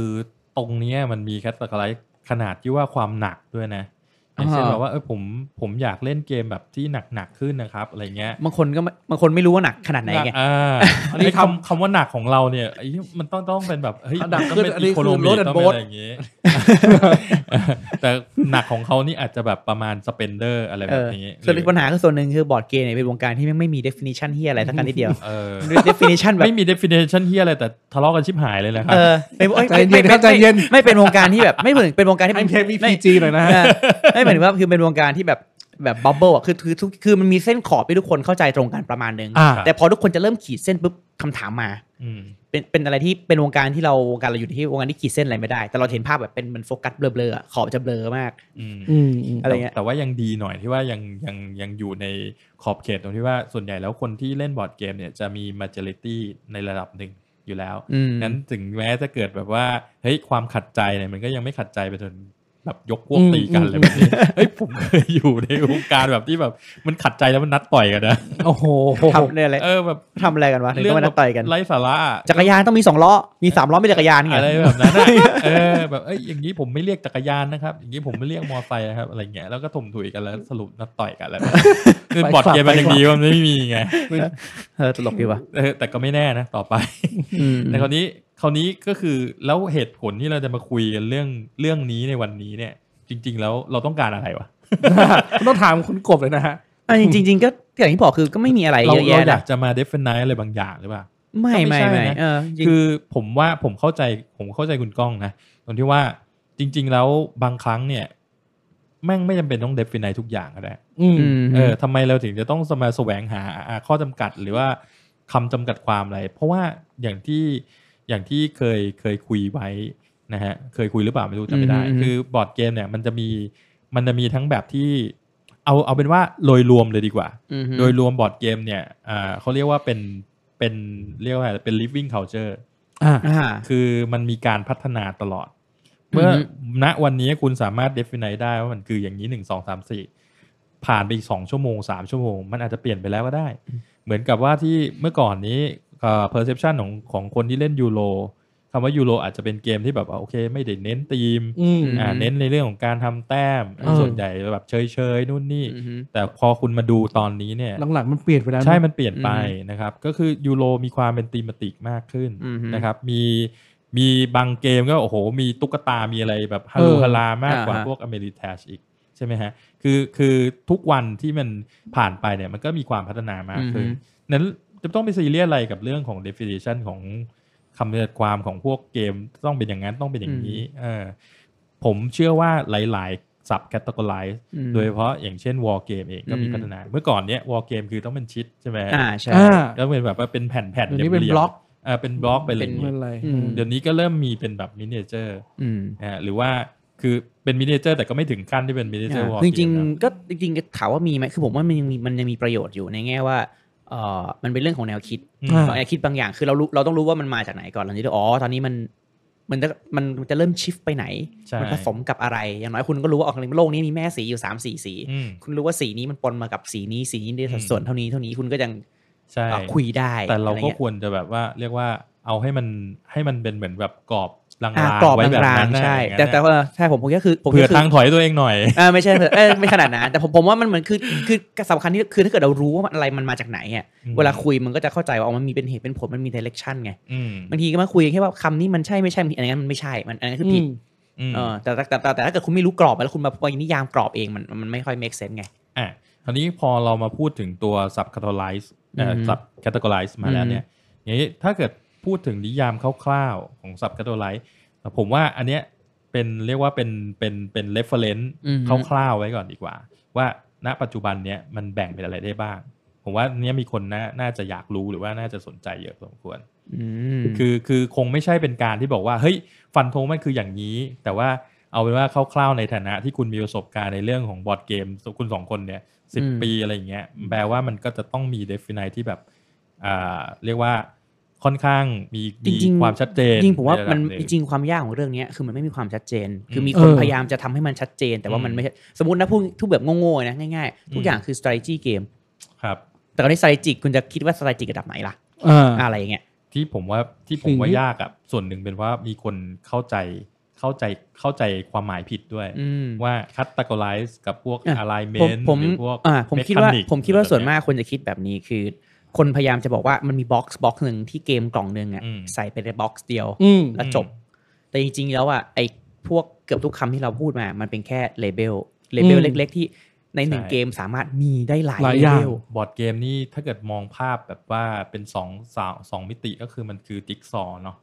[SPEAKER 3] ตรงเนี้ยมันมีแคตตาล็อกขนาดที่ว่าความหนักด้วยนะอย่างเช่น
[SPEAKER 2] อ่า
[SPEAKER 3] แบบว่าเออผมผมอยากเล่นเกมแบบที่หนักหนักๆขึ้นนะครับ อะไรเงี้ย
[SPEAKER 2] บางคนก็ไม่บางคนไม่รู้ว่าหนักขนาดไหนไง
[SPEAKER 3] อ่า
[SPEAKER 1] อั
[SPEAKER 3] อัน
[SPEAKER 1] นนี้
[SPEAKER 3] นี้คำ
[SPEAKER 1] ทำ
[SPEAKER 3] คำว่าหนักของเราเนี่ยไอ้มันต้องต้องเป็นแบบเฮ้ย
[SPEAKER 1] อันดับ
[SPEAKER 3] ต้อง
[SPEAKER 1] ขึ้น
[SPEAKER 3] เป็น
[SPEAKER 1] อันนี้
[SPEAKER 3] อี
[SPEAKER 1] คือ
[SPEAKER 3] โคโนมี
[SPEAKER 1] road
[SPEAKER 3] ต้
[SPEAKER 1] and
[SPEAKER 3] องเป็น
[SPEAKER 1] boat
[SPEAKER 3] อะไรอย่างงี้ แต่หนักของเขานี่อาจจะแบบประมาณสเปนเดอร์อะไร
[SPEAKER 2] เอ
[SPEAKER 3] แบบ
[SPEAKER 2] อ
[SPEAKER 3] นี้
[SPEAKER 2] ส่วนอีกปัญหาคือส่วนหนึ่งคือบอร์ดเกมเนี่ยเป็นวงการที่ไม่งไม่มี definition ที่อะไรสักการนิดเดียว
[SPEAKER 3] เออ
[SPEAKER 2] definition แบบ
[SPEAKER 3] ไม่มี definition ที่อะไรแต่ทะเลาะกันชิบหายเลยนะครับ
[SPEAKER 2] เออเป็นไม่
[SPEAKER 1] ใจเย็น
[SPEAKER 2] ไม่ไม่
[SPEAKER 1] ครับใจเย็น
[SPEAKER 2] ไม่ไม่เป็นวงการที่แบบไม่เหมือนเป็นวงการที่
[SPEAKER 1] ให้เทป
[SPEAKER 2] ไม่
[SPEAKER 1] EPG หน่อยนะฮะ
[SPEAKER 2] เออไม่เหมือนว่าคือเป็นวงการที่แบบแบบบับเบิลอ่ะคือคือทุกคือมันมีเส้นขอบที่ทุกคนเข้าใจตรงกันประมาณหนึง
[SPEAKER 1] อ่า
[SPEAKER 2] แต่พอทุกคนจะเริ่มขีดเส้นปุ๊บคำถามมา
[SPEAKER 3] อืม
[SPEAKER 2] เป็นเป็นอะไรที่เป็นวงการที่เราวงการเราอยู่ที่วงการที่ขีดเส้นอะไรไม่ได้ แต่เราเห็นภาพแบบเป็นเหมันโฟกัสเบลอๆอะขอบจะเบลอมาก
[SPEAKER 3] อืม
[SPEAKER 1] อืมอืม
[SPEAKER 2] อะไรเงี้ย
[SPEAKER 3] แต่แต่ว่ายังดีหน่อยที่ว่ายังยังยังอยู่ในขอบเขตตรงที่ว่าส่วนใหญ่แล้วคนที่เล่นบอร์ดเกมเนี่ยจะมี majority ในระดับหนึ่ง อยู่แล้ว
[SPEAKER 2] อืม
[SPEAKER 3] นั้นถึงแม้จะเกิดแบบว่าเฮ้ยความขัดใจเนี่ยมันก็ยังไม่ขัดใจไปจนแบบยกพวกตีกันเลยแบบนี้เฮ้ยผมเคยอยู่ในวงการแบบที่แบบมันขัดใจแล้วมันนัดต่อยกันนะ
[SPEAKER 1] โอ้โห
[SPEAKER 2] ทำเรื่องอะไร
[SPEAKER 3] เออแบบ
[SPEAKER 2] ทำอะไรกันวะถึงต้องมานั่งต่อยกัน
[SPEAKER 3] ไร้สาระอะ
[SPEAKER 2] จักรยานต้องมีสองล้อ มีสามล้อไม่จักรยานไง
[SPEAKER 3] อะไรแบบนั้นอะเออแบบเอ้ยอย่างนี้ผมไม่เรียกจักรยานนะครับ อย่างนี้ผมไม่เรียกมอไซค์นะครับอะไรเงี้ยแล้วก็ถมถุยกันแล้วสรุปนัดต่อยกัน แล้วคือบอร์ดเกมมันยังดีว่ามันไม่มีไง
[SPEAKER 2] เออตลกดีว่ะ
[SPEAKER 3] เออแต่ก็ไม่แน่นะต่อไป
[SPEAKER 2] อืม
[SPEAKER 3] แต่คราวนี้คราวนี้ก็คือแล้วเหตุผลที่เราจะมาคุยกันเรื่องเรื่องนี้ในวันนี้เนี่ย จริง ๆ แล้วเราต้องการอะไรวะ
[SPEAKER 1] คุณต้องถามคุณกบเลยนะฮะ
[SPEAKER 2] อันจริงจริงๆก็อย่างที่บอกคือก็ไม่มีอะไร
[SPEAKER 3] เรา
[SPEAKER 2] เยอะ
[SPEAKER 3] เรา
[SPEAKER 2] แยะ
[SPEAKER 3] อยา
[SPEAKER 2] นะ
[SPEAKER 3] กจะมา define อะไรบางอย่างหรือเปล่า
[SPEAKER 2] ไม่
[SPEAKER 3] ก็ไม่
[SPEAKER 2] ไม่
[SPEAKER 3] ใช่
[SPEAKER 2] ไม่
[SPEAKER 3] นะ
[SPEAKER 2] เออจริง
[SPEAKER 3] คือผมว่าผมเข้าใจผมเข้าใจคุณก้องนะตรงที่ว่าจริง ๆ แล้วบางครั้งเนี่ย แม่งไม่จำเป็นต้อง define ทุกอย่างก็ได้
[SPEAKER 1] อืม
[SPEAKER 2] ม
[SPEAKER 3] เออทำไมเราถึงจะต้องมาแสวงหาอ่าข้อจำกัดหรือว่าคำจำกัดความอะไร เพราะว่าอย่างที่อย่างที่เคยเคยคุยไว้นะฮะเคยคุยหรือเปล่าไม่รู้จำไม่ได้ คือบอร์ดเกมเนี่ยมันจะมีมันจะมีทั้งแบบที่เอาเอาเป็นว่าโดยรวมเลยดีกว่า
[SPEAKER 2] อืม
[SPEAKER 3] โดยรวมบอร์ดเกมเนี่ยอ่าเขาเรียกว่าเป็นเป็นเรียกว่าอะไรเป็น living culture
[SPEAKER 1] อ่า
[SPEAKER 2] อ่า
[SPEAKER 3] คือมันมีการพัฒนาตลอด เมื่อ
[SPEAKER 2] อือฮึ
[SPEAKER 3] ณวันนี้คุณสามารถ define ได้ว่ามันคืออย่างนี้หนึ่งสองสามสี่ผ่านไปอีกสองชั่วโมงสามชั่วโมง มันอาจจะเปลี่ยนไปแล้วก็ได้ เหมือนกับว่าที่เมื่อก่อนนี้เอ่อ perception ของของคนที่เล่นยูโรคำว่ายูโรอาจจะเป็นเกมที่แบบว่าโอเค ไม่ได้เน้นธีม
[SPEAKER 1] อืม
[SPEAKER 3] อ่า
[SPEAKER 2] อืม
[SPEAKER 3] เน้นในเรื่องของการทำแต้ม
[SPEAKER 1] อืม
[SPEAKER 3] ส่วนใหญ่แบบเฉยๆนู่นนี่
[SPEAKER 2] อืม
[SPEAKER 3] แต่พอคุณมาดูตอนนี้เนี่ย
[SPEAKER 1] หลังๆมันเปลี่ยนไปแล้ว
[SPEAKER 3] ใช่ มันเปลี่ยนไป
[SPEAKER 2] อื
[SPEAKER 3] นะครับ ก็คือยูโรมีความเป็นตีมติกมากขึ้น
[SPEAKER 2] อือฮึ
[SPEAKER 3] นะครับ มีมีบางเกมก็โอ้โห มีตุ๊กตา มีอะไรแบบฮาลูฮารามากกว่า
[SPEAKER 2] อ่าฮะ
[SPEAKER 3] พวกอเมริแทชอีกใช่ไหมฮะ คือคือทุกวันที่มันผ่านไปเนี่ยมันก็มีความพัฒนามากขึ้น นั้นจะต้องไปซีเรียสอะไรกับเรื่องของ definition ของคำจำกัดความของพวกเกมต้องเป็นอย่างนั้นต้องเป็นอย่างนี้เออผมเชื่อว่าหลายๆ sub categorize
[SPEAKER 2] อืม
[SPEAKER 3] โดยเฉพาะอย่างเช่น war game เองก็มี
[SPEAKER 2] อืม
[SPEAKER 3] พัฒนา เมื่อก่อนเนี้ย war game คือต้องเป็นชิดใช่ไหม
[SPEAKER 2] อ่าใช่
[SPEAKER 1] อ่า
[SPEAKER 3] แล้วเป็นแบบว่าเป็นแผ่นแผ่น
[SPEAKER 1] เดี๋ยวนี้เป็นบล็อก
[SPEAKER 3] อ่าเป็นบล็อกไปเลย
[SPEAKER 1] เป็นอะไร
[SPEAKER 2] อืม
[SPEAKER 3] เดี๋ยวนี้ก็เริ่มมีเป็นแบบมินิเจอร์
[SPEAKER 2] อืม
[SPEAKER 3] อ่าหรือว่าคือเป็นมินิเจอร์แต่ก็ไม่ถึงขั้นที่เป็นมินิเจอร์วอล
[SPEAKER 2] จริงจริงๆก็จริงๆถามว่ามีไหมคือผมว่ามันยังมีมันยังมีประโยชน์อยู่ในแง่ว่าเออมันเป็นเรื่องของแนวคิด
[SPEAKER 1] อ่า
[SPEAKER 2] แนวคิดบางอย่างคือเรารู้เราต้องรู้ว่ามันมาจากไหนก่อนหลังจากนี้อ๋อตอนนี้มันมันจะมันจะเริ่มชิฟไปไหน
[SPEAKER 3] ใช่
[SPEAKER 2] มันผสมกับอะไร อย่างน้อยคุณก็รู้ว่าออกโลกนี้มีแม่สีอยู่สามสี่สี
[SPEAKER 3] อืม
[SPEAKER 2] คุณรู้ว่าสีนี้มันปนมากับสีนี้สีนี้ในสัด
[SPEAKER 3] อืม
[SPEAKER 2] ส่วนเท่านี้เท่านี้คุณก็ยัง
[SPEAKER 3] ใช่
[SPEAKER 2] เอ่อคุยได้
[SPEAKER 3] แต่เรา
[SPEAKER 2] อะ
[SPEAKER 3] ก็
[SPEAKER 2] ไงี้ย
[SPEAKER 3] ควรจะแบบว่าเรียกว่าเอาให้มันให้มันเป็นเหมือนแบบกรอบลาง
[SPEAKER 2] อ่ะ
[SPEAKER 3] ๆ
[SPEAKER 2] กรอบ
[SPEAKER 3] ไว้แบบ
[SPEAKER 2] ราง
[SPEAKER 3] นั้น
[SPEAKER 2] ๆ
[SPEAKER 3] นะ
[SPEAKER 2] ใช่
[SPEAKER 3] อย่างนั้น
[SPEAKER 2] แต่
[SPEAKER 3] นะ
[SPEAKER 2] แต่ว่าใช่ผมผมก็คือผม
[SPEAKER 3] เผื่อ
[SPEAKER 2] ก็คื
[SPEAKER 3] ทางถอยตัวเองหน่อย
[SPEAKER 2] อ่าไม่ใช่เผื่อเอ้ยไม่ขนาดนั้นแต่ผมผมว่ามันเหมือนคือคือคือสำคัญที่คือถ้าเกิดเรารู้ว่ามันอะไรมันมาจากไหนอ่ะ
[SPEAKER 3] อืม
[SPEAKER 2] เวลาคุยมันก็จะเข้าใจว่าอ๋อมันมีเป็นเหตุเป็นผลมันมีเดเรคชั่นไง
[SPEAKER 3] อืม
[SPEAKER 2] บางทีก็มาคุยกันแค่ว่าคำนี้มันใช่ไม่ใช่อันนั้นมันไม่ใช่มันอันนั้นคือผิด
[SPEAKER 1] ม
[SPEAKER 3] อืม
[SPEAKER 2] เออแต่แต่แต่แต่แต่ถ้าเกิดคุณไม่รู้กรอบแล้วคุณมาไปนิยามกรอบเองมันมันไม่ค่อย make sense ไง
[SPEAKER 3] อ่ะคราวนี้พอเรามาพูดถึงตัว sub categorize เอ่อ
[SPEAKER 2] อือฮึ
[SPEAKER 3] sub categorize มาแล้วเนี่ยอย่างนี้ถ้าเกิดพูดถึงนิยามคร่าวๆของ sub categorize ผมว่าอันเนี้ยเป็นเรียกว่าเป็นเป็นเป็น reference
[SPEAKER 2] อือฮึ
[SPEAKER 3] คร่าวๆไว้ก่อนดีกว่า ว่าณปัจจุบันเนี้ยมันแบ่งเป็นอะไรได้บ้าง ผมว่าเนี้ยมีคนน่าน่าจะอยากรู้หรือว่าน่าจะสนใจเยอะพอสมควร
[SPEAKER 2] อืม
[SPEAKER 3] คือคือคงไม่ใช่เป็นการที่บอกว่าเฮ้ยฟันธงมันคืออย่างนี้ แต่ว่าเอาเป็นว่าคร่าวๆในฐานะที่คุณมีประสบการณ์ในเรื่องของบอร์ดเกมคุณสองคนเนี่ยสิบ
[SPEAKER 2] อืม
[SPEAKER 3] ปีอะไรอย่างเงี้ยแปลว่ามันก็จะต้องมี define ที่แบบอ่าเรียกว่าค่อนข้างมี
[SPEAKER 2] จ
[SPEAKER 3] มี
[SPEAKER 2] ริงๆ
[SPEAKER 3] ความชัดเจน
[SPEAKER 2] จริงผมว่า
[SPEAKER 3] ใระ
[SPEAKER 2] มั
[SPEAKER 3] ดั
[SPEAKER 2] น
[SPEAKER 3] บหง
[SPEAKER 2] จริงๆความยากของเรื่องเนี้ยคือมันไม่มีความชัดเจน คือ
[SPEAKER 3] ม
[SPEAKER 2] มีคน
[SPEAKER 1] เออ
[SPEAKER 2] พยายามจะทำให้มันชัดเจน แต่ว่ามัน
[SPEAKER 3] อืม
[SPEAKER 2] ไม่ใช่สมมตินะพูดทุกแบบโง่ๆนะง่ายๆ ทุ
[SPEAKER 3] อื
[SPEAKER 2] ก
[SPEAKER 3] ม
[SPEAKER 2] อย่างคือ strategy เกม
[SPEAKER 3] ครับ
[SPEAKER 2] แต่ตอนนี้ strategy คุณจะคิดว่า strategy ระดับไหนล่ะ
[SPEAKER 1] อ่า
[SPEAKER 2] อะไรอย่างเงี้ย
[SPEAKER 3] ที่ผมว่าที่ผม
[SPEAKER 1] สิ่งที่
[SPEAKER 3] ว่ายากอะส่วนหนึ่งเป็นว่ามีคนเข้าใจเข้าใจเข้าใจความหมายผิดด้วย
[SPEAKER 2] อืม
[SPEAKER 3] ว่า categorize กับพวก
[SPEAKER 2] อ่ะ ผม
[SPEAKER 3] alignment
[SPEAKER 2] ผม
[SPEAKER 3] หรือพวก
[SPEAKER 2] อ่าผมคิดว่า
[SPEAKER 3] mechanic
[SPEAKER 2] ผมคิดว่าส่ว
[SPEAKER 3] ห
[SPEAKER 2] น
[SPEAKER 3] รือแบบเย
[SPEAKER 2] มากคนจะคิดแบบนี้คือ คนพยายามจะบอกว่ามันมีบ็อกซ์บ็อกซ์หนึ่งที่เกมกล่องหนึ่งอ่ะ
[SPEAKER 3] อืม
[SPEAKER 2] ใส่ไปในบ็อกซ์เดียว
[SPEAKER 1] อืม
[SPEAKER 2] แล้วจบ แต่จริงๆ แล้วอ่ะไอ้พวกเกือบทุกคำที่เราพูดมา มันเป็นแค่เลเบล เลเบล
[SPEAKER 1] อืม
[SPEAKER 2] เล็ก ๆ ที่ในหนึ่ง
[SPEAKER 3] ใช่
[SPEAKER 2] เกมสามารถมีได้หลาย
[SPEAKER 1] หลาย
[SPEAKER 2] เล
[SPEAKER 1] อย่า
[SPEAKER 2] เว
[SPEAKER 1] ง
[SPEAKER 2] ล
[SPEAKER 3] บอร์ดเกมนี่ถ้าเกิดมองภาพแบบว่าเป็นสองสาวสองมิติก็คือมันคือจิ๊กซอว์เนาะ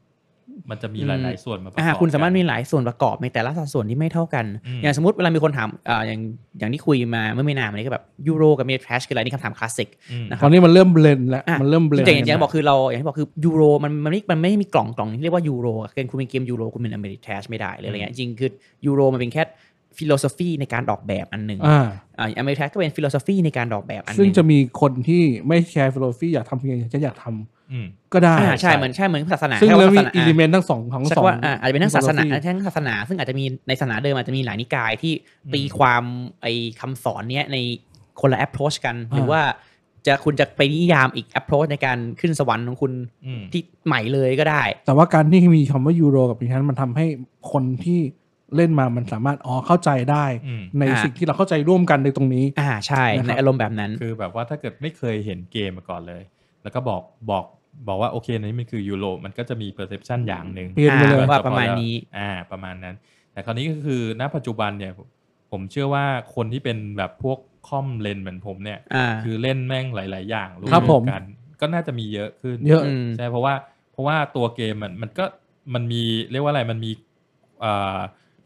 [SPEAKER 3] มันจะมีหลาย ๆ ส่วนมาประกอบ
[SPEAKER 2] อ่าคุณสามารถ
[SPEAKER 3] กัน
[SPEAKER 2] มีหลายส่วนประกอบในแต่ละสัดส่วนที่ไม่เท่ากัน
[SPEAKER 3] อืม
[SPEAKER 2] อย่างสมมติเวลามีคนถามอ่าอย่างอย่างที่คุยมาเมื่อไม่นานมานี้ก็แบบยูโรกับเมทรัชคืออะไรนี่คำถามคลาสสิก
[SPEAKER 3] อืม
[SPEAKER 2] นะครับ
[SPEAKER 1] ตอนนี้มันเริ่มเบลนแล้ว
[SPEAKER 2] อ่ะ
[SPEAKER 1] มันเริ่มเบลน
[SPEAKER 2] จริงๆอย่างที่บอกคือเราอย่างที่บอกคือยูโรมันมันไม่มันไม่ได้มีกล่องกล่องนี้เรียกว่ายูโรอะเกินคุณเป็นเกมยูโรคุณเป็นอเมริกาชไม่ได้เลยอะไรเงี้ยจริงๆคือยูโรมันเป็นแค่ฟิโลโซฟีในการออกแบบอันหนึ่ง
[SPEAKER 1] อ่า
[SPEAKER 2] อ่าอเมริกาก็เป็นฟิโลโซฟีในการออกแบบอันห
[SPEAKER 1] ซึ่ง
[SPEAKER 2] นึ่ง
[SPEAKER 1] จะมีคนที่ไม่แคร์ฟิโลฟีอยากทำเพียงจะอยากทำ
[SPEAKER 3] อืม
[SPEAKER 1] ก็ได้
[SPEAKER 2] อ่าใช่เหมือนใช่เหมือนศาสนา
[SPEAKER 1] ซึ่ง
[SPEAKER 2] แค่
[SPEAKER 1] แล้ว
[SPEAKER 2] ว่า
[SPEAKER 1] มี
[SPEAKER 2] ศาสนา
[SPEAKER 1] อิเลเมนต์ทั้งสองของ
[SPEAKER 2] สัก
[SPEAKER 1] สอง
[SPEAKER 2] ว่าอ่าอาจจะเป็นทั้งศาสนา
[SPEAKER 1] ฟิโลโลฟี
[SPEAKER 2] ทั้งศาสนา ซึ่งอาจจะมีในศาสนาเดิมอาจจะมีหลายนิกายที่
[SPEAKER 3] อืม
[SPEAKER 2] ตีความไอ้คำสอนเนี้ยในคนละ approach กัน หรือ
[SPEAKER 1] อ่า
[SPEAKER 2] ว่าจะคุณจะไปนิยามอีก approach ในการขึ้นสวรรค์ของคุณ
[SPEAKER 3] อืม
[SPEAKER 2] ที่ใหม่เลยก็ได้
[SPEAKER 1] แต่ว่าการที่มีคำว่ายูโรกับดิฉันมันทำให้คนที่เล่นมามันสามารถอ๋อเข้าใจได้
[SPEAKER 3] อืม
[SPEAKER 1] ใน
[SPEAKER 2] อ่า
[SPEAKER 1] สิ่งที่เราเข้าใจร่วมกันในตรงนี้
[SPEAKER 2] อ่าใช่
[SPEAKER 1] นะครับ
[SPEAKER 2] ในอารมณ์แบบนั้น
[SPEAKER 3] คือแบบว่าถ้าเกิดไม่เคยเห็นเกมมาก่อนเลย แล้วก็บอกบอกบอกว่าโอเคอันนี้มันคือยูโรมันก็จะมี perception อย่างหนึ่ง
[SPEAKER 1] เปลี่ยนไปเลย
[SPEAKER 3] อ่
[SPEAKER 2] ว่าประมาณนี้
[SPEAKER 3] อ่าประมาณนั้น แต่คราวนี้ก็คือณปัจจุบันเนี่ยผมผมเชื่อว่าคนที่เป็นแบบพวกคอมเลนเหมือนผมเนี่ย
[SPEAKER 2] อ่า
[SPEAKER 3] คือเล่นแม่งหลาย ๆ อย่างรว
[SPEAKER 1] ครับผม
[SPEAKER 3] กัน ก็น่าจะมีเยอะขึ้น
[SPEAKER 1] เยอะ
[SPEAKER 2] อืม
[SPEAKER 3] ใช่เพราะว่าเพราะว่าตัวเกมมันมันก็มันมีเรียกว่าอะไรมันมีเอ่อ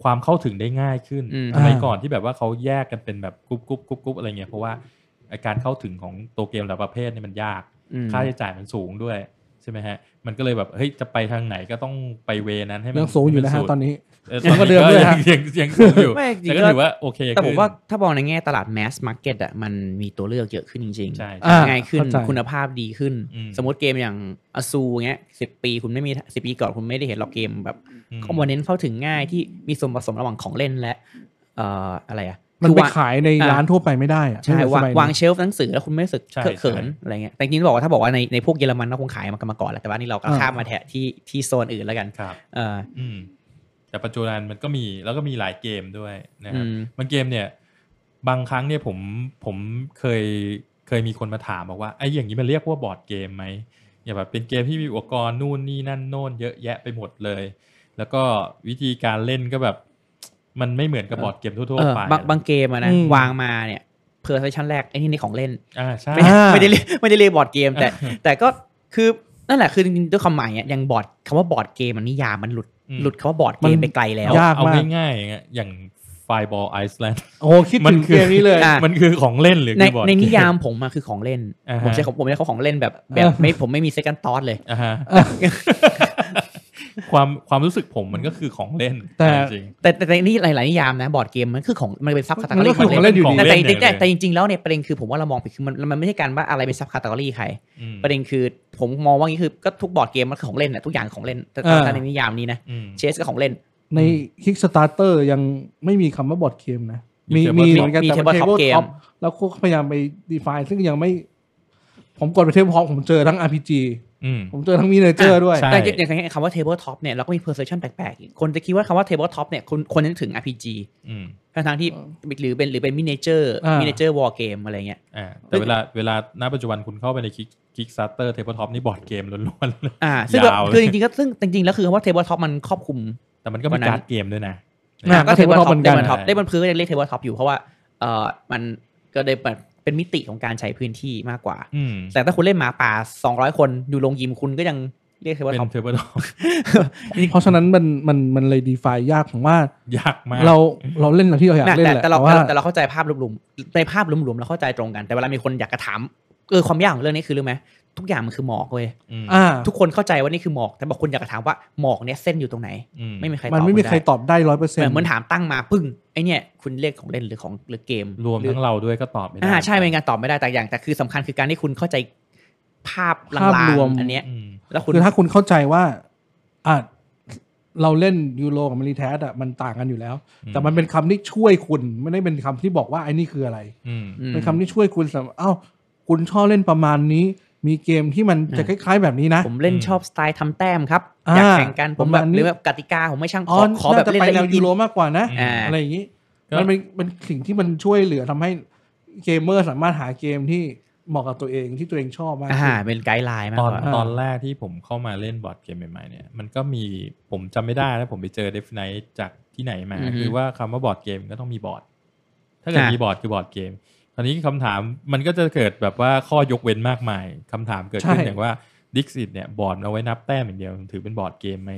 [SPEAKER 3] ความเข้าถึงได้ง่ายขึ้น
[SPEAKER 2] อืม
[SPEAKER 3] สมัย
[SPEAKER 1] อ่า
[SPEAKER 3] ก่อนที่แบบว่าเขาแยกกันเป็นแบบกรุ๊ปกรุ๊ปกรุ๊ปกรุ๊ปอะไรเงี้ยเพราะว่าไอ้การเข้าถึงของตัวเกมแต่ละประเภทเนี่ยมันยาก
[SPEAKER 2] อืม
[SPEAKER 3] ค่าใช้จ่ายมันสูงด้วยใช่ไหมฮะมันก็เลยแบบเฮ้ยจะไปทางไหนก็ต้องไปเวนั้นให้มัน
[SPEAKER 1] เรื่องสูงอยู่นะฮะตอนนี้
[SPEAKER 3] เออตอน
[SPEAKER 1] ก็เดิ
[SPEAKER 3] นี้
[SPEAKER 1] ม
[SPEAKER 3] ก็
[SPEAKER 1] ด้วย
[SPEAKER 3] ยั
[SPEAKER 1] ฮะ
[SPEAKER 3] งยังยังสูงอยู่
[SPEAKER 2] ไม่จริงๆ
[SPEAKER 3] แต่ก็
[SPEAKER 2] ก็
[SPEAKER 3] ถือว่าโอเค
[SPEAKER 2] แต่ผม
[SPEAKER 3] ขึ้น
[SPEAKER 2] ว่าถ้ามองในแง่ตลาด mass market อ่ะมันมีตัวเลือกเยอะขึ้นจริง ๆ
[SPEAKER 3] ใช่
[SPEAKER 1] อ่
[SPEAKER 3] ใช่
[SPEAKER 2] ง่ายขึ้น
[SPEAKER 1] เข้าใจ
[SPEAKER 2] คุณภาพดีขึ้น
[SPEAKER 3] อืม
[SPEAKER 2] สมมติเกมอย่างอซูเงี้ยสิปีคุณไม่มีสิปีก่อนคุณไม่ได้เห็นหรอกเกมแบบข้อมูลเน้นเข้าถึงง่ายที่มีส่วนผสมระหว่างของเล่นและเอ่ออะไรอะ
[SPEAKER 1] มันไป
[SPEAKER 2] คือวาง
[SPEAKER 1] ขายใน
[SPEAKER 2] อ่า
[SPEAKER 1] ร้านทั่วไปไม่ได้อะ
[SPEAKER 2] ใช่
[SPEAKER 1] ไม่เหมือ
[SPEAKER 2] วา
[SPEAKER 1] นสมัยว
[SPEAKER 2] งาง
[SPEAKER 1] นี้
[SPEAKER 2] เชลฟ์หนังสือแล้วคุณไม่รู้สึก
[SPEAKER 3] ใช่
[SPEAKER 2] เคอะเขิน
[SPEAKER 3] ใช่
[SPEAKER 2] อะไรเงี้ยแต่จริงๆบอกว่าถ้าบอกว่าในในพวกเยอรมันก็คงขายมากันมาก่อนแหละแต่ว่านี่เราก็
[SPEAKER 1] อ่า
[SPEAKER 2] ข้ามมาแทะที่ที่โซนอื่นแล้วกัน
[SPEAKER 3] ครับ
[SPEAKER 2] เอ่อ
[SPEAKER 3] อืมแต่ปัจจุบันมันก็มีแล้วก็มีหลายเกมด้วยนะครับ
[SPEAKER 2] อืม
[SPEAKER 3] บางเกมเนี่ย บางครั้งเนี่ยผมผมเคยเคยมีคนมาถามบอกว่าไอ้อย่างนี้มันเรียกว่าบอร์ดเกมไหมอย่างแบบเป็นเกมที่มีอุปกรณ์นู่นนี่นั่นโน่นเยอะแยะไปหมดเลย แล้วก็วิธีการเล่นก็แบบ มันไม่เหมือนกับบอร์ดเกมทั่ว
[SPEAKER 2] เอ่อ
[SPEAKER 3] ๆไป
[SPEAKER 2] บางบางเกมอะนะ
[SPEAKER 1] อืม
[SPEAKER 2] วางมาเนี่ยเพอร์เซชันแรกไอ้นี่ในของเล่น
[SPEAKER 3] อ่าใช่
[SPEAKER 2] ไม่ได้
[SPEAKER 1] อ่า
[SPEAKER 2] ไม่ ได้เรียกไม่ได้เรียกบอร์ดเกม แต่ แต่ก็คือนั่นแหละคือจริงๆด้วยความหมายอ่ะยังบอร์ดคำว่าบอร์ดเกมมันนิยามมันหลุด
[SPEAKER 3] อืม
[SPEAKER 2] หลุดคำว่าบอร์ดเกม
[SPEAKER 1] มัน
[SPEAKER 2] ไปไกลแล้ว
[SPEAKER 1] ยาก
[SPEAKER 3] เอา
[SPEAKER 1] มาก
[SPEAKER 3] ง่ายๆอย่างเงี้ยอย่างไฟบอลไอซ์แลนด์
[SPEAKER 1] โอ้โหคิด
[SPEAKER 3] มัน
[SPEAKER 1] ถึง
[SPEAKER 3] คือ
[SPEAKER 1] เกมนี้เลย
[SPEAKER 2] อ่ะ
[SPEAKER 3] มันคือของเล่นหรือ
[SPEAKER 2] ใน
[SPEAKER 3] คือบอร์ด
[SPEAKER 2] ใน
[SPEAKER 3] เก
[SPEAKER 2] นิยามผมอะคือของเล่น
[SPEAKER 3] อ่าฮะ
[SPEAKER 2] ผมใช้ของผมใช้เขาของเล่นแบบ แบบ
[SPEAKER 1] เออ
[SPEAKER 2] ไม่ผมไม่มีเซคัน d ์ o อ t เลย
[SPEAKER 3] อ่า ฮะความความรู้สึกผมมันก็คือของเล่น
[SPEAKER 1] แต่
[SPEAKER 3] จริง
[SPEAKER 2] แต่แต่แต่นี่หลาย ๆ นิยามนะบอร์ดเกมมันคือของมันเป็นซับคาตา
[SPEAKER 1] มัน
[SPEAKER 2] ล็อ
[SPEAKER 1] ก็
[SPEAKER 2] ก
[SPEAKER 1] คือของเล่นอยู่ดี
[SPEAKER 2] แต่
[SPEAKER 3] ขอ
[SPEAKER 2] แต่
[SPEAKER 3] งเล่นเนี่ยเล
[SPEAKER 2] แต่
[SPEAKER 3] ย
[SPEAKER 2] แต่จริง ๆ แล้วเนี่ยประเด็นคือผมว่าเรามองผิดคือมันมันไม่ใช่การว่าอะไรเป็นซับคาตาล็อกใคร
[SPEAKER 3] อืม
[SPEAKER 2] ประเด็นคือผมมองว่างี้คือก็ทุกบอร์ดเกมมันคือของเล่นนะทุกอย่างของเล่นแต่
[SPEAKER 1] อ่า
[SPEAKER 2] แต่ในนิยามนี้นะ
[SPEAKER 3] อืม
[SPEAKER 2] เชสก็ของเล่น
[SPEAKER 1] ใน Kickstarter ยังไม่มีคำว่าบอร์ดเกมนะ มี
[SPEAKER 3] มี
[SPEAKER 1] มี
[SPEAKER 3] tabletop
[SPEAKER 1] เหมือนกัน
[SPEAKER 2] มี
[SPEAKER 1] แต่
[SPEAKER 2] tabletop
[SPEAKER 1] tabletop
[SPEAKER 2] game
[SPEAKER 1] แล้วก็พยายามไป define ซึ่งยังไม่ ผมกดไปเท b l e t o p ผมเจอทั้ง RPG
[SPEAKER 3] อืม
[SPEAKER 1] ผมเจอทั้ง miniature ด้วย
[SPEAKER 3] ใช่
[SPEAKER 2] แต่อย่างอย่างคำว่า table top เนี่ยเราก็มี perception แปลกๆอีกคนจะคิดว่าคำว่า table top เนี่ยคนคนนึกถึง RPG
[SPEAKER 3] อืม
[SPEAKER 2] ทั้งๆที่หรือเป็นหรือเป็น miniature
[SPEAKER 1] อ่า
[SPEAKER 2] miniature war game อะไรเงี้ย
[SPEAKER 3] อ่าแต่เวลาเวลาณปัจจุบันคุณเข้าไปในคิกคิกซัตเตอร์เทเบิลท็อปนี่บอร์ดเกมล้วนๆเลย
[SPEAKER 2] อ่าซึ่งก็
[SPEAKER 3] ยาวเลย
[SPEAKER 2] คือจริงๆก็ซึ่งจริงๆแล้วคือคำว่า table top มันครอบคลุม
[SPEAKER 3] แต่มันก็
[SPEAKER 2] วั
[SPEAKER 3] มี
[SPEAKER 2] นนั้น
[SPEAKER 3] การ์ดเกมด้วยนะ
[SPEAKER 1] อ่าก็ tabletop เหมือนกัน
[SPEAKER 2] table top
[SPEAKER 3] ใช่
[SPEAKER 2] ได้บนพื้นก็ยังเรียก table top อยู่เพราะว่าเอ่อมันก็เลยเป็นเป็นมิติของการใช้พื้นที่มากกว่า
[SPEAKER 3] อืม
[SPEAKER 2] แต่ถ้าคุณเล่นหมาป่า 200 คนอยู่โรงยิมคุณก็ยังเรียก table
[SPEAKER 3] เป็น
[SPEAKER 2] top
[SPEAKER 3] เทเบิลท็ อป
[SPEAKER 1] เพราะฉะนั้นมันมันมันเลย define ยากผมว่าย
[SPEAKER 3] ากมาก
[SPEAKER 1] เราเราเล่นอย่างที่เราอยาก
[SPEAKER 2] นะ
[SPEAKER 1] เล่น
[SPEAKER 2] แต่
[SPEAKER 1] แหละ
[SPEAKER 2] แต่เรา
[SPEAKER 1] แต่ว่า
[SPEAKER 2] แต่เราเข้าใจภาพรวมๆในภาพรวมๆเราเข้าใจตรงกัน แต่เวลามีคนอยากจะถามเออความยากของเรื่องนี้คือรู้ไหมทุกอย่างมันคือหมอกเว้ย
[SPEAKER 3] อืม
[SPEAKER 1] อ่า
[SPEAKER 2] ทุกคนเข้าใจว่านี่คือหมอก แต่บอกคนอยากจะถามว่าหมอกเนี่ยเส้นอยู่ตรงไหน
[SPEAKER 3] อืม
[SPEAKER 2] ไม่มีใครตอบ
[SPEAKER 1] มันไม่มีใคร
[SPEAKER 2] ด้
[SPEAKER 1] ตอบได้ร้อยเปอร์เซ็น
[SPEAKER 2] เหมือน
[SPEAKER 1] ต์
[SPEAKER 2] เหมือนถามตั้งมาปึ้งไอเนี่ยคุณเรียกของเล่นหรือของหรือเกม
[SPEAKER 3] รวม
[SPEAKER 2] หอ
[SPEAKER 3] ทั้งเราด้วยก็ตอบไม่ได้
[SPEAKER 2] อ่าใช่เป็นการตอบไม่ได้แต่อย่างแต่คือสำคัญคือการที่คุณเข้าใจภาพลา
[SPEAKER 1] ภาพ
[SPEAKER 2] ง
[SPEAKER 1] รวม
[SPEAKER 2] ๆอันเนี้ย
[SPEAKER 3] อืม
[SPEAKER 2] แล้วคุณ
[SPEAKER 1] คือถ้าคุณเข้าใจว่าอ่ะเราเล่นยูโรกับมิลิแทสอ่ะมันต่างกันอยู่แล้ว แต่มันเป็นคำที่ช่วยคุณ ไม่ได้เป็นคำที่บอกว่าไอ้นี่คืออะไร
[SPEAKER 3] อืม
[SPEAKER 2] อืม
[SPEAKER 1] เป็นคำที่ช่วยคุณสำหรับเอ้า คุณชอบเล่นประมาณนี้ มีเกมที่มันจะคล้าย ๆ แบบนี้นะ
[SPEAKER 2] ผมเล่นชอบสไตล์ทำแต้มครับ
[SPEAKER 1] อ่า
[SPEAKER 2] อยากแข่งกันผมแบ
[SPEAKER 1] ประ
[SPEAKER 2] บ
[SPEAKER 1] มาณนี้
[SPEAKER 2] หรือแบบกติกาผมไม่ช่างข
[SPEAKER 1] อ๋อ
[SPEAKER 2] อขอแบบ
[SPEAKER 1] น่าจะ
[SPEAKER 2] เล่น
[SPEAKER 1] ไป
[SPEAKER 2] ละ
[SPEAKER 1] แนว
[SPEAKER 2] เอียด
[SPEAKER 1] ยูโรมากกว่านะ
[SPEAKER 2] อ่า
[SPEAKER 1] อะไรอย่างนี้
[SPEAKER 3] ก็
[SPEAKER 1] มันเป็นเป็นสิ่งที่มันช่วยเหลือทำให้เกมเมอร์สามารถหาเกมที่เหมาะกับตัวเองที่ตัวเองชอบมาก
[SPEAKER 2] อ่า
[SPEAKER 1] ขึ้น
[SPEAKER 2] เป็นไกด์ไลน์มาก
[SPEAKER 3] ตอน
[SPEAKER 2] กว่า
[SPEAKER 3] ตอนแรกที่ผมเข้ามาเล่นบอร์ดเกมใหม่ๆเนี่ยมันก็มีผมจำไม่ได้นะผมไปเจอเดฟไนท์จากที่ไหนมา
[SPEAKER 2] อือฮึ
[SPEAKER 3] คือว่าคำว่าบอร์ดเกมก็ต้องมีบอร์ด ถ้าเกิด
[SPEAKER 2] อ่ะ
[SPEAKER 3] มีบอร์ดคือบอร์ดเกมคราวนี้คำถามมันก็จะเกิดแบบว่าข้อยกเว้นมากมายคำถามเกิดขึ้น
[SPEAKER 1] ใช่
[SPEAKER 3] อย่างว่าดิกซิตเนี่ยบอร์ดเอาไว้นับแต้มอย่างเดียวถือเป็นบอร์ดเกม ไหม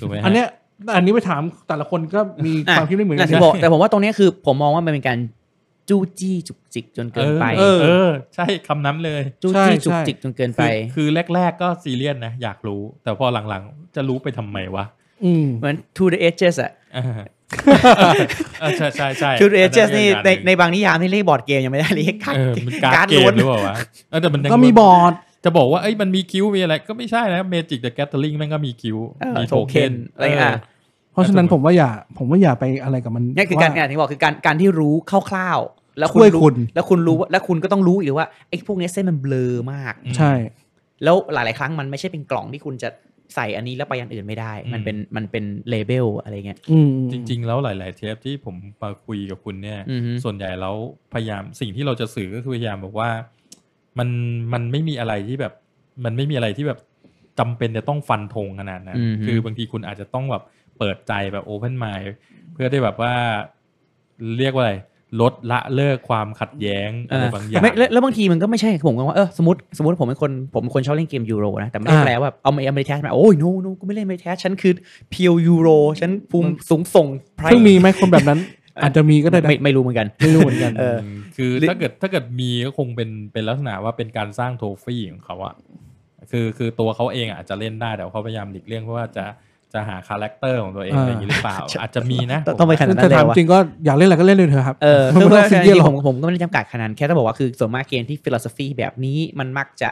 [SPEAKER 3] ถูกไหมฮะ
[SPEAKER 1] อันเนี้ยอันนี้ไปถามแต่ละคนก็มี
[SPEAKER 2] อ่ะ
[SPEAKER 1] ความคิดไม่เหมือนกั
[SPEAKER 2] แต่
[SPEAKER 1] น
[SPEAKER 2] ผมบ
[SPEAKER 1] นะ
[SPEAKER 2] อกแต่ผมว่าตรงเนี้ยคือผมมองว่ามันเป็นการจู้จี้จุกจิกจนเกินไป
[SPEAKER 3] เออเออ ใช่คำนั้นเลย
[SPEAKER 2] จู้จี้จุกจิกจนเกินไป
[SPEAKER 3] คือคือแรก ๆ ก็ซีเรียสนะ อยากรู้ แต่พอหลังๆ จะรู้ไปทำไมวะ
[SPEAKER 1] อืม
[SPEAKER 2] เหมือน to the edges อะ
[SPEAKER 3] อ่าเออใช่ใช่ใช่
[SPEAKER 2] to the edges นี่
[SPEAKER 3] อั
[SPEAKER 2] ใน
[SPEAKER 3] เรื่อง
[SPEAKER 2] ในบางนิยามที่เรียกบอร์ดเกมยังไม่ได้เรียกการ์ด
[SPEAKER 3] เออมันการ์ดเก
[SPEAKER 2] ล้
[SPEAKER 3] ม
[SPEAKER 2] วน
[SPEAKER 3] หรือเปล่าวะเออแต่มันยัง
[SPEAKER 1] ก็มีบอร์ด
[SPEAKER 3] จะบอกว่าเอ้ยมันมีคิวมีอะไรก็ไม่ใช่นะเมจิกเดอะแกตเตอริงแม่งก็มีคิว
[SPEAKER 2] เออ
[SPEAKER 3] มีโทเค็น
[SPEAKER 2] token อะไรอย่างเงี้ย
[SPEAKER 1] เพราะฉะนั้นผมว่าอย่า ผมว่าอย่าไปอะไรกับมัน
[SPEAKER 2] นี่คือการ
[SPEAKER 1] ว่
[SPEAKER 2] งานที่บอกคือการการที่รู้คร่าวๆแล้ว
[SPEAKER 1] ช่วย
[SPEAKER 2] รู้
[SPEAKER 1] คุณ
[SPEAKER 2] แล้วคุณรู้ว่าแล้วคุณก็ต้องรู้อีกว่าไอ้พวกเนี้ยเส้นมันเบลอมาก
[SPEAKER 1] ใช่
[SPEAKER 2] แล้วหลาย ๆ ครั้งมันไม่ใช่เป็นกล่องที่คุณจะใส่อันนี้แล้วไปอันอื่นไม่ได้ มันเป็นมันเป็นเลเบลอะไรเงี้ย
[SPEAKER 1] อืม
[SPEAKER 3] จริง ๆ แล้วหลาย ๆ เทปที่ผมมาคุยกับคุณเนี่ย
[SPEAKER 2] อือฮึ
[SPEAKER 3] ส่วนใหญ่แล้วพยายามสิ่งที่เราจะสื่อก็คือพยายามบอกว่า มันมันไม่มีอะไรที่แบบ มันไม่มีอะไรที่แบบจำเป็นจะต้องฟันธงขนาดนั้น
[SPEAKER 2] อือฮึ
[SPEAKER 3] คือบางทีคุณอาจจะต้องแบบเปิดใจแบบโอเพนไมล์เพื่อได้แบบว่า เรียกว่าอะไรลดละเลิกความขัดแย้งอะไรบางอย่าง
[SPEAKER 2] ไม่แล้วแล้วบางทีมันก็ไม่ใช่ผมก็ว่าเออสมมติสมมติผมเป็นคนผมเป็นคนชอบเล่นเกมยูโรนะแต่ไม่ได้
[SPEAKER 1] อ่า
[SPEAKER 2] แปลว่าเอาไม่เอาไม่แทสมาโอ้ยโนโนกูไม่เล่นไม่แทสฉันคือเพียวยูโรฉันภูมิสูงส่ง pride
[SPEAKER 1] ซึ่งมีไหมคนแบบนั้น อาจจะมีก็ได้นะ
[SPEAKER 2] ไม่ไม่รู้เหมือนกัน
[SPEAKER 1] ไม่รู้เหมือนกัน
[SPEAKER 2] เออ
[SPEAKER 3] อืมคือ
[SPEAKER 2] หรือ
[SPEAKER 3] ถ้าเกิดถ้าเกิดมีก็คงเป็นเป็นลักษณะว่าเป็นการสร้างโทฟี่ของเขาอะคือคือตัวเขาเองอาจจะเล่นได้ แต่ว่าเขาพยายามหลีกเลี่ยงเพราะว่าจะจะหาคาแรคเตอร์ของตัวเอง
[SPEAKER 1] อ่า
[SPEAKER 3] อะไรอย่างนี้หรือเปล่า อาจจะมีนะ
[SPEAKER 2] ต้องต้องไปขนาดนั้
[SPEAKER 1] แต่
[SPEAKER 2] นเลย
[SPEAKER 1] ถาม
[SPEAKER 2] วะ
[SPEAKER 1] จริงก็อยากเล่นอะไรก็เล่นเลยเถอะครับ
[SPEAKER 2] เออ
[SPEAKER 1] ไม่
[SPEAKER 2] ซึ่ง
[SPEAKER 1] ต้องซีเรียสหร
[SPEAKER 2] ผ
[SPEAKER 1] อก
[SPEAKER 2] มผมก็ไม่ได้จำกัดขนาดนั้นแค่ต้องบอกว่าคือส่วนมากเกมที่ฟิโลสฟีแบบนี้มันมักจะ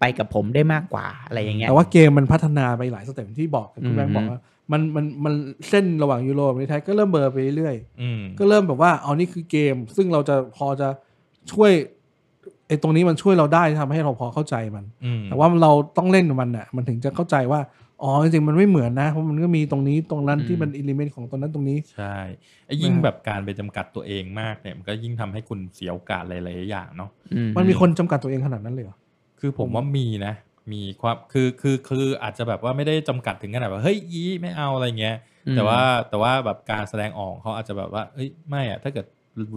[SPEAKER 2] ไปกับผมได้มากกว่าอะไรอย่างเงี้ย
[SPEAKER 1] แต่ว่าเกมมันพัฒนาไปหลายสเต็ปที่บอกคุณแบง
[SPEAKER 2] อื
[SPEAKER 1] ค์
[SPEAKER 2] ม
[SPEAKER 1] บอกว่ามันมันมันเส้นระหว่างยูโรกับในไทยก็เริ่มเบลอร์ไปเรื่อย
[SPEAKER 3] อืม
[SPEAKER 1] ๆก็เริ่มแบบว่าเอานี่คือเกม ซึ่งเราจะพอจะช่วยไอ้ตรงนี้มันช่วยเราได้ทำให้เราพอเข้าใจมัน
[SPEAKER 3] อืม
[SPEAKER 1] แต่ว่าเราต้องเล่นกับมันอ่ะมันถึงจะเข้าใจว่าอ๋อจริงๆมันไม่เหมือนนะเพราะมันก็มีตรงนี้ตรงนั้นที่มันอิเลเมนต์ของตรงนั้นตรงนี้
[SPEAKER 3] ใช่ไอ้ยิ่ง
[SPEAKER 1] นะฮะ
[SPEAKER 3] แบบการไปจำกัดตัวเองมากเนี่ยมันก็ยิ่งทำให้คุณเสียโอกาสหลายๆอย่างเนาะ
[SPEAKER 2] อื
[SPEAKER 1] มันมีคนจำกัดตัวเองขนาดนั้นเลยเหรอ
[SPEAKER 3] คือผมว่ามีนะ มีความคือคือคืออาจจะแบบว่าไม่ได้จำกัดถึงขนาดว่าเฮ้ยยีไม่เอาอะไรเงี้ย
[SPEAKER 2] อืม
[SPEAKER 3] แต่ว่าแต่ว่าแบบการแสดงออกเขาอาจจะแบบว่า เอ้ยไม่อะถ้าเกิด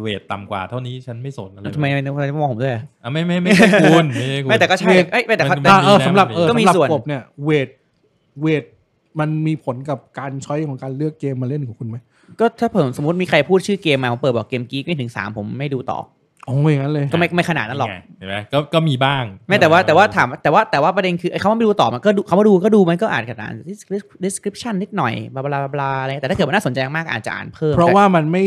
[SPEAKER 3] เวทต่ำกว่าเท่านี้ฉันไม่สนอะไร
[SPEAKER 2] ทำไมทำไมมองผมด้วยอะ
[SPEAKER 3] อ่ะไม่ไม่ไม่ใช่คุณไม่ใช่คุณ
[SPEAKER 2] ไม่แต่ก็ใช่
[SPEAKER 1] เรียก
[SPEAKER 2] เอ้ยไม่แต่ก็
[SPEAKER 3] มัน
[SPEAKER 2] แต่
[SPEAKER 1] อ่าเออสำหรับเออ
[SPEAKER 2] ก็มี
[SPEAKER 1] สำหรับ
[SPEAKER 2] ส่วน
[SPEAKER 1] กบเนี่ยเวทเวทมันมีผลกับการช้อยของการเลือกเกมมาเล่นของคุณไหม
[SPEAKER 2] ก็ถ้าเผื่อสมมติมีใครพูดชื่อเกมมาผมเปิดบอกเกมกีกไม่ถึงสามผมไม่ดูต่อ
[SPEAKER 1] อ๋ออย่างนั้นเลย
[SPEAKER 2] ก็ไม่ไม่ขนาดนั้นหรอก
[SPEAKER 3] ไงเห็นไหมก็ก็มีบ้าง
[SPEAKER 2] ไม่แต่ว่าแต่ว่า
[SPEAKER 3] เออ
[SPEAKER 2] ถามแต่ว่าแต่ว่าประเด็นคือไอ้คำว่าไม่ดูต่อมันก็ดูคำว่าดูก็ดูมันก็อ่านขนาด description นิดหน่อยบลาบลาบลาอะไรแต่ถ้าเกิดมันน่าสนใจมากอาจจะอ่านเพิ่ม
[SPEAKER 1] เพราะว่ามันไม่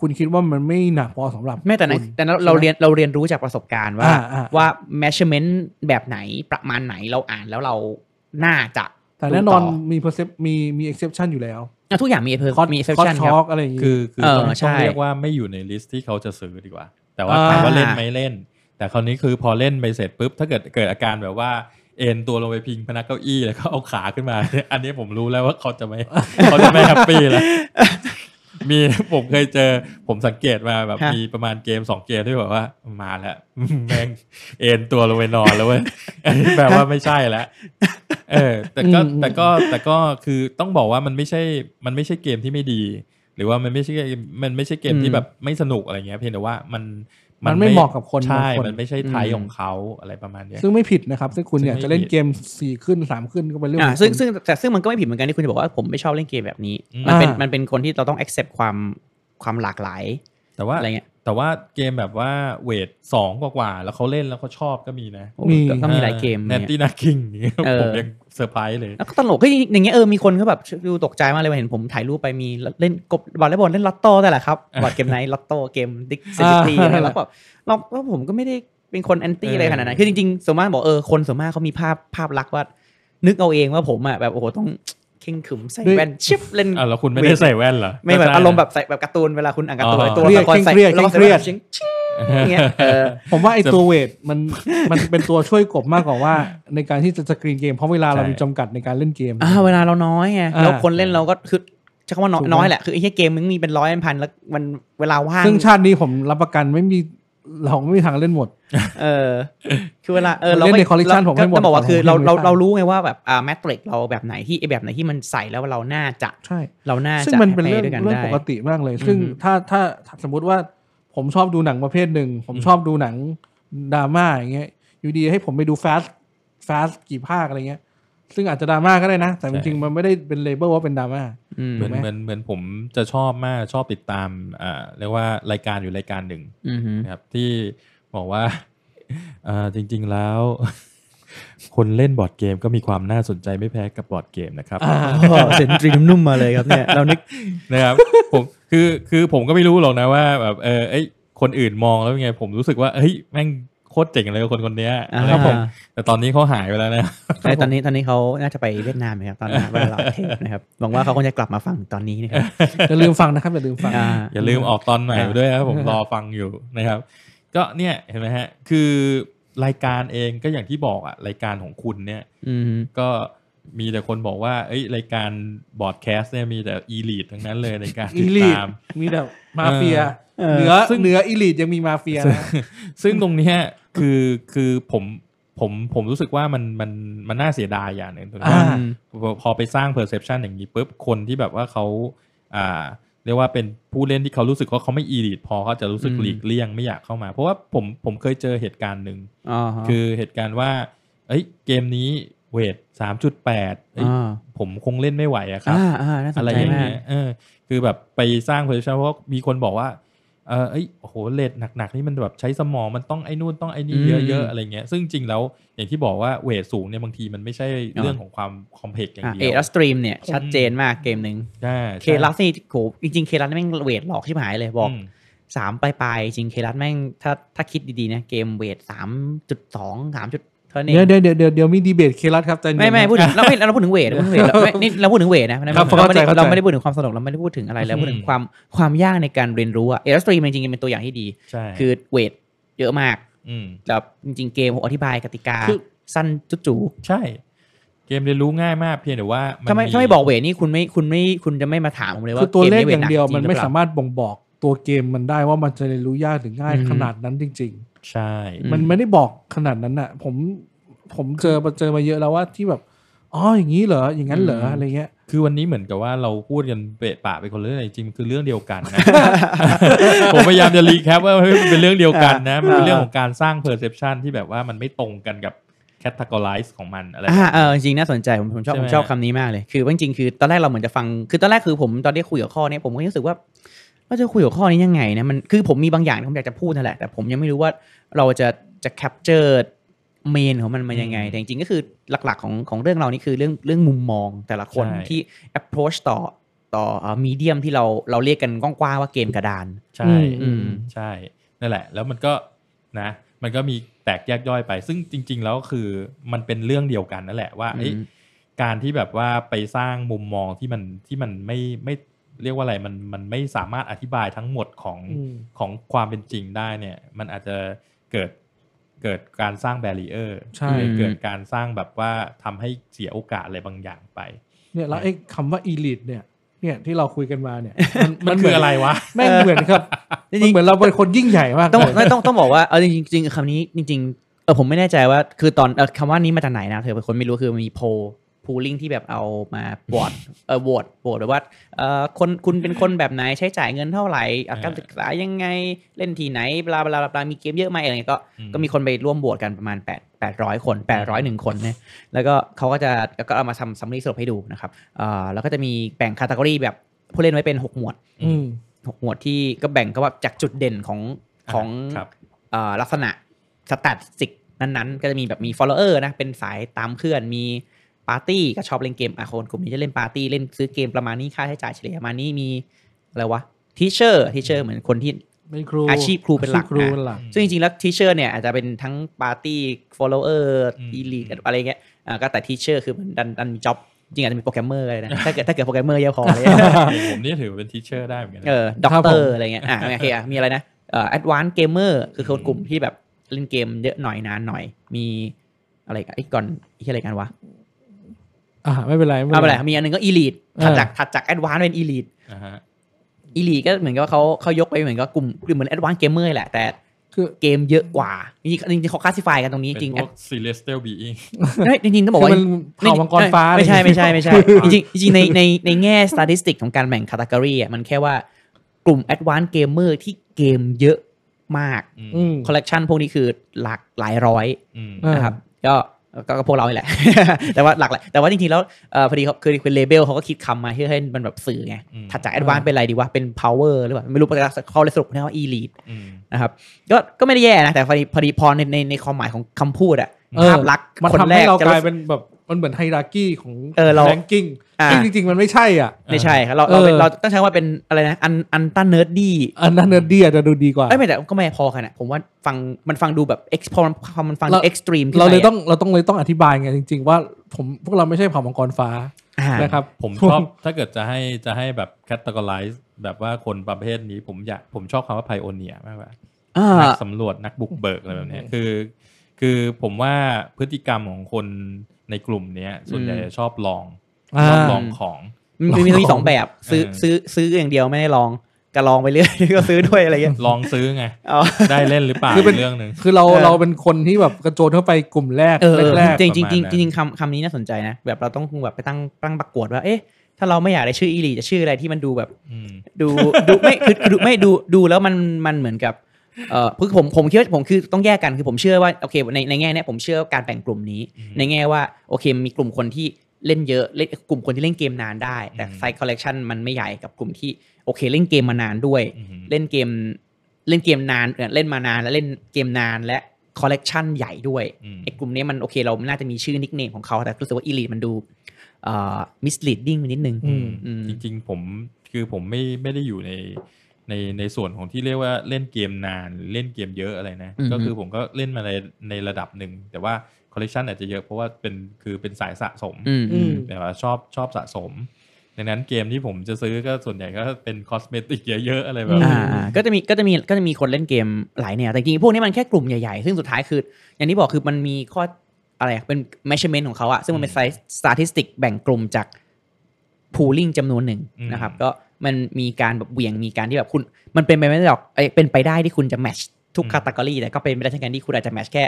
[SPEAKER 1] คุณคิดว่ามันไม่หนักพอสำหรับ
[SPEAKER 2] ไม่แต่ใน
[SPEAKER 1] คุณ
[SPEAKER 2] แต่เรา
[SPEAKER 1] ใช่ไหม
[SPEAKER 2] เราเรียนเราเรียนรู้จากประสบการณ์ว่า
[SPEAKER 1] อ่าอ่า
[SPEAKER 2] ว่า measurement แบบไหนประมาณไหนเราอ่านแล้วเราน่าจะ
[SPEAKER 1] แต่แน่นอน
[SPEAKER 2] ดู
[SPEAKER 1] มี percep มีมี exception อยู่แล้ว
[SPEAKER 2] ต่ออ่ะทุกอย่างมีเพิ่มมี
[SPEAKER 1] คอ
[SPEAKER 2] exception ครับ
[SPEAKER 1] ช็อกอะไรอย่างงี้
[SPEAKER 3] คือคือ
[SPEAKER 2] เออ
[SPEAKER 3] ต้อง
[SPEAKER 2] ใช่
[SPEAKER 3] ต้องเรียกว่าไม่อยู่ในลิสต์ที่เขาจะซื้อดีกว่า แต่ว่า
[SPEAKER 1] อ่า
[SPEAKER 3] ถามว่าเล่นไหมเล่น แต่คราวนี้คือพอเล่นไปเสร็จปุ๊บถ้าเกิดเกิดอาการแบบว่าเอ็นตัวลงไปพิงพนักเก้าอี้แล้วก็เอาขาขึ้นมา อันนี้ผมรู้แล้วว่าเขาจะไม่ เขาจะไม่ แฮปปี้แล้วมีผมเคยเจอ ผมสังเกตมาแบบ
[SPEAKER 2] ฮะ
[SPEAKER 3] มีประมาณเกมสองเกมที่แบบว่ามาแล้ว แม่งเอ็นตัวลงไปนอนแล้วเว้ย อันนี้แปลว่าไม่ใช่แล้ว เออแต่ก็
[SPEAKER 1] อืม
[SPEAKER 3] แต่ก็แต่ก็คือต้องบอกว่ามันไม่ใช่มันไม่ใช่เกมที่ไม่ดี หรือว่ามันไม่ใช่เกมมันไม่ใช่เกม
[SPEAKER 2] อืม
[SPEAKER 3] ที่แบบไม่สนุกอะไรเงี้ยเพียงแต่ว่ามัน
[SPEAKER 1] มันไม่เหมาะกับคนบาง
[SPEAKER 3] ใช่
[SPEAKER 1] คน
[SPEAKER 3] มันไม่ใช่ไทย
[SPEAKER 2] อืม
[SPEAKER 3] ของเขาอะไรประมาณเนี้ย
[SPEAKER 1] ซึ่งไม่ผิดนะครับ ซึ่งคุณ
[SPEAKER 3] ซึ่ง
[SPEAKER 1] อยากจะเล่น
[SPEAKER 3] ไม่ผิด
[SPEAKER 1] เกมสี่ขึ้นสามขึ้นก็เป็นเรื่อง
[SPEAKER 2] อ่ะ
[SPEAKER 1] ของ
[SPEAKER 2] ซึ่ง
[SPEAKER 1] คุณ
[SPEAKER 2] ซึ่งแต่ซึ่งมันก็ไม่ผิดเหมือนกันที่คุณจะบอกว่าผมไม่ชอบเล่นเกมแบบนี้
[SPEAKER 3] อืม
[SPEAKER 2] มันเป็น
[SPEAKER 1] อ่ามั
[SPEAKER 2] มันเป็นคนที่เราต้อง accept ความความหลากหลาย
[SPEAKER 3] แต่ว่า
[SPEAKER 2] อะไรเงี้ย
[SPEAKER 3] แต่ว่าเกมแบบว่าเวทสองกว่าๆแล้วเขาเล่นแล้วเขาชอบก็มีนะ
[SPEAKER 2] โอ้โห
[SPEAKER 1] มี
[SPEAKER 2] ก็ก็มีหลายเกม
[SPEAKER 3] แน
[SPEAKER 2] เนี่
[SPEAKER 3] ต
[SPEAKER 2] ย
[SPEAKER 3] ตี้นาคิงอย่างเงี้ย
[SPEAKER 2] เออ
[SPEAKER 3] ผมยังเซอร์ไพรส์เลย
[SPEAKER 2] แล้วก็ตลกก็อย่างเงี้ยเออมีคนก็แบบดูตกใจมากเลยว่าเห็นผมถ่ายรูปไปมีเล่นกบบอลเล่นบอลเล่นลอตโต้ได้แหละครับ บอร์ดเกมไหนลอตโต้เกมดิกซิตี้
[SPEAKER 1] อ่า
[SPEAKER 2] อะไรแล้วแบบเราว่าผมก็ไม่ได้เป็นคนแอนตี้
[SPEAKER 3] เอออ
[SPEAKER 2] อะไรขนาดนั้นคือจริงๆส่วนมากบอกเออคนส่วนมากเขามีภาพภาพลักษณ์ว่า นึกเอาเองว่าผมอ่ะแบบโอ้โหต้องเข่งขรึมใส่แว่นชิปเล่น
[SPEAKER 3] อ่ะแล้วคุณไม่ได้ใส่แว่นเหรอ
[SPEAKER 2] ไม่แบบ
[SPEAKER 3] ก็ด้นะ
[SPEAKER 2] อารมณ์แบบใส่แบบการ์ตูนเวลาคุณอ่านการ์ตูน
[SPEAKER 3] อ๋อ
[SPEAKER 2] ไอ้ตัว
[SPEAKER 1] เครีย
[SPEAKER 2] ละ
[SPEAKER 1] ด
[SPEAKER 2] ครใส่
[SPEAKER 1] เครียด
[SPEAKER 2] แล้วก็
[SPEAKER 1] เครียด
[SPEAKER 2] ใส่แว่นชิงชิงอย่างเงี้ยเออ
[SPEAKER 1] ผมว่าไอ้
[SPEAKER 3] จะ
[SPEAKER 1] ตัวเวทมันมันเป็นตัวช่วยกบมากกว่าว่า ในการที่จะสกรีนเกมเพราะเวลาเรา
[SPEAKER 3] ใช่
[SPEAKER 1] มีจำกัดในการเล่นเกม
[SPEAKER 2] อ่าเวลาเราน้อยไง
[SPEAKER 1] อ่า
[SPEAKER 2] แล้วคนเล่นเราก็คือใช้คำว่าน้อย
[SPEAKER 1] ถูกไหม
[SPEAKER 2] น้อยแหละคือไอ้เหี้ยเกมมึงมีเป็นร้อยเป็นพันแล้วมันเวลาว่าง
[SPEAKER 1] ซึ่งชาตินี้ผมรับประกันไม่มีเราไม่มีทางเล่นหมด
[SPEAKER 2] เออ คือเวลาเออ
[SPEAKER 1] ผม
[SPEAKER 2] เรา
[SPEAKER 1] เล่น
[SPEAKER 2] ไม่
[SPEAKER 1] ใน collection
[SPEAKER 2] เรา
[SPEAKER 1] ผมไม่หมด
[SPEAKER 2] จะบอกว่า
[SPEAKER 1] ผม
[SPEAKER 2] คือเรา
[SPEAKER 1] ไม่
[SPEAKER 2] เรา
[SPEAKER 1] ได้
[SPEAKER 2] เรารู้ไงว่าแบบอ่าแมทริกเราแบบไหนที่ไอแบบไหนที่มันใส่แล้วเราน่าจะ
[SPEAKER 1] ใช่
[SPEAKER 2] เราน่าจะ
[SPEAKER 1] ซึ่งมันเป็น
[SPEAKER 2] แฮปปี้
[SPEAKER 1] เรื่อง
[SPEAKER 2] ด้วยกัน
[SPEAKER 1] เรื่อง
[SPEAKER 2] ได้
[SPEAKER 1] ปกติมากเลย ซึ่ง
[SPEAKER 2] อือฮึ
[SPEAKER 1] ถ้าถ้าถ้าสมมติว่าผมชอบดูหนังประเภทหนึ่ง ผมชอบดูหนังดราม่าอย่างเงี้ย อยู่ดีให้ผมไปดูฟาสฟาสกี่ภาคอะไรเงี้ย ซึ่งอาจจะดราม่าก็ได้นะ แต่จริงๆมันไม่ได้เป็นเลเบลว่าเป็นดราม่า
[SPEAKER 2] อืม
[SPEAKER 3] เหมือน
[SPEAKER 1] ถูกไหม
[SPEAKER 3] เหมือนเหมือนผมจะชอบมากชอบติดตามอ่าเรียกว่ารายการอยู่รายการหนึ่ง
[SPEAKER 2] อืมฮึ
[SPEAKER 3] นะครับที่บอกว่า เอ่อจริง ๆแล้ว คนเล่นบอร์ดเกมก็มีความน่าสนใจไม่แพ้กับบอร์ดเกมนะครับ
[SPEAKER 2] เสียงตรีนุ่มมาเลยครับเนี่ยเรานึก
[SPEAKER 3] นะครับผมคือคือผมก็ไม่รู้หรอกนะว่าแบบเออเอ้ยคนอื่นมองแล้วยังไง ผมรู้สึกว่าเฮ้ยแม่ง โคตรเจ๋งเลยคนคนเนี้ย
[SPEAKER 2] อ่า
[SPEAKER 3] ครับผมแต่ตอนนี้เขาหายไปแล้วนะ
[SPEAKER 2] แต่ตอนนี้ตอนนี้เขาน่าจะไปเวียดนามนะครับตอนนี้เวลาเราเทปนะครับหวังว่าเขาคงจะกลับมาฟังตอนนี้นะครับ
[SPEAKER 1] อย่าลืมฟังนะครับอย่าลืมฟัง
[SPEAKER 2] อ่า
[SPEAKER 3] อย่าลืมออกตอนใหม่
[SPEAKER 2] อ่า
[SPEAKER 3] ด้วยนะครับผม
[SPEAKER 1] อ่าร ร
[SPEAKER 3] อฟังอยู่นะครับ ก็เนี่ยเห็นไหมฮะ คือรายการเองก็อย่างที่บอกอะรายการของคุณเนี่ย
[SPEAKER 2] อืม
[SPEAKER 3] ก็มีแต่คนบอกว่า เอ้ยรายการบอดแคสต์เนี่ยมีแต่อีลีททั้งนั้นเลยในการ
[SPEAKER 1] อี
[SPEAKER 3] ติด
[SPEAKER 1] ลีด
[SPEAKER 3] ตาม
[SPEAKER 1] มีแต่มาเฟีย
[SPEAKER 2] เออ
[SPEAKER 1] เหนือเหนืออีลีดยังมีมาเฟียนะ
[SPEAKER 3] ซึ่งตรงเนี้ยคือคือผมผมผมรู้สึกว่ามันมันมันน่าเสียดายอย่างหนึ่งตรงนี้
[SPEAKER 1] อ่า
[SPEAKER 3] ว่าพอพอไปสร้าง perception อย่างนี้ปุ๊บคนที่แบบว่าเขาอ่า เรียกว่าเป็นผู้เล่นที่เขารู้สึกว่าเขาไม่อีลิทพอเขาจะรู้สึก
[SPEAKER 2] อืม
[SPEAKER 3] หลีกเลี่ยงไม่อยากเข้ามา เพราะว่าผมผมเคยเจอเหตุการณ์หนึ่ง
[SPEAKER 2] อ๋อ
[SPEAKER 3] คือเหตุการณ์ว่า เอ้ยเกมนี้เวทสามจุดแปด
[SPEAKER 2] อ่า
[SPEAKER 3] ผมคงเล่นไม่ไหวอะครับ
[SPEAKER 2] อ่าอ่าน่าส
[SPEAKER 3] อะ
[SPEAKER 2] น
[SPEAKER 3] ไร
[SPEAKER 2] ใจ
[SPEAKER 3] อย่าง
[SPEAKER 2] มาก
[SPEAKER 3] เงี้ยเออคือแบบไปสร้าง perception เพราะว่ามีคนบอกว่า เออเอ้ยโอ้โหเลทหนักๆ นี่มันแบบใช้สมองมันต้องไอ้นู่นต้องไอ้นี่เยอะๆ อะไรเงี้ย ซึ่งจริงแล้วอย่างที่บอกว่าเวทสูงเนี่ยบางทีมันไม่ใช่เรื่องของความคอมเพล็กซ์อย่าง
[SPEAKER 2] อ่ะ
[SPEAKER 3] เดี
[SPEAKER 2] เอ
[SPEAKER 3] ยว
[SPEAKER 2] รัสตรีมเนี่ยชัดเจนมากเกมหนึ่ง
[SPEAKER 3] ใช่
[SPEAKER 2] เคลัสนี่โหจริงๆเคลัสแม่งเวทหลอกชิบหายเลยบอก
[SPEAKER 3] ม
[SPEAKER 2] สามปลายๆจริงเครัสแม่งถ้าถ้าคิดดีๆนะเกมเวทสามจุดสองสามจุดเท่านี้น
[SPEAKER 1] เดี๋ยวเดี๋ยวเดี๋ยวเดี๋ยวเดี๋ยวมีดีเบตเคลัสครับใจเย็น
[SPEAKER 2] ไม่ไม่
[SPEAKER 1] นะ
[SPEAKER 2] พูดถึงเราไม่เราพูดถึงเวทเราพูดถึงเวทเราไม่ นี่เราพูดถึงเวทนะ
[SPEAKER 1] ครับ
[SPEAKER 2] เราไม่ได้
[SPEAKER 1] เข้าใจเข้าใจ
[SPEAKER 2] เราไม่ได้พูดถึงความสนุกเราไม่ได้พูดถึงอะไรเราพูดถึง
[SPEAKER 3] อืม
[SPEAKER 2] ความความยากในการเรียนรู้อะเอลสตรีมจริงๆเป็นตัวอย่างที่ดี
[SPEAKER 3] ใช่
[SPEAKER 2] คือเวทเยอะมาก
[SPEAKER 3] ม
[SPEAKER 2] แล้วจริงๆเกมอธิบายกติกา
[SPEAKER 1] คือ
[SPEAKER 2] สั้นจุ๊จู
[SPEAKER 3] ใช่ เกมเรียนรู้ง่ายมากเพียงแต่ว่า
[SPEAKER 2] ถ้าไม่ถ้าไม่บอกเวทนี่คุณไม่คุณไม่คุณจะไม่มาถามผมเลย
[SPEAKER 1] คื
[SPEAKER 2] ว่า
[SPEAKER 1] อตัวเลข
[SPEAKER 2] กมนี้วท
[SPEAKER 1] อย่าง
[SPEAKER 2] หก
[SPEAKER 1] เดียว
[SPEAKER 2] จง
[SPEAKER 1] มัน
[SPEAKER 2] หรือ
[SPEAKER 1] ไม่
[SPEAKER 2] เปล่
[SPEAKER 1] สามารถบ่งบอกตัวเกมมันได้ว่ามันจะเรียนรู้ยากหรือง่าย
[SPEAKER 2] อืม
[SPEAKER 1] ขนาดนั้นจริง
[SPEAKER 3] ใช่
[SPEAKER 2] อืม
[SPEAKER 1] ๆ มันไม่ได้บอกขนาดนั้นน่ะ ผมผมเจอเจอมาเยอะแล้วว่าที่แบบอ๋ออย่างนี้เหรออย่างนั้นเหรอ
[SPEAKER 2] อืม
[SPEAKER 1] อะไรเงี้ย
[SPEAKER 3] คือวันนี้เหมือนกับว่าเราพูดกันเปะปะไปคนละเรื่องแต่จริงๆมันคือเรื่องเดียวกันนะ ผมพยายามจะรีแคปว่าเฮ้ยมันเป็นเรื่องเดียวกันนะมันเป็นเรื่องของการสร้าง perception ที่แบบว่ามันไม่ตรงกันกับ categorize ของมันอะไร
[SPEAKER 2] อ่าเออจริงๆน่าสนใจผมผมชอบ
[SPEAKER 3] ใช่
[SPEAKER 2] ผ
[SPEAKER 3] ไหม
[SPEAKER 2] มชอบคำนี้มากเลยคือว่าจริงๆคือตอนแรกเราเหมือนจะฟังคือตอนแรกคือผมตอนที่คุยกับข้อเนี้ยผมก็ยังรู้สึกว่าเราจะคุยกับข้อนี้ยังไงนะมันคือผมมีบางอย่างที่ผมอยากจะพูดนั่นแหละแต่ผมยังไม่รู้ว่าเราจะจะแคปเจอร์เมนของมันมายังไง
[SPEAKER 3] อืม
[SPEAKER 2] แต่จริงๆก็คือหลักๆของของเรื่องเรานี่คือเรื่องเรื่องมุมมองแต่ละคน
[SPEAKER 3] ใช่
[SPEAKER 2] ที่ approach ต่อต่อมีเดียมที่เราเราเรียกกันกว้างๆว่าเกมกระดาน
[SPEAKER 3] ใช่
[SPEAKER 2] อืม
[SPEAKER 3] ใช่นั่นแหละ แล้วมันก็นะ มันก็มีแตกแยกย่อยไป ซึ่งจริง ๆ แล้วคือมันเป็นเรื่องเดียวกันนั่นแหละว่าเอ้ย การที่แบบว่าไปสร้างมุมมองที่มันที่มันไม่ไม่เรียกว่าอะไรมันมันไม่สามารถอธิบายทั้งหมดของ
[SPEAKER 1] อืม
[SPEAKER 3] ของความเป็นจริงได้เนี่ย มันอาจจะเกิดเกิดการสร้างแบรีเออร์
[SPEAKER 1] ใช่
[SPEAKER 3] เกิดการสร้างแบบว่าทำให้เสียโอกาสอะไรบางอย่างไป
[SPEAKER 1] เนี่ยแล้วไอ้คำว่าอีลิทเนี่ยเนี่ยที่เราคุยกันมา เนี่ย
[SPEAKER 3] มันคืออะไรวะ
[SPEAKER 1] แม่งเหมือนครับ
[SPEAKER 2] จริงๆ
[SPEAKER 1] มันเหมือนเราเป็นคนยิ่งใหญ่มาก
[SPEAKER 2] ต้อง
[SPEAKER 1] เลย
[SPEAKER 2] ไม่ต้องต้องบอกว่าเอาจริงๆจริงๆคำนี้จริงๆเออผมไม่แน่ใจว่าคือตอนเออคำว่านี้มาจากไหนนะเธอเป็นคนไม่รู้คือมันมีโพพูลิงที่แบบเอามาโหวตเออโหวตโหวตแบบว่าเออคนคุณเป็นคนแบบไหนใช้จ่ายเงินเท่าไหร่อาการศึกษายังไงเล่นทีไหนบลาบลาบลาบลามีเกมเยอะไหมอะไรเงี้ยก็
[SPEAKER 3] อืม
[SPEAKER 2] ก็มีคนไปร่วมโหวตกันประมาณ8 800 คน801คนนะแล้วก็เขาก็จะก็เอามาทำซัมรีสรุปให้ดูนะครับเออแล้วก็จะมีแบ่งคาตากรีแบบผู้เล่นไว้เป็นหกหมวด
[SPEAKER 1] อืม
[SPEAKER 2] หกหมวดที่ก็แบ่งก็ว่าจากจุดเด่นของของ
[SPEAKER 3] ครับ
[SPEAKER 2] เอ่อลักษณะสแตทสิกนั้นๆ ก็จะมีแบบมี follower นะ เป็นสายตามเพื่อนมีปาร์ตี้ก็ชอบเล่นเกมอ่ะคนกลุ่มนี้จะเล่นปาร์ตี้ เล่นซื้อเกมประมาณนี้ค่าใช้จ่ายเฉลี่ยประมาณนี้มีอะไรวะทีเชอร์ทีเชอร์เหมือนคนที่
[SPEAKER 1] เป็นครู
[SPEAKER 2] อาชีพครูเป็นหลัก
[SPEAKER 1] อาชีพครู
[SPEAKER 2] นะ
[SPEAKER 1] เป็น หลัก
[SPEAKER 2] ซึ่งจริงๆ แล้วทีเชอร์เนี่ยอาจจะเป็นทั้งปาร์ตี้ follower
[SPEAKER 3] อืม
[SPEAKER 2] e l i t e อะไรเงี้ยอ่าก็แต่ทีเชอร์คือมันดันดันมีจ็อบจริงๆอาจจะมีโปรแกรมเมอร์ก็ได้นะถ้าเกิดถ้าเกิดโปรแกรมเมอร์เยอะพออะไรเลย
[SPEAKER 3] อย่างผมนี่ถือเป็นทีเชอร์ได้เหมือนกันนะ
[SPEAKER 2] เออด็อก
[SPEAKER 1] ครับ
[SPEAKER 2] เต
[SPEAKER 1] ผ
[SPEAKER 2] อ
[SPEAKER 1] ม
[SPEAKER 2] ร์อะไรเงี้ย อ่ะโอเคอ่ะมีอะไรนะ เอ่อแอดวานซ์เกมเมอร์คือคนกลุ่มที่แบบเล่นเกมเยอะหน่อยนานหน่อย มีอะไรอีกันไอ้ก่อนไอ้อะไรกันวะ
[SPEAKER 1] อ่าไม่เป็นไร
[SPEAKER 2] เอาไปเลยมีอันหนึงก็อีลีด
[SPEAKER 1] เออ
[SPEAKER 2] ถัดจากถัดจากแอดวานซ์เป็นอีลีด
[SPEAKER 3] อ่าฮะ
[SPEAKER 2] อีลีดก็เหมือนกับว่าเขาเขายกไปเหมือนกับกลุ่มคือเหมือนแอดวานซ์เกมเมอร์แหละ แต่
[SPEAKER 1] คือ
[SPEAKER 2] เกมเยอะกว่า จริงๆจริงๆเขาคลาสสิฟายกันตรงนี้
[SPEAKER 3] เป็
[SPEAKER 2] จริง
[SPEAKER 3] นพวก celestial being
[SPEAKER 2] ๆเฮ้ยจริงๆต้องบอก
[SPEAKER 1] คือ
[SPEAKER 2] ว่า
[SPEAKER 1] มันเผ่ามังกรฟ้า
[SPEAKER 2] ไม่ใช่
[SPEAKER 1] อะไรอย่างเงี้ย
[SPEAKER 2] ไม่ใช่ไม่ ใช่ จริงๆจริงๆในในในแง่สถิติของการแบ่งคาตากรีอ่ะมันแค่ว่ากลุ่มแอดวานซ์เกมเมอร์ที่เกมเยอะมาก
[SPEAKER 3] อืม
[SPEAKER 1] อืม
[SPEAKER 2] คอลเลกชันพวกนี้คือหลักหลายร้อย
[SPEAKER 3] อืม
[SPEAKER 1] อ่า
[SPEAKER 2] นะครับก็ก็ก็พวกเรานี่แหละ แต่ว่าหลักหลายแต่ว่าจริงๆแล้วเอ่อพอดีเขาคือคือเลเบลเขาก็คิดคำมาเพื่อให้มันแบบสื่อไง
[SPEAKER 3] อืม
[SPEAKER 2] ถัดจากแอดวานเป็นอะไรดีว่าเป็น power หรือเปล่า ไม่รู้ประเขาเลยสรุปนะว่า elite
[SPEAKER 3] อืม
[SPEAKER 2] นะครับก็ก็ไม่ได้แย่นะ แต่พอดีพอดีพอในในในความหมายของคำพูดอะ
[SPEAKER 1] เออ
[SPEAKER 2] ภาพลักษณ์
[SPEAKER 1] มัน
[SPEAKER 2] คน
[SPEAKER 1] ทำ
[SPEAKER 2] แร
[SPEAKER 1] ให้
[SPEAKER 2] ก
[SPEAKER 1] เรา
[SPEAKER 2] จะ
[SPEAKER 1] กลาย
[SPEAKER 2] รู้สึก
[SPEAKER 1] เป็นแบบ มันเหมือนไฮรากี้ของ
[SPEAKER 2] เออเรา
[SPEAKER 1] แรงกิ้ง
[SPEAKER 2] อ่า
[SPEAKER 1] ซึ่งจริง ๆ มันไม่ใช่อ่ะ
[SPEAKER 2] ไม่ใช่ครับเราเราเป็น
[SPEAKER 1] เออ
[SPEAKER 2] เราต้องใช้ว่าเป็นอะไรนะอันอันต้าเนิร์ดดี้
[SPEAKER 1] อันนั้นเนอร์ดี้อาจจะดูดีกว่า
[SPEAKER 2] เอ้ยไม่แต่ก็ไม่พอขนาดผมว่าฟังมันฟังดูแบบเอ็กซ์พอมันฟัง
[SPEAKER 1] เรา
[SPEAKER 2] เอ็กซ์ตรีม
[SPEAKER 1] เราเลยต้องเราต้องเลยต้องอธิบายไงจริง ๆ ว่าผมพวกเราไม่ใช่เผ่ามังกรฟ้า
[SPEAKER 2] นะค
[SPEAKER 1] นะครับ รับ
[SPEAKER 3] ผมชอบ ถ้าเกิดจะให้จะให้แบบ categorize แบบว่าคนประเภทนี้ผมอยากผมชอบคำว่าไพโอเนียมากกว่า
[SPEAKER 2] อ่า
[SPEAKER 3] นักสำรวจนักบุกเบิกอะไรแบบเนี้ยคือ คือผมว่าพฤติกรรมของคนในกลุ่มเนี้ย ส่วนใหญ่
[SPEAKER 2] อืม
[SPEAKER 3] จะชอบลอง
[SPEAKER 1] อ่า
[SPEAKER 3] ชอบลองของ
[SPEAKER 2] มันมีมีสองแบบ ซื้อ
[SPEAKER 3] เออ
[SPEAKER 2] ซื้อซื้ออย่างเดียวไม่ได้ลองก็ลองไปเรื่อย ก็ซื้อด้วยอะไรเงี้ย
[SPEAKER 3] ลองซื้อไง
[SPEAKER 2] อ๋อ
[SPEAKER 3] ได้เล่นหรือเปล่า
[SPEAKER 1] คือเป็น
[SPEAKER 3] เรื่องหนึ่ง
[SPEAKER 1] คือเรา
[SPEAKER 2] เออ
[SPEAKER 1] เราเป็นคนที่แบบกระโจนเข้าไปกลุ่มแรก
[SPEAKER 2] เออ
[SPEAKER 1] แรก
[SPEAKER 2] จริงๆจริ
[SPEAKER 3] ประ
[SPEAKER 2] ง
[SPEAKER 3] มาณ
[SPEAKER 2] ๆจริ
[SPEAKER 3] นั้น
[SPEAKER 2] งๆจริงๆคำคำนี้น่าสนใจนะ แบบเราต้องคงแบบไปตั้งตั้งประกวดว่าเอ๊ะถ้าเราไม่อยากได้ชื่ออีหลีจะชื่ออะไรที่มันดูแบบ
[SPEAKER 3] อืม
[SPEAKER 2] ดูดูไม่คือคือดูไม่ดูดูแล้วมันมันเหมือนกับเออคือผมผมคิดว่าผมคือต้องแยกกันคือผมเชื่อว่าโอเคในในแง่เนี้ยผมเชื่อการแบ่งกลุ่มนี้
[SPEAKER 3] อืม
[SPEAKER 2] ในแง่ว่าโอเคมีกลุ่มคนที่เล่นเยอะเล่นกลุ่มคนที่เล่นเกมนานได้ แต่
[SPEAKER 3] อืม
[SPEAKER 2] ไซคอลเลกชันมันไม่ใหญ่กับกลุ่มที่โอเคเล่นเกมมานานด้วย
[SPEAKER 3] อืม
[SPEAKER 2] เล่นเกมเล่นเกมนานเอ่อเล่นมานานและเล่นเกมนานและคอลเลกชันใหญ่ด้วย
[SPEAKER 3] อืม
[SPEAKER 2] ไอ้กลุ่มเนี้ยมันโอเคเราน่าจะมีชื่อนิกเนมของเขาแต่รู้สึกว่าอีลีมันดูเอ่อมิสลีดดิ้งนิดนึง
[SPEAKER 1] อืม
[SPEAKER 2] อืม
[SPEAKER 3] จริงๆผมคือผมไม่ไม่ได้อยู่ในในในส่วนของที่เรียกว่าเล่นเกมนานหรือเล่นเกมเยอะอะไรนะ
[SPEAKER 2] อืม
[SPEAKER 3] ก็คือผมก็เล่นมาในในระดับหนึ่ง แต่ว่าคอลเลกชันอาจจะเยอะเพราะว่าเป็นคือเป็นสายสะสม
[SPEAKER 2] อืมอืม
[SPEAKER 3] แบบว่าชอบชอบสะสม ดังนั้นเกมที่ผมจะซื้อก็ส่วนใหญ่ก็เป็นคอสเมติกเยอะๆ อะไรแบบ
[SPEAKER 2] อ่า
[SPEAKER 3] นี้
[SPEAKER 2] ก็จะมีก็จะมีก็จะมีคนเล่นเกมหลายแนวแต่จริงๆพวกนี้มันแค่กลุ่มใหญ่ๆ ซึ่งสุดท้ายคือ อย่างที่บอกคือมันมีข้ออะไรอะเป็น measurement ของเขาอะซึ่งมันเป็นไซส์ statistic แบ่งกลุ่มจาก pooling จำนวนหนึ่ง
[SPEAKER 3] อืม
[SPEAKER 2] นะครับ ก็มันมีการแบบเหวี่ยงมีการที่แบบคุณ มันเป็นไปไม่ได้หรอกเอ้ยเป็นไปได้ที่คุณจะ match ทุก category แต่ก็เป็นไปได้เช่นกันที่คุณอาจจะ match แค่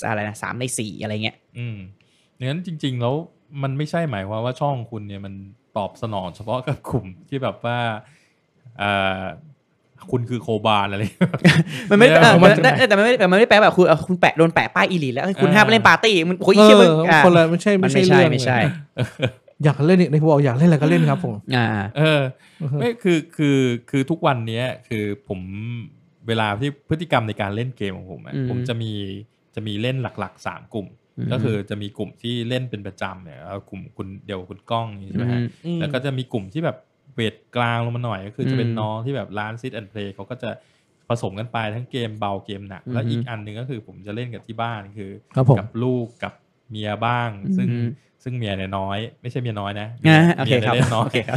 [SPEAKER 2] สอะไรนะสามในสี่อะไรเงี้ย
[SPEAKER 3] อืมดังนั้นจริงๆ แล้วมันไม่ใช่หมายความว่าช่องคุณเนี่ยมันตอบสนองเฉพาะกับกลุ่มที่แบบว่าอ่าคุณคือโคบาลอะไร
[SPEAKER 2] มันไม่ได้
[SPEAKER 3] เนี่ย
[SPEAKER 2] เออ
[SPEAKER 3] มัน
[SPEAKER 2] แต่แต่แต่มันไม่ได้แต่มันไม่ได้แปลแบบคุณเอ่อคุณแปะโดนแปะป้ายอีลีแล้วคุณ
[SPEAKER 3] อ่า
[SPEAKER 2] ห้ามเล่นปาร์ตี้มันโอ้ย
[SPEAKER 1] เอ
[SPEAKER 2] เชี่ย
[SPEAKER 1] อ
[SPEAKER 2] มันอ่า
[SPEAKER 1] คนละไม่ใช่
[SPEAKER 2] มัน
[SPEAKER 1] ไม่
[SPEAKER 2] ไม่
[SPEAKER 1] ใช่
[SPEAKER 2] ใช่
[SPEAKER 1] เรื่อง
[SPEAKER 2] ไม่ใช่
[SPEAKER 1] เลยอยากเล่นอีกในหัวบอกอยากเล่นอะไรก็เล่นครับผม
[SPEAKER 2] อ่า
[SPEAKER 3] เออ ไม่คือคือคือทุกวันเนี้ยคือผมเวลาที่พฤติกรรมในการเล่นเกมของผมอะ
[SPEAKER 2] อืม
[SPEAKER 3] ผมจะมีจะมีเล่นหลักๆสามกลุ่ม
[SPEAKER 2] อืม
[SPEAKER 3] ก็คือจะมีกลุ่มที่เล่นเป็นประจำเนี่ยเอากลุ่มคุณเดียวกับคุณก้องอย่างนี้ใช่ไหมฮะ
[SPEAKER 1] อืม
[SPEAKER 3] แล้วก็จะมีกลุ่มที่แบบเวทกลางลงมาหน่อยก็คือ
[SPEAKER 2] อืม
[SPEAKER 3] จะเป็นน้องที่แบบร้านซิดแอนเพลย์เขาก็จะผสมกันไปทั้งเกมเบาเกมหนัก
[SPEAKER 2] อืม
[SPEAKER 3] แล้วอีกอันหนึ่งก็คือผมจะเล่นกับที่บ้านคือ
[SPEAKER 1] ครับผม
[SPEAKER 3] กับลูกกับเมียบ้าง
[SPEAKER 2] อืม
[SPEAKER 3] ซึ่งซึ่งเมียเนี่ยน้อย ไม่ใช่เมียน้อยนะ
[SPEAKER 2] อ่าโอเค
[SPEAKER 3] มีย
[SPEAKER 2] ครับ
[SPEAKER 3] นี่ยเล่นน้อย
[SPEAKER 2] โอเคครับ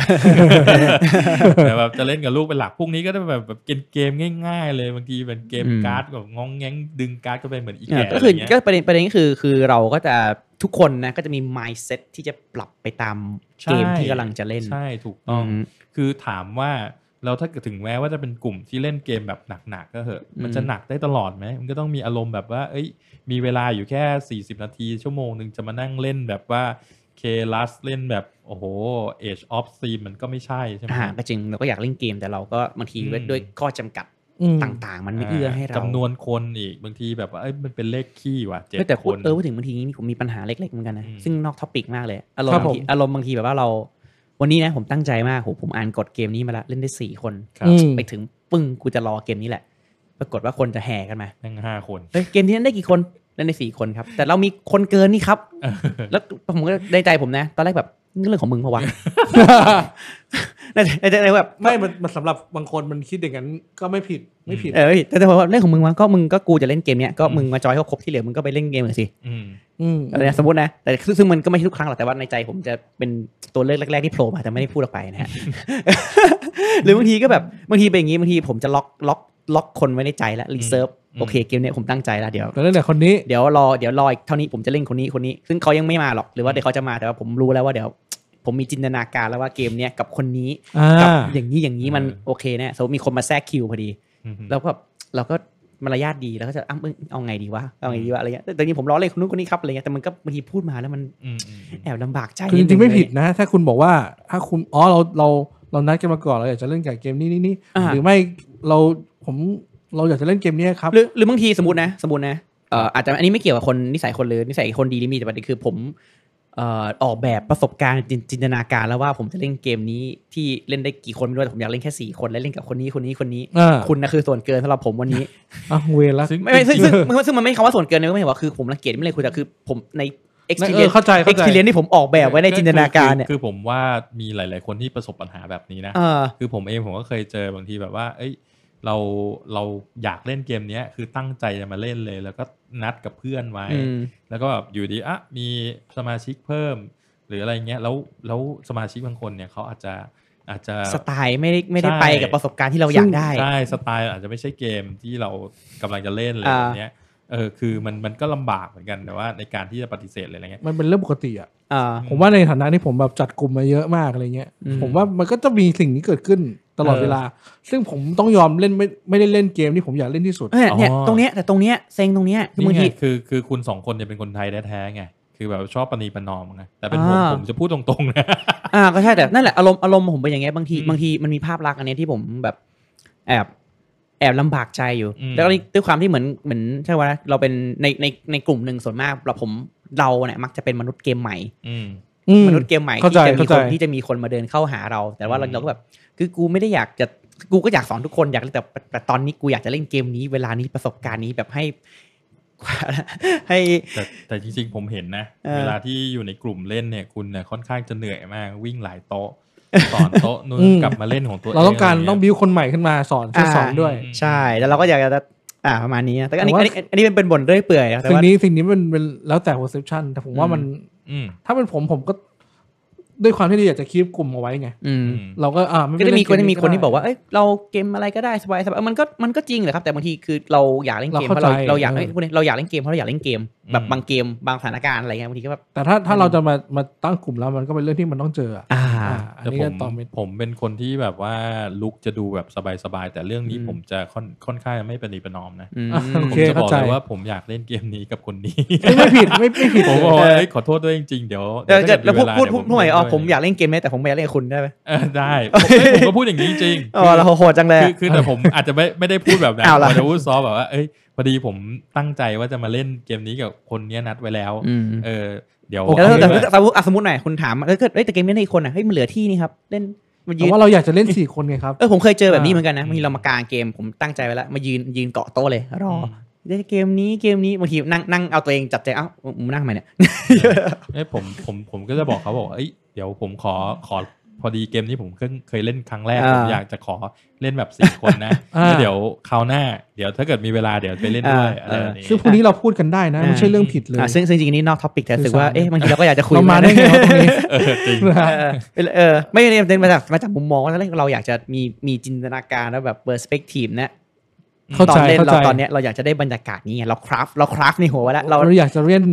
[SPEAKER 3] แต่แบบจะเล่นกับลูกเป็นหลักพวกนี้ก็จะแบบแบบเกมๆง่าย ๆ เลยบางทีเป็นเกม
[SPEAKER 2] อืม
[SPEAKER 3] การ์ดแบบงองแงงดึงการ์ดก็ไปเหมือนอี
[SPEAKER 2] เอ
[SPEAKER 3] แก่อะ
[SPEAKER 2] อ
[SPEAKER 3] ไร
[SPEAKER 2] ก็คือ
[SPEAKER 3] เงี้ย
[SPEAKER 2] ก็ประเด็นประเด็นก็คือคือเราก็จะทุกคนนะก็จะมี mindset ที่จะปรับไปตาม
[SPEAKER 3] ใช่
[SPEAKER 2] เกมที่กำลังจะเล่น
[SPEAKER 3] ใช่ถูก
[SPEAKER 2] อื
[SPEAKER 3] ต้อง
[SPEAKER 2] ม
[SPEAKER 3] คือถามว่าเราถ้าเกิดถึงแม้ว่าจะเป็นกลุ่มที่เล่นเกมแบบหนักๆก็เหอะ
[SPEAKER 2] อืม
[SPEAKER 3] มันจะหนักได้ตลอดไหมมันก็ต้องมีอารมณ์แบบว่า เอ้ย มีเวลาอยู่แค่ 40 นาทีชั่วโมงหนึ่งจะมานั่งเล่นแบบว่าเคลัสเล่นแบบ โอ้โห Age of s e a มันก็ไม่ใช่ใช่ไหม
[SPEAKER 2] อ่าก็จริงเราก็อยากเล่นเกมแต่เราก็บางที
[SPEAKER 3] อืม
[SPEAKER 2] ด้วยด้วยข้อจำกัด
[SPEAKER 1] อืม
[SPEAKER 2] ต่างๆ มันไม่เอื้อให้เรา
[SPEAKER 3] จำนวนคนอีกบางทีแบบว่าเอ้ยมันเป็นเลขขี้ว่ะเจ็ด
[SPEAKER 2] เออแต่
[SPEAKER 3] ค
[SPEAKER 2] พูด
[SPEAKER 3] น
[SPEAKER 2] เออพูดถึงบางทีนี้ผมมีปัญหาเล็กๆเหมือนกันนะ
[SPEAKER 3] อืม
[SPEAKER 2] ซึ่งนอกท็อปิกมากเลย อารม
[SPEAKER 1] ครับ
[SPEAKER 2] ณ์า
[SPEAKER 1] บผ
[SPEAKER 2] ง
[SPEAKER 1] ม
[SPEAKER 2] ทีอารมณ์บางทีแบบว่าเราวันนี้นะผมตั้งใจมากโหผมอ่านกฎเกมนี้มาละเล่นได้สี่คน
[SPEAKER 1] อืม
[SPEAKER 2] ไปถึงปึ้งกูจะรอเกมนี้แหละ ปรากฏว่าคนจะแห่กันมา
[SPEAKER 3] ทั้งห้าคน
[SPEAKER 2] เอ้ยเกมที่เล่นได้กี่คนเล่นได้สี่คนครับ แต่เรามีคนเกินนี่ครับ แล้วผมก็ในใจผมนะ ตอนแรกแบบนี่เรื่องของมึงปะ วะ ในใจในใจในใจแบบ
[SPEAKER 1] ไม่มันมันสำหรับบางคนมันคิดอย่างนั้นก็ไม่ผิดไม่ผิด
[SPEAKER 2] เออแต่แต่ว่าเรื่องของมึงวะก็มึงก็กูจะเล่นเกมเนี้ยก็มึงมาจอยเขาครบที่เหลือมึงก็ไปเล่นเกมเลยสิ
[SPEAKER 3] อืม
[SPEAKER 1] อืม
[SPEAKER 2] อะไรนะสมมตินะแต่ซึ่งซึ่งมันก็ไม่ใช่ทุกครั้งหรอกแต่ว่าในใจผมจะเป็นตัวเลือกแรกๆที่โผล่มาแต่ไม่ได้พูดออกไปนะฮ ะ หรือบางทีก็แบบบางทีเป็นอย่างงี้บางทีผมจะล็อกล็อกล็อกคนไว้ในใจแล้วรีเซิร์ฟโอเคเกมเนี้ยผมตั้งใจแล้วเดี๋ยว
[SPEAKER 1] แต่นั่นแหละคนนี้
[SPEAKER 2] เดี๋ยวรอเดี๋ยวรออีกเท่านี้ผมจะเล่นคนนี้คนนี้ ซึ่งเขายังไม่มาหรอกหรือว่าเดี๋ยวเขาจะมาแต่ว่าผมรู้แล้วว่าเดี๋ยว ผมมีจินตนาการแล้วว่าเกมเนี้ยกับคนนี้
[SPEAKER 1] อ่า
[SPEAKER 2] กัอย่างนี้อย่างนี้มันโอเคแน่สมมติมีคนมาแทรกคิวพอดี
[SPEAKER 3] อืม
[SPEAKER 2] แล้วก็เราก็มารยาทดีแล้วก็จะอ้ำอึ้งเอาไงดีวะเอาไงดีวะอะไรเงี้ยแต่แต่จริงผมรอเล่นคนนู้นคนนี้ครับอะไรเงี้ยแต่มันก็บางทีพูดมาแล้วมัน
[SPEAKER 3] อืมอืมอืม
[SPEAKER 2] แอบลำบากใจ
[SPEAKER 1] คือจ
[SPEAKER 2] นินึ
[SPEAKER 1] ริงๆไม่ผิดนะ ถ้าคุณบอกว่าถ้าคุณอ๋อเราเราเรานัดกันมาก่อนเราอยากจะเล่นกับเกมนี้นี่นี่
[SPEAKER 2] า
[SPEAKER 1] หรือไม่เราผมเราอยากจะเล่นเกมเนี้ยครับ
[SPEAKER 2] หรือหรือบางทีสมมตินะสมมตินะเอ่ออาจจะอันนี้ไม่เกี่ยวกับคนนิสัยคนหรือนิสัยคนดีหรือไม่ดีแต่ประเด็นคือผมเอ่อออกแบบประสบการณ์จินจินตนาการแล้วว่าผมจะเล่นเกมนี้ที่เล่นได้กี่คนไม่รู้แต่ผมอยากเล่นแค่สี่คนและเล่นกับคนนี้คนนี้คนนี้
[SPEAKER 1] อ่า
[SPEAKER 2] คุณนะคือส่วนเกินสำหรับผมวันนี้
[SPEAKER 1] อ่ะเวรละ
[SPEAKER 3] ซึ่ง
[SPEAKER 2] ไม่ไม่ซึ่ง
[SPEAKER 3] จริง
[SPEAKER 2] ซึ่งซึ่งซึ่งมันไม่ใช่คำว่าส่วนเกินนะไม่ใช่ว่าคือผมรังเกียจไม่เลยคุณแต่คือผมใน
[SPEAKER 1] เออ
[SPEAKER 2] experience
[SPEAKER 1] เข้าใจเข้าใจ
[SPEAKER 2] experience ที่ผมออกแบบไว้ในจินตนาการเนี่ย
[SPEAKER 3] คือคือคือผมว่ามีหลาย ๆ คนที่ประสบปัญหาแบบนี้นะ
[SPEAKER 2] เออ
[SPEAKER 3] คือผมเองผมก็เคยเจอบางทีแบบว่า เอ้ย เราเราอยากเล่นเกมเนี้ยคือตั้งใจจะมาเล่นเลย แล้วก็นัดกับเพื่อนไว้
[SPEAKER 2] อืม
[SPEAKER 3] แล้วก็แบบอยู่ดีอ่ะมีสมาชิกเพิ่ม หรืออะไรเงี้ยแล้วแล้วสมาชิกบางคนเนี่ยเขาอาจจะอาจจะ
[SPEAKER 2] สไตล์ไม่ได้ไม่ได้
[SPEAKER 3] ใช่
[SPEAKER 2] ไปกับประสบการณ์ที่เราอยากได้
[SPEAKER 3] ใช่สไตล์อาจจะไม่ใช่เกมที่เรากำลังจะเล่นอะไร
[SPEAKER 2] อ่า
[SPEAKER 3] แบบเนี้ยเออคือมันมันก็ลำบากเหมือนกันแต่ว่าในการที่จะปฏิเสธอะไรเงี้ย
[SPEAKER 1] มันเป็นเรื่องปกติอ่ะ
[SPEAKER 2] เออ
[SPEAKER 1] ผมว่าในฐานะที่ผมแบบจัดกลุ่มมาเยอะมากอะไรเงี้ย
[SPEAKER 2] อืม
[SPEAKER 1] ผมว่ามันก็จะมีสิ่งนี้เกิดขึ้นตลอดเวลา ซึ่งผมต้องยอมเล่นไม่ไม่ได้เล่นเกมที่ผมอยากเล่นที่สุด
[SPEAKER 2] เนี่ยเนี่ย
[SPEAKER 3] อ๋อ
[SPEAKER 2] ตรงเนี้ยแต่ตรงเนี้ยเซ็งตรงเนี้ยคือบาง
[SPEAKER 3] นี่ไง
[SPEAKER 2] ที
[SPEAKER 3] คือคือคุณสองคนเนี่ยเป็นคนไทยแท้ๆไงคือแบบชอบประนีประนอมไงแต่เป็นผม
[SPEAKER 2] อ่า
[SPEAKER 3] ผมจะพูดตรงๆนะ
[SPEAKER 2] อ่าก็ใช่แต่นั่นแหละอารมณ์อารมณ์ผมเป็นอย่างเงี้ยบางที
[SPEAKER 3] อืม
[SPEAKER 2] บางทีมันมีภาพลักษณ์อันเนี้ยที่ผมแบบแอบแอบลำบากใจอยู่
[SPEAKER 3] อืม
[SPEAKER 2] แล้วก็ด้วยความที่เหมือนเหมือนใช่ไหมเราเป็นในในในกลุ่มหนึ่งส่วนมากเราผมเราเนี่ยมักจะเป็นมนุษย์เกมใหม่
[SPEAKER 3] อืม
[SPEAKER 1] อืม
[SPEAKER 2] มนุษย์เกมใหม่ที่
[SPEAKER 1] เข้าใจ
[SPEAKER 2] จะมี
[SPEAKER 1] เข้า
[SPEAKER 2] คน
[SPEAKER 1] ใจ
[SPEAKER 2] ที่จะมีคนมาเดินเข้าหาเรา แต่ว่าเรา
[SPEAKER 3] อืม
[SPEAKER 2] เราก็แบบคือกูไม่ได้อยากจะกูก็อยากสอนทุกคนอยากแต่แต่แต่ตอนนี้กูอยากจะเล่นเกมนี้เวลานี้ประสบการณ์นี้แบบให้ ให้
[SPEAKER 3] แต่แต่จริงๆผมเห็นนะ
[SPEAKER 2] เออ
[SPEAKER 3] เวลาที่อยู่ในกลุ่มเล่นเนี่ยคุณเนี่ยค่อนข้างจะเหนื่อยมากวิ่งหลายโต๊ะสอนโต๊ะนู่น
[SPEAKER 1] อืม
[SPEAKER 3] กลับมาเล่นของตัวเอง
[SPEAKER 1] เราต้องการ
[SPEAKER 3] ะไเย
[SPEAKER 1] ต้องบิวคนใหม่ขึ้นมาสอนช่วย
[SPEAKER 2] อ่า
[SPEAKER 1] สอนด้วย
[SPEAKER 3] อืม
[SPEAKER 2] ใช่แล้วเราก็อยากจะอ่าประมาณนี้นะแต่อันนี้
[SPEAKER 1] แต่
[SPEAKER 2] อัน
[SPEAKER 1] ว่า
[SPEAKER 2] นี้อันนี้เป็นเป็นบ่นเรื่อยเปื่อยนะแต่
[SPEAKER 1] สิ่ง
[SPEAKER 2] ว่า
[SPEAKER 1] นี้สิ่งนี้มันเป็นแล้วแต่ perception แต่ผมว่ามัน
[SPEAKER 3] อืม
[SPEAKER 1] ถ้าเป็นผมผมก็ ด้วยความที่อยากจะคีบกลุ่มเอาไว้ไง
[SPEAKER 2] อืม
[SPEAKER 3] อืม
[SPEAKER 1] เราก็อ่าไม่
[SPEAKER 2] ก็
[SPEAKER 1] ได้
[SPEAKER 2] จะมีค
[SPEAKER 1] เล่
[SPEAKER 2] น
[SPEAKER 1] เม
[SPEAKER 2] จะมีคนที่บอกว่า
[SPEAKER 1] ได้
[SPEAKER 2] เอ้ยเราเกมอะไรก็ได้สบายสบายเออมันก็มันก็จริงแหละครับแต่บางทีคือเราอยากเล่นเกม
[SPEAKER 1] เรา
[SPEAKER 2] เพ
[SPEAKER 1] เข้า
[SPEAKER 2] ราะเรา
[SPEAKER 1] ใจ
[SPEAKER 2] เราอยากเอ้ย
[SPEAKER 1] เออ
[SPEAKER 2] พวกนี้เราอยากเล่นเกมเพราะเราอยากเล่นเกมแบบ
[SPEAKER 3] อืม
[SPEAKER 2] บางเกมบางสถานการณ์อะไรเงี้ยบางทีก็แบบ
[SPEAKER 1] แต่ถ้าถ้าเราจะมามาตั้งกลุ่มแล้วมันก็เป็นเรื่องที่มันต้องเจออ่ะ
[SPEAKER 2] อ่า
[SPEAKER 1] อ่าอัน
[SPEAKER 3] แต่
[SPEAKER 1] นี้
[SPEAKER 3] ผ
[SPEAKER 1] ก็
[SPEAKER 3] ม
[SPEAKER 1] ตอบไม่
[SPEAKER 3] ผมเป็นคนที่แบบว่าลุกจะดูแบบสบายๆแต่เรื่องนี้
[SPEAKER 2] อืม
[SPEAKER 3] ผมจะค่อนค่อนข้างไม่ประนีประนอมนะ
[SPEAKER 2] อืม
[SPEAKER 1] โอ
[SPEAKER 3] ผม
[SPEAKER 1] เค
[SPEAKER 3] จะบอก
[SPEAKER 1] เข้าใจ
[SPEAKER 3] เลยว่าผมอยากเล่นเกมนี้กับคนนี้
[SPEAKER 1] ไม่ผิดไม่ไม่ผิด
[SPEAKER 3] ผม
[SPEAKER 1] เลย
[SPEAKER 3] บอกว่า
[SPEAKER 2] เออ
[SPEAKER 3] เอ้ยขอโทษด้วยจริงๆเดี๋ยว
[SPEAKER 2] เออเกิด
[SPEAKER 3] ถ้
[SPEAKER 2] แล้วพูด
[SPEAKER 3] า
[SPEAKER 2] พูด
[SPEAKER 3] เ
[SPEAKER 2] พูดหน่อยอ๋อ
[SPEAKER 3] เล่นด้
[SPEAKER 2] ผมอยากเล่นเกมนี้แต่ผมไม่อยากเล่นกับคุณได้ไหม
[SPEAKER 3] เออได้ผมเอ้ยผมก็พูดอย่างนี้จริง
[SPEAKER 2] อ๋อเราโหดจังเลย
[SPEAKER 3] คือคือแต่ผม อาจจะไม่ไม่ได้พูดแบบนั้น
[SPEAKER 2] เอาล่ะ
[SPEAKER 3] ผมจะพูดซอฟต์แบบว่าเอ้ยพอดีผมตั้งใจว่าจะมาเล่นเกมนี้กับคนเนี้ยนัดไว้แล้ว
[SPEAKER 2] อืม
[SPEAKER 3] เออ เดี๋ยว
[SPEAKER 1] โอเค
[SPEAKER 2] แล้วแต่
[SPEAKER 3] เดี๋ยว
[SPEAKER 2] แต่สมมติอ่ะสมมติหน่อยคุณถามเอ้ยเกิดเอ้ยแต่เกมนี้ในคนอ่ะเฮ้ยมันเหลือที่นี่ครับเล่นมายื
[SPEAKER 1] แต่
[SPEAKER 2] น
[SPEAKER 1] ว่าเราอยากจะเล่นสี่คนไงครับ
[SPEAKER 2] เออผมเคยเจอแบบนี้เหมือนกันนะ
[SPEAKER 3] อ่า
[SPEAKER 2] บางทีเรามากางเกมผมตั้งใจไว้แล้วมายืนยืนเกาะโต๊ะเลยรอ
[SPEAKER 3] ม
[SPEAKER 2] อเล่นเกมนี้เกมนี้บางทีนั่งนั่งเอาตัวเองจับใจเอ้ามึงนั่งทำไมเนี่ย
[SPEAKER 3] เอ้ยผมผมผมก็จะบอกเขาบอกว่าเอ้ยเดี๋ยวผมขอขอพอดีเกมนี้ผมเพิ่งเคยเล่นครั้งแรก
[SPEAKER 2] อ่า
[SPEAKER 3] ผมอยากจะขอเล่นแบบสี่คนนะ
[SPEAKER 1] อ่า
[SPEAKER 3] แล้วเดี๋ยวคราวหน้า เดี๋ยวถ้าเกิดมีเวลาเดี๋ยวไปเล่นด้วยอะไรแบบนี้
[SPEAKER 1] ซึ่งพวกนี้เราพูดกันได้นะ ไม่ใช่เรื่องผิดเลย
[SPEAKER 2] อ่ะซึ่งซึ่งจริงๆนี่นอกท็อปิกแต่รู้สึกว่า
[SPEAKER 1] สื่อสาร
[SPEAKER 2] เอ๊ะบางทีเราก็อยากจะคุย
[SPEAKER 1] เรามาได้ไงวะตรงนี้
[SPEAKER 3] เออจริง
[SPEAKER 2] เออเออเออไม่ได้เดินมาจากมาจากมุมมองว่าเราอยากจะมีมีจินตนาการแล้วแบบเปอร์สเปกทีฟนะ
[SPEAKER 1] เข้า
[SPEAKER 2] ตอ
[SPEAKER 1] ใจ
[SPEAKER 2] นเล่น
[SPEAKER 1] เข้า
[SPEAKER 2] เรา
[SPEAKER 1] ใจ
[SPEAKER 2] ตอนเนี้ยเราอยากจะได้บรรยากาศนี้ไงเราคราฟเราคราฟในหัวไว้แล้วเรา
[SPEAKER 1] เราอยากจะเล่น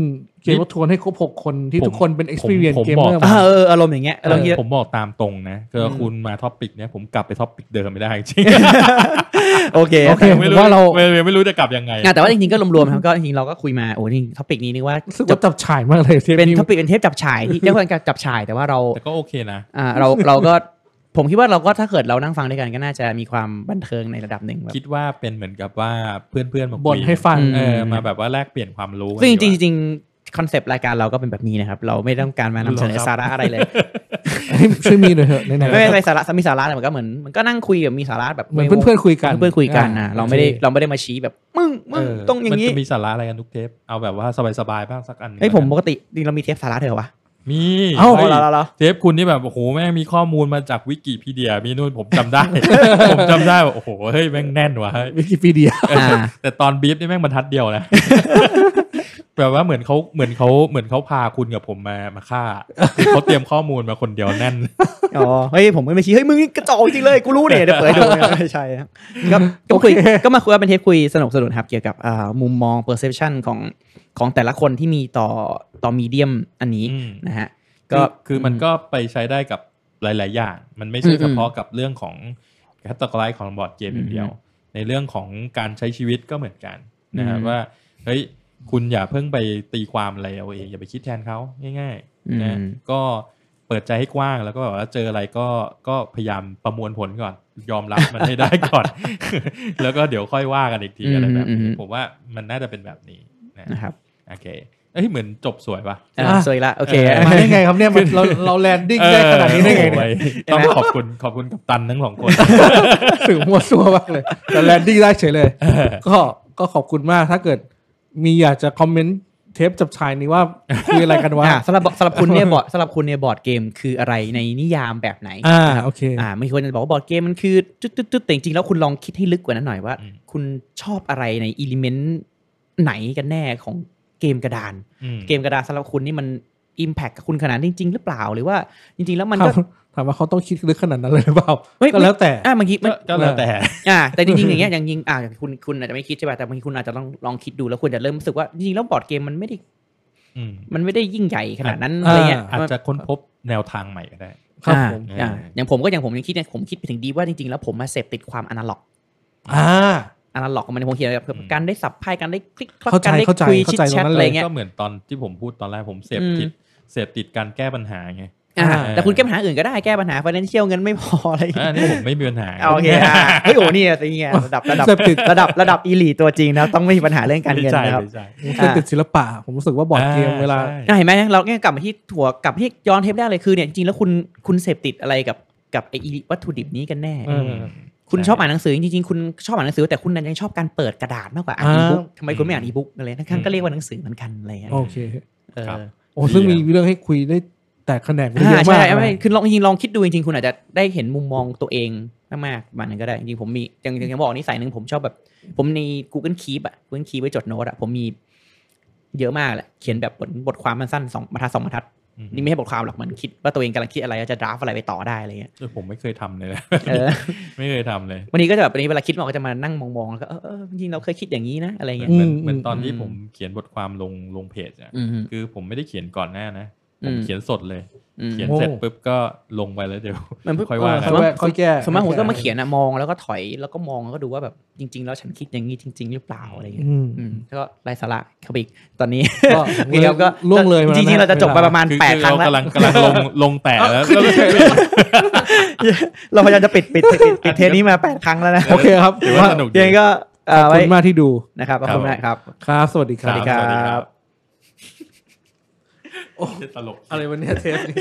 [SPEAKER 1] เกม
[SPEAKER 3] นี่
[SPEAKER 1] รถทวนให้ครบหกคนที่
[SPEAKER 3] ผม
[SPEAKER 1] ทุกคนเป็น experience
[SPEAKER 3] ผม
[SPEAKER 1] เกม
[SPEAKER 3] บอ
[SPEAKER 1] เม
[SPEAKER 3] ก
[SPEAKER 1] อร์
[SPEAKER 2] เออเอออารมณ์อย่างเงี้ยเราคิด
[SPEAKER 3] ผมบอกตามตรงนะคือ
[SPEAKER 2] ม
[SPEAKER 3] คุณมาท็อปิกเนี้ยผมกลับไปท็อปิกเดิมไม่ได้จริง
[SPEAKER 2] โอเค
[SPEAKER 1] โอเค
[SPEAKER 3] ๆ
[SPEAKER 1] ผ
[SPEAKER 3] ไม่
[SPEAKER 1] ม
[SPEAKER 3] รู้
[SPEAKER 1] ว่าเรา
[SPEAKER 3] ไม่ไม่รู้จะกลับยังไง
[SPEAKER 2] งานแต่ว่าจริงๆก็รวมๆครับก็จริงๆเราก็คุยมาโอ้จริงท็อปิกนี้นึกว่า
[SPEAKER 1] รู้สึกว่าจับฉ่ายมากเลยเทป
[SPEAKER 2] เป็น
[SPEAKER 1] นี้
[SPEAKER 2] ท็อปิกเป็นเทปจับ ฉายที่เรียกว่าการจับฉายแต่ว่าเรา
[SPEAKER 3] แต่ก็โอเคนะ
[SPEAKER 2] อ่าเราเราก็ผมคิดว่าเราก็ถ้าเกิดเรานั่งฟังด้วยกันก็น่าจะมีความบันเทิงในระดับหนึ่งแบบ
[SPEAKER 3] คิดว่าเป็นเหมือนกับว่าเพื่อนๆมาคุย
[SPEAKER 1] บ่นให้ฟัง
[SPEAKER 2] อืม
[SPEAKER 3] เออมาแบบว่าแลกเปลี่ยนความรู้
[SPEAKER 2] ซึ่งจริง
[SPEAKER 3] ดีกว่า
[SPEAKER 2] ๆจริงคอนเซปต์รายการเราก็เป็นแบบนี้นะครับ เราไม่ต้องการมานำเสน
[SPEAKER 3] หรอ
[SPEAKER 2] อ
[SPEAKER 3] ครับ
[SPEAKER 2] สาระอะไร เลย
[SPEAKER 1] ช่วยมีหน่อยเถ อะไหนๆ
[SPEAKER 2] ไม่ไม่ไม่สาระมีสาระแต่มันก็เหมือนมันก็นั่งคุยแบบมีสาระแบบ
[SPEAKER 1] เหมือนเพื่อนๆคุยกัน
[SPEAKER 2] เพื่อนๆคุยกันา นะเราไม่ได้
[SPEAKER 1] โอค
[SPEAKER 2] เราไม่ได้มาชี้แบบมึงมึง
[SPEAKER 3] เ
[SPEAKER 2] ต้องอย่าง
[SPEAKER 3] นี้
[SPEAKER 2] นี้
[SPEAKER 3] มันจะมีสาระอะไรกันทุกเทปเอาแบบว่าสบายๆบ้างสักอันหนึ่ง
[SPEAKER 2] เฮ้ยผม
[SPEAKER 3] แล้ว
[SPEAKER 2] ป
[SPEAKER 3] กัน
[SPEAKER 2] กติจริงเรามีเทปสาระเถอะวะ
[SPEAKER 3] มี
[SPEAKER 1] เอ้า
[SPEAKER 2] เอา
[SPEAKER 3] ฮ้ย
[SPEAKER 2] เราเราเรา
[SPEAKER 3] เทปคุณนี่แบบโอ้โหแม่งมีข้อมูลมาจากวิกิพีเดีย มีนู่นผม จำได้ ผมจำได้ว่าโอ้โหเฮ้ยแม่งแน่นว่ะเฮ้ย
[SPEAKER 1] วิกิพีเดีย
[SPEAKER 3] เออแต่
[SPEAKER 2] อ่า
[SPEAKER 3] แต่ตอนบีฟนี่แม่งบรรทัดเดียวนะ แบบว่าเหมือนเขาเหมือนเขาเหมือนเขาพาคุณกับผมมามาฆ่าเขาเตรียมข้อมูลมาคนเดียวแน่น
[SPEAKER 2] อ๋อเฮ้ยผมไม่มาชี้เฮ้ยมึงนี่กระจอกจริงเลยกูรู้เนี่ยเดี๋ยวเปิดให้ดูไม่ใช่ครับ ก็ก็คุย
[SPEAKER 1] โอเค
[SPEAKER 2] ก็มาคุยกันเป็นเทปคุยสนุกสนุกครับเกี่ยวกับอ่ามุมมอง perception ของของแต่ละคนที่มีต่อต่อมีเดียมอันนี้
[SPEAKER 3] อืม
[SPEAKER 2] นะฮะ
[SPEAKER 3] ก็
[SPEAKER 2] ก็
[SPEAKER 3] คือมันก็ไปใช้ได้กับหลาย ๆ อย่าง มันไม่ใช่
[SPEAKER 2] อืม
[SPEAKER 3] เฉพาะกับเรื่องของแคตตากรายของบอร์ดเกมอย่างเดียว ในเรื่องของการใช้ชีวิตก็เหมือนกันนะครับ
[SPEAKER 2] อืม
[SPEAKER 3] ว่าเฮ้ยคุณอย่าเพิ่งไปตีความอะไรเอาเองอย่าไปคิดแทนเขาง่าย ๆ
[SPEAKER 2] อืม
[SPEAKER 3] นะก็เปิดใจให้กว้างแล้วก็แบบว่าเจออะไรก็ก็พยายามประมวลผลก่อน ยอมรับมันให้ได้ก่อน แล้วก็เดี๋ยวค่อยว่ากันอีกที
[SPEAKER 2] อืม
[SPEAKER 3] อะไรแบบนี้
[SPEAKER 2] อืม
[SPEAKER 3] ผมว่ามันน่าจะเป็นแบบนี้นะ
[SPEAKER 2] นะครับ
[SPEAKER 3] โอเคเอ้ยเหมือนจบสวยปะ
[SPEAKER 2] อ่ะ
[SPEAKER 1] อ่ะ
[SPEAKER 2] สวยละโอเค
[SPEAKER 3] เออ
[SPEAKER 1] มาได้ไงครับเนี่ยมันเราเราแลนดิ้งได้ขนาดนี้ได้ไง
[SPEAKER 3] เออ
[SPEAKER 1] เนี่ย
[SPEAKER 3] โอ้ยต้องขอบคุณขอบคุณกับตันทั้งสองคน
[SPEAKER 1] สื่อมั่วซั่วมากเลย แต่แลนดิ้งได้เฉยเลย ก็ก็ขอบคุณมากถ้าเกิดมีอยากจะคอมเมนต์ เทปจับชายนี้ว่าคุยอะไรกันวะ
[SPEAKER 2] อ่ะสำหรับบสำหรับคุณเนี่ยบอร์ดสำหรับคุณเนี่ยบอร์ดเกมคืออะไรในนิยามแบบไหน
[SPEAKER 1] อ่าโอเค
[SPEAKER 2] อ่าไม่ควรจะบอกว่าบอร์ดเกมมันคือจุดจุดจุดแต่จริงๆแล้วคุณลองคิดให้ลึกกว่านั้นหน่อยว่า
[SPEAKER 3] อืม
[SPEAKER 2] คุณชอบอะไรในอิเลเมนต์ไหนกันแน่ของเกมกระดาน
[SPEAKER 3] อืม
[SPEAKER 2] เกมกระดานสำหรับคุณนี่มันอิมแพคกับคุณขนาดนั้นจริง ๆ หรือเปล่าหรือว่าจริง ๆ แล้วมันก็
[SPEAKER 1] ถามถามว่าเขาต้องคิดลึกขนาดนั้นเลยหรือเปล่า
[SPEAKER 2] ไม่
[SPEAKER 1] ก็แล้วแต่
[SPEAKER 2] อ่าเมื่อกี้มั
[SPEAKER 3] ก็
[SPEAKER 2] น
[SPEAKER 3] ก็แล้วแต่
[SPEAKER 2] อ่าแต่จริงๆอย่างเงี้ยอย่างยิงอ่าอย่างคุณคุณอาจจะไม่คิดใช่ป่ะแต่บางทีคุณอาจจะลองลองคิดดูแล้วคุณจะเริ่มรู้สึกว่าจริงๆแล้วบอร์ดเกมมันไม่ได้
[SPEAKER 3] อืม
[SPEAKER 2] มันไม่ได้ยิ่งใหญ่ขนาดนั้น
[SPEAKER 1] อ่า
[SPEAKER 2] อะไรเงี้ย
[SPEAKER 3] อาจจะค้นพบแนวทางใหม่ก็ได้
[SPEAKER 1] ครับ
[SPEAKER 2] อ่า
[SPEAKER 1] ผม
[SPEAKER 2] อ่า
[SPEAKER 3] เออ
[SPEAKER 2] อย่างผมก็อย่างผมยังคิดเนี่ยผมคิดไปถึงดีว่าจริงๆ แล้วผมมาเสพติดความอนาล็อก
[SPEAKER 1] อ่า
[SPEAKER 2] อนาล็อกมันผมเขียนแบบ
[SPEAKER 3] อืม
[SPEAKER 2] การได้สับไพ่การได้คลิกคลัก
[SPEAKER 1] เข้าใจ
[SPEAKER 2] การได้
[SPEAKER 1] เข้าใจ
[SPEAKER 2] คุย
[SPEAKER 1] เข้า
[SPEAKER 2] ชิด
[SPEAKER 1] ใจ
[SPEAKER 2] แชท
[SPEAKER 1] ตรงนั้น
[SPEAKER 2] อะไรเงี้ย
[SPEAKER 3] ก็เหมือนตอนที่ผมพูดตอนแรกผมเสพ
[SPEAKER 2] อืม
[SPEAKER 3] ติดเสพติดการแก้ปัญหาไง
[SPEAKER 2] อ่า
[SPEAKER 1] อ่า
[SPEAKER 2] แต่คุณแก้ปัญหาอื่นก็ได้แก้ปัญหา financial เงินไม่พออะไร
[SPEAKER 3] อ่า
[SPEAKER 2] เงี้ย
[SPEAKER 3] นี่ผมไม่มีปัญหา
[SPEAKER 2] เอาโอเคอ่ะเฮ้ยโอ้นี่อะไร เงี้ยระดับระดับ
[SPEAKER 1] เสพติด
[SPEAKER 2] ระดับระดับอีลีตัวจริงนะครับต้องไม่มีปัญหาเรื่องการเงิน
[SPEAKER 3] ใจ
[SPEAKER 2] นะครับ
[SPEAKER 3] ใจ
[SPEAKER 1] เสพติดศิลปะ ผมรู้สึกว่าบอร์ดเกมเวลา
[SPEAKER 2] อ่ะเห็นไหมเราเนี่ยกลับมาที่ถั่วกลับมาที่ย้อนเทปแรกเลยคือเนี่ยจริงๆแล้วคุณคุณเสพติดอะไรกับกับไออีวัตถุดิบนี้กันแน่
[SPEAKER 1] เออ
[SPEAKER 2] คุณ
[SPEAKER 3] ใช่
[SPEAKER 2] ชอบอ่านหนังสือจริงๆ คุณชอบอ่านหนังสือแต่คุณน่ะยังชอบการเปิดกระดาษมากกว่าอ่าน
[SPEAKER 1] อ่า
[SPEAKER 2] อีบุ๊กทำไมคุณไม่อ่านอีบุ๊กอะไรนั่นข้างก็เรียกว่าหนังสือเหมือนกันอะไรอย่างเงี้ย
[SPEAKER 1] โอเค
[SPEAKER 2] เออ
[SPEAKER 3] ครับ
[SPEAKER 1] โอ้ซึ่งมีเรื่องให้คุยได้แตกแขนงไปเย
[SPEAKER 2] อ่า
[SPEAKER 1] อะ
[SPEAKER 2] ใช่
[SPEAKER 1] มาก
[SPEAKER 2] ไม่
[SPEAKER 1] นะ
[SPEAKER 2] คือลองจริงๆลองคิดดูจริงๆ คุณอาจจะได้เห็นมุมมองตัวเองมากๆประมาณนั้นก็ได้จริงๆผมมีอย่างอย่างที่บอกนิสัยหนึ่งผมชอบแบบ ผมใน Google Keep อ่ะ Google Keep ไว้จดโน้ตอ่ะผมมีเยอะมากแหละเขียนแบบบทบทความมันสั้นสองบรรทัดสองบรรทัด
[SPEAKER 3] อืม
[SPEAKER 2] นี่ไม่ให้บทความหรอกมันคิดว่าตัวเองกำลังคิดอะไรแล้วจะดราฟอะไรไปต่อได้อะไรเงี้ย
[SPEAKER 3] เออผมไม่เคยทำเลยนะ
[SPEAKER 2] เออ
[SPEAKER 3] ไม่เคยทำเลย
[SPEAKER 2] วันนี้ก็จะแบบวันนี้เวลาคิดมันก็จะมานั่งมองๆแล้วก็เออเออจริงๆเราเคยคิดอย่างนี้นะอะไรเงี้ย
[SPEAKER 1] ม
[SPEAKER 3] เหมือนเหมือนตอนที่
[SPEAKER 2] อืม
[SPEAKER 3] ผมเขียนบทความลงลงเพจอะ
[SPEAKER 2] อืม
[SPEAKER 3] คือผมไม่ได้เขียนก่อนหน้านะผ
[SPEAKER 2] อื
[SPEAKER 3] ม
[SPEAKER 2] ม
[SPEAKER 3] เขียนสดเลย
[SPEAKER 2] อืม
[SPEAKER 3] เขียน
[SPEAKER 1] โอ้
[SPEAKER 3] เสร็จปุ๊บก็ลงไปแล้วเดี๋ยว
[SPEAKER 2] เหมือนเพิ่ง
[SPEAKER 3] ค่อยว่า
[SPEAKER 2] เ
[SPEAKER 3] กัน
[SPEAKER 1] ค่อยแวะค่อยแก้
[SPEAKER 2] สมมติผมก็มาเขียนอะมองแล้วก็ถอยแล้วก็มองแล้วก็ดูว่าแบบจริง ๆ แล้วฉันคิดอย่างนี้จริง ๆ หรือเปล่าอะไรเงี้ย
[SPEAKER 1] อืม
[SPEAKER 2] อืมแล้วก็ไร้สาระเข้าไปอีกตอนนี้
[SPEAKER 1] ก็
[SPEAKER 2] โอ เคครับก็
[SPEAKER 1] ล่วงเลยม
[SPEAKER 2] จริงๆเราจะจบไปประมาณ
[SPEAKER 3] คือ
[SPEAKER 2] แปด
[SPEAKER 3] คือ
[SPEAKER 2] ครั้ง
[SPEAKER 3] เรา
[SPEAKER 2] แล้ว
[SPEAKER 3] กำลังกำลังลงลงแต่แล้ว
[SPEAKER 2] เราพยายามจะปิดปิดปิดปิดปิดเทปนี้มาแปดครั้งแล้วนะ
[SPEAKER 1] โอเคครับ
[SPEAKER 3] ถือว่าสนุกดี
[SPEAKER 2] เดี๋ยวก็เอ่
[SPEAKER 1] ข
[SPEAKER 2] อ
[SPEAKER 1] อบ
[SPEAKER 2] ไว้
[SPEAKER 1] คุณมากที่ดู
[SPEAKER 2] นะครับขอบคุณมากครับ
[SPEAKER 1] ครับสวัสดีค
[SPEAKER 3] สวั
[SPEAKER 1] รั
[SPEAKER 3] ส
[SPEAKER 1] บ
[SPEAKER 3] ดีครับสวัสดีครับ
[SPEAKER 1] โอ้
[SPEAKER 3] เหี้ยตลก
[SPEAKER 1] อะไรวันนี้เทปนี้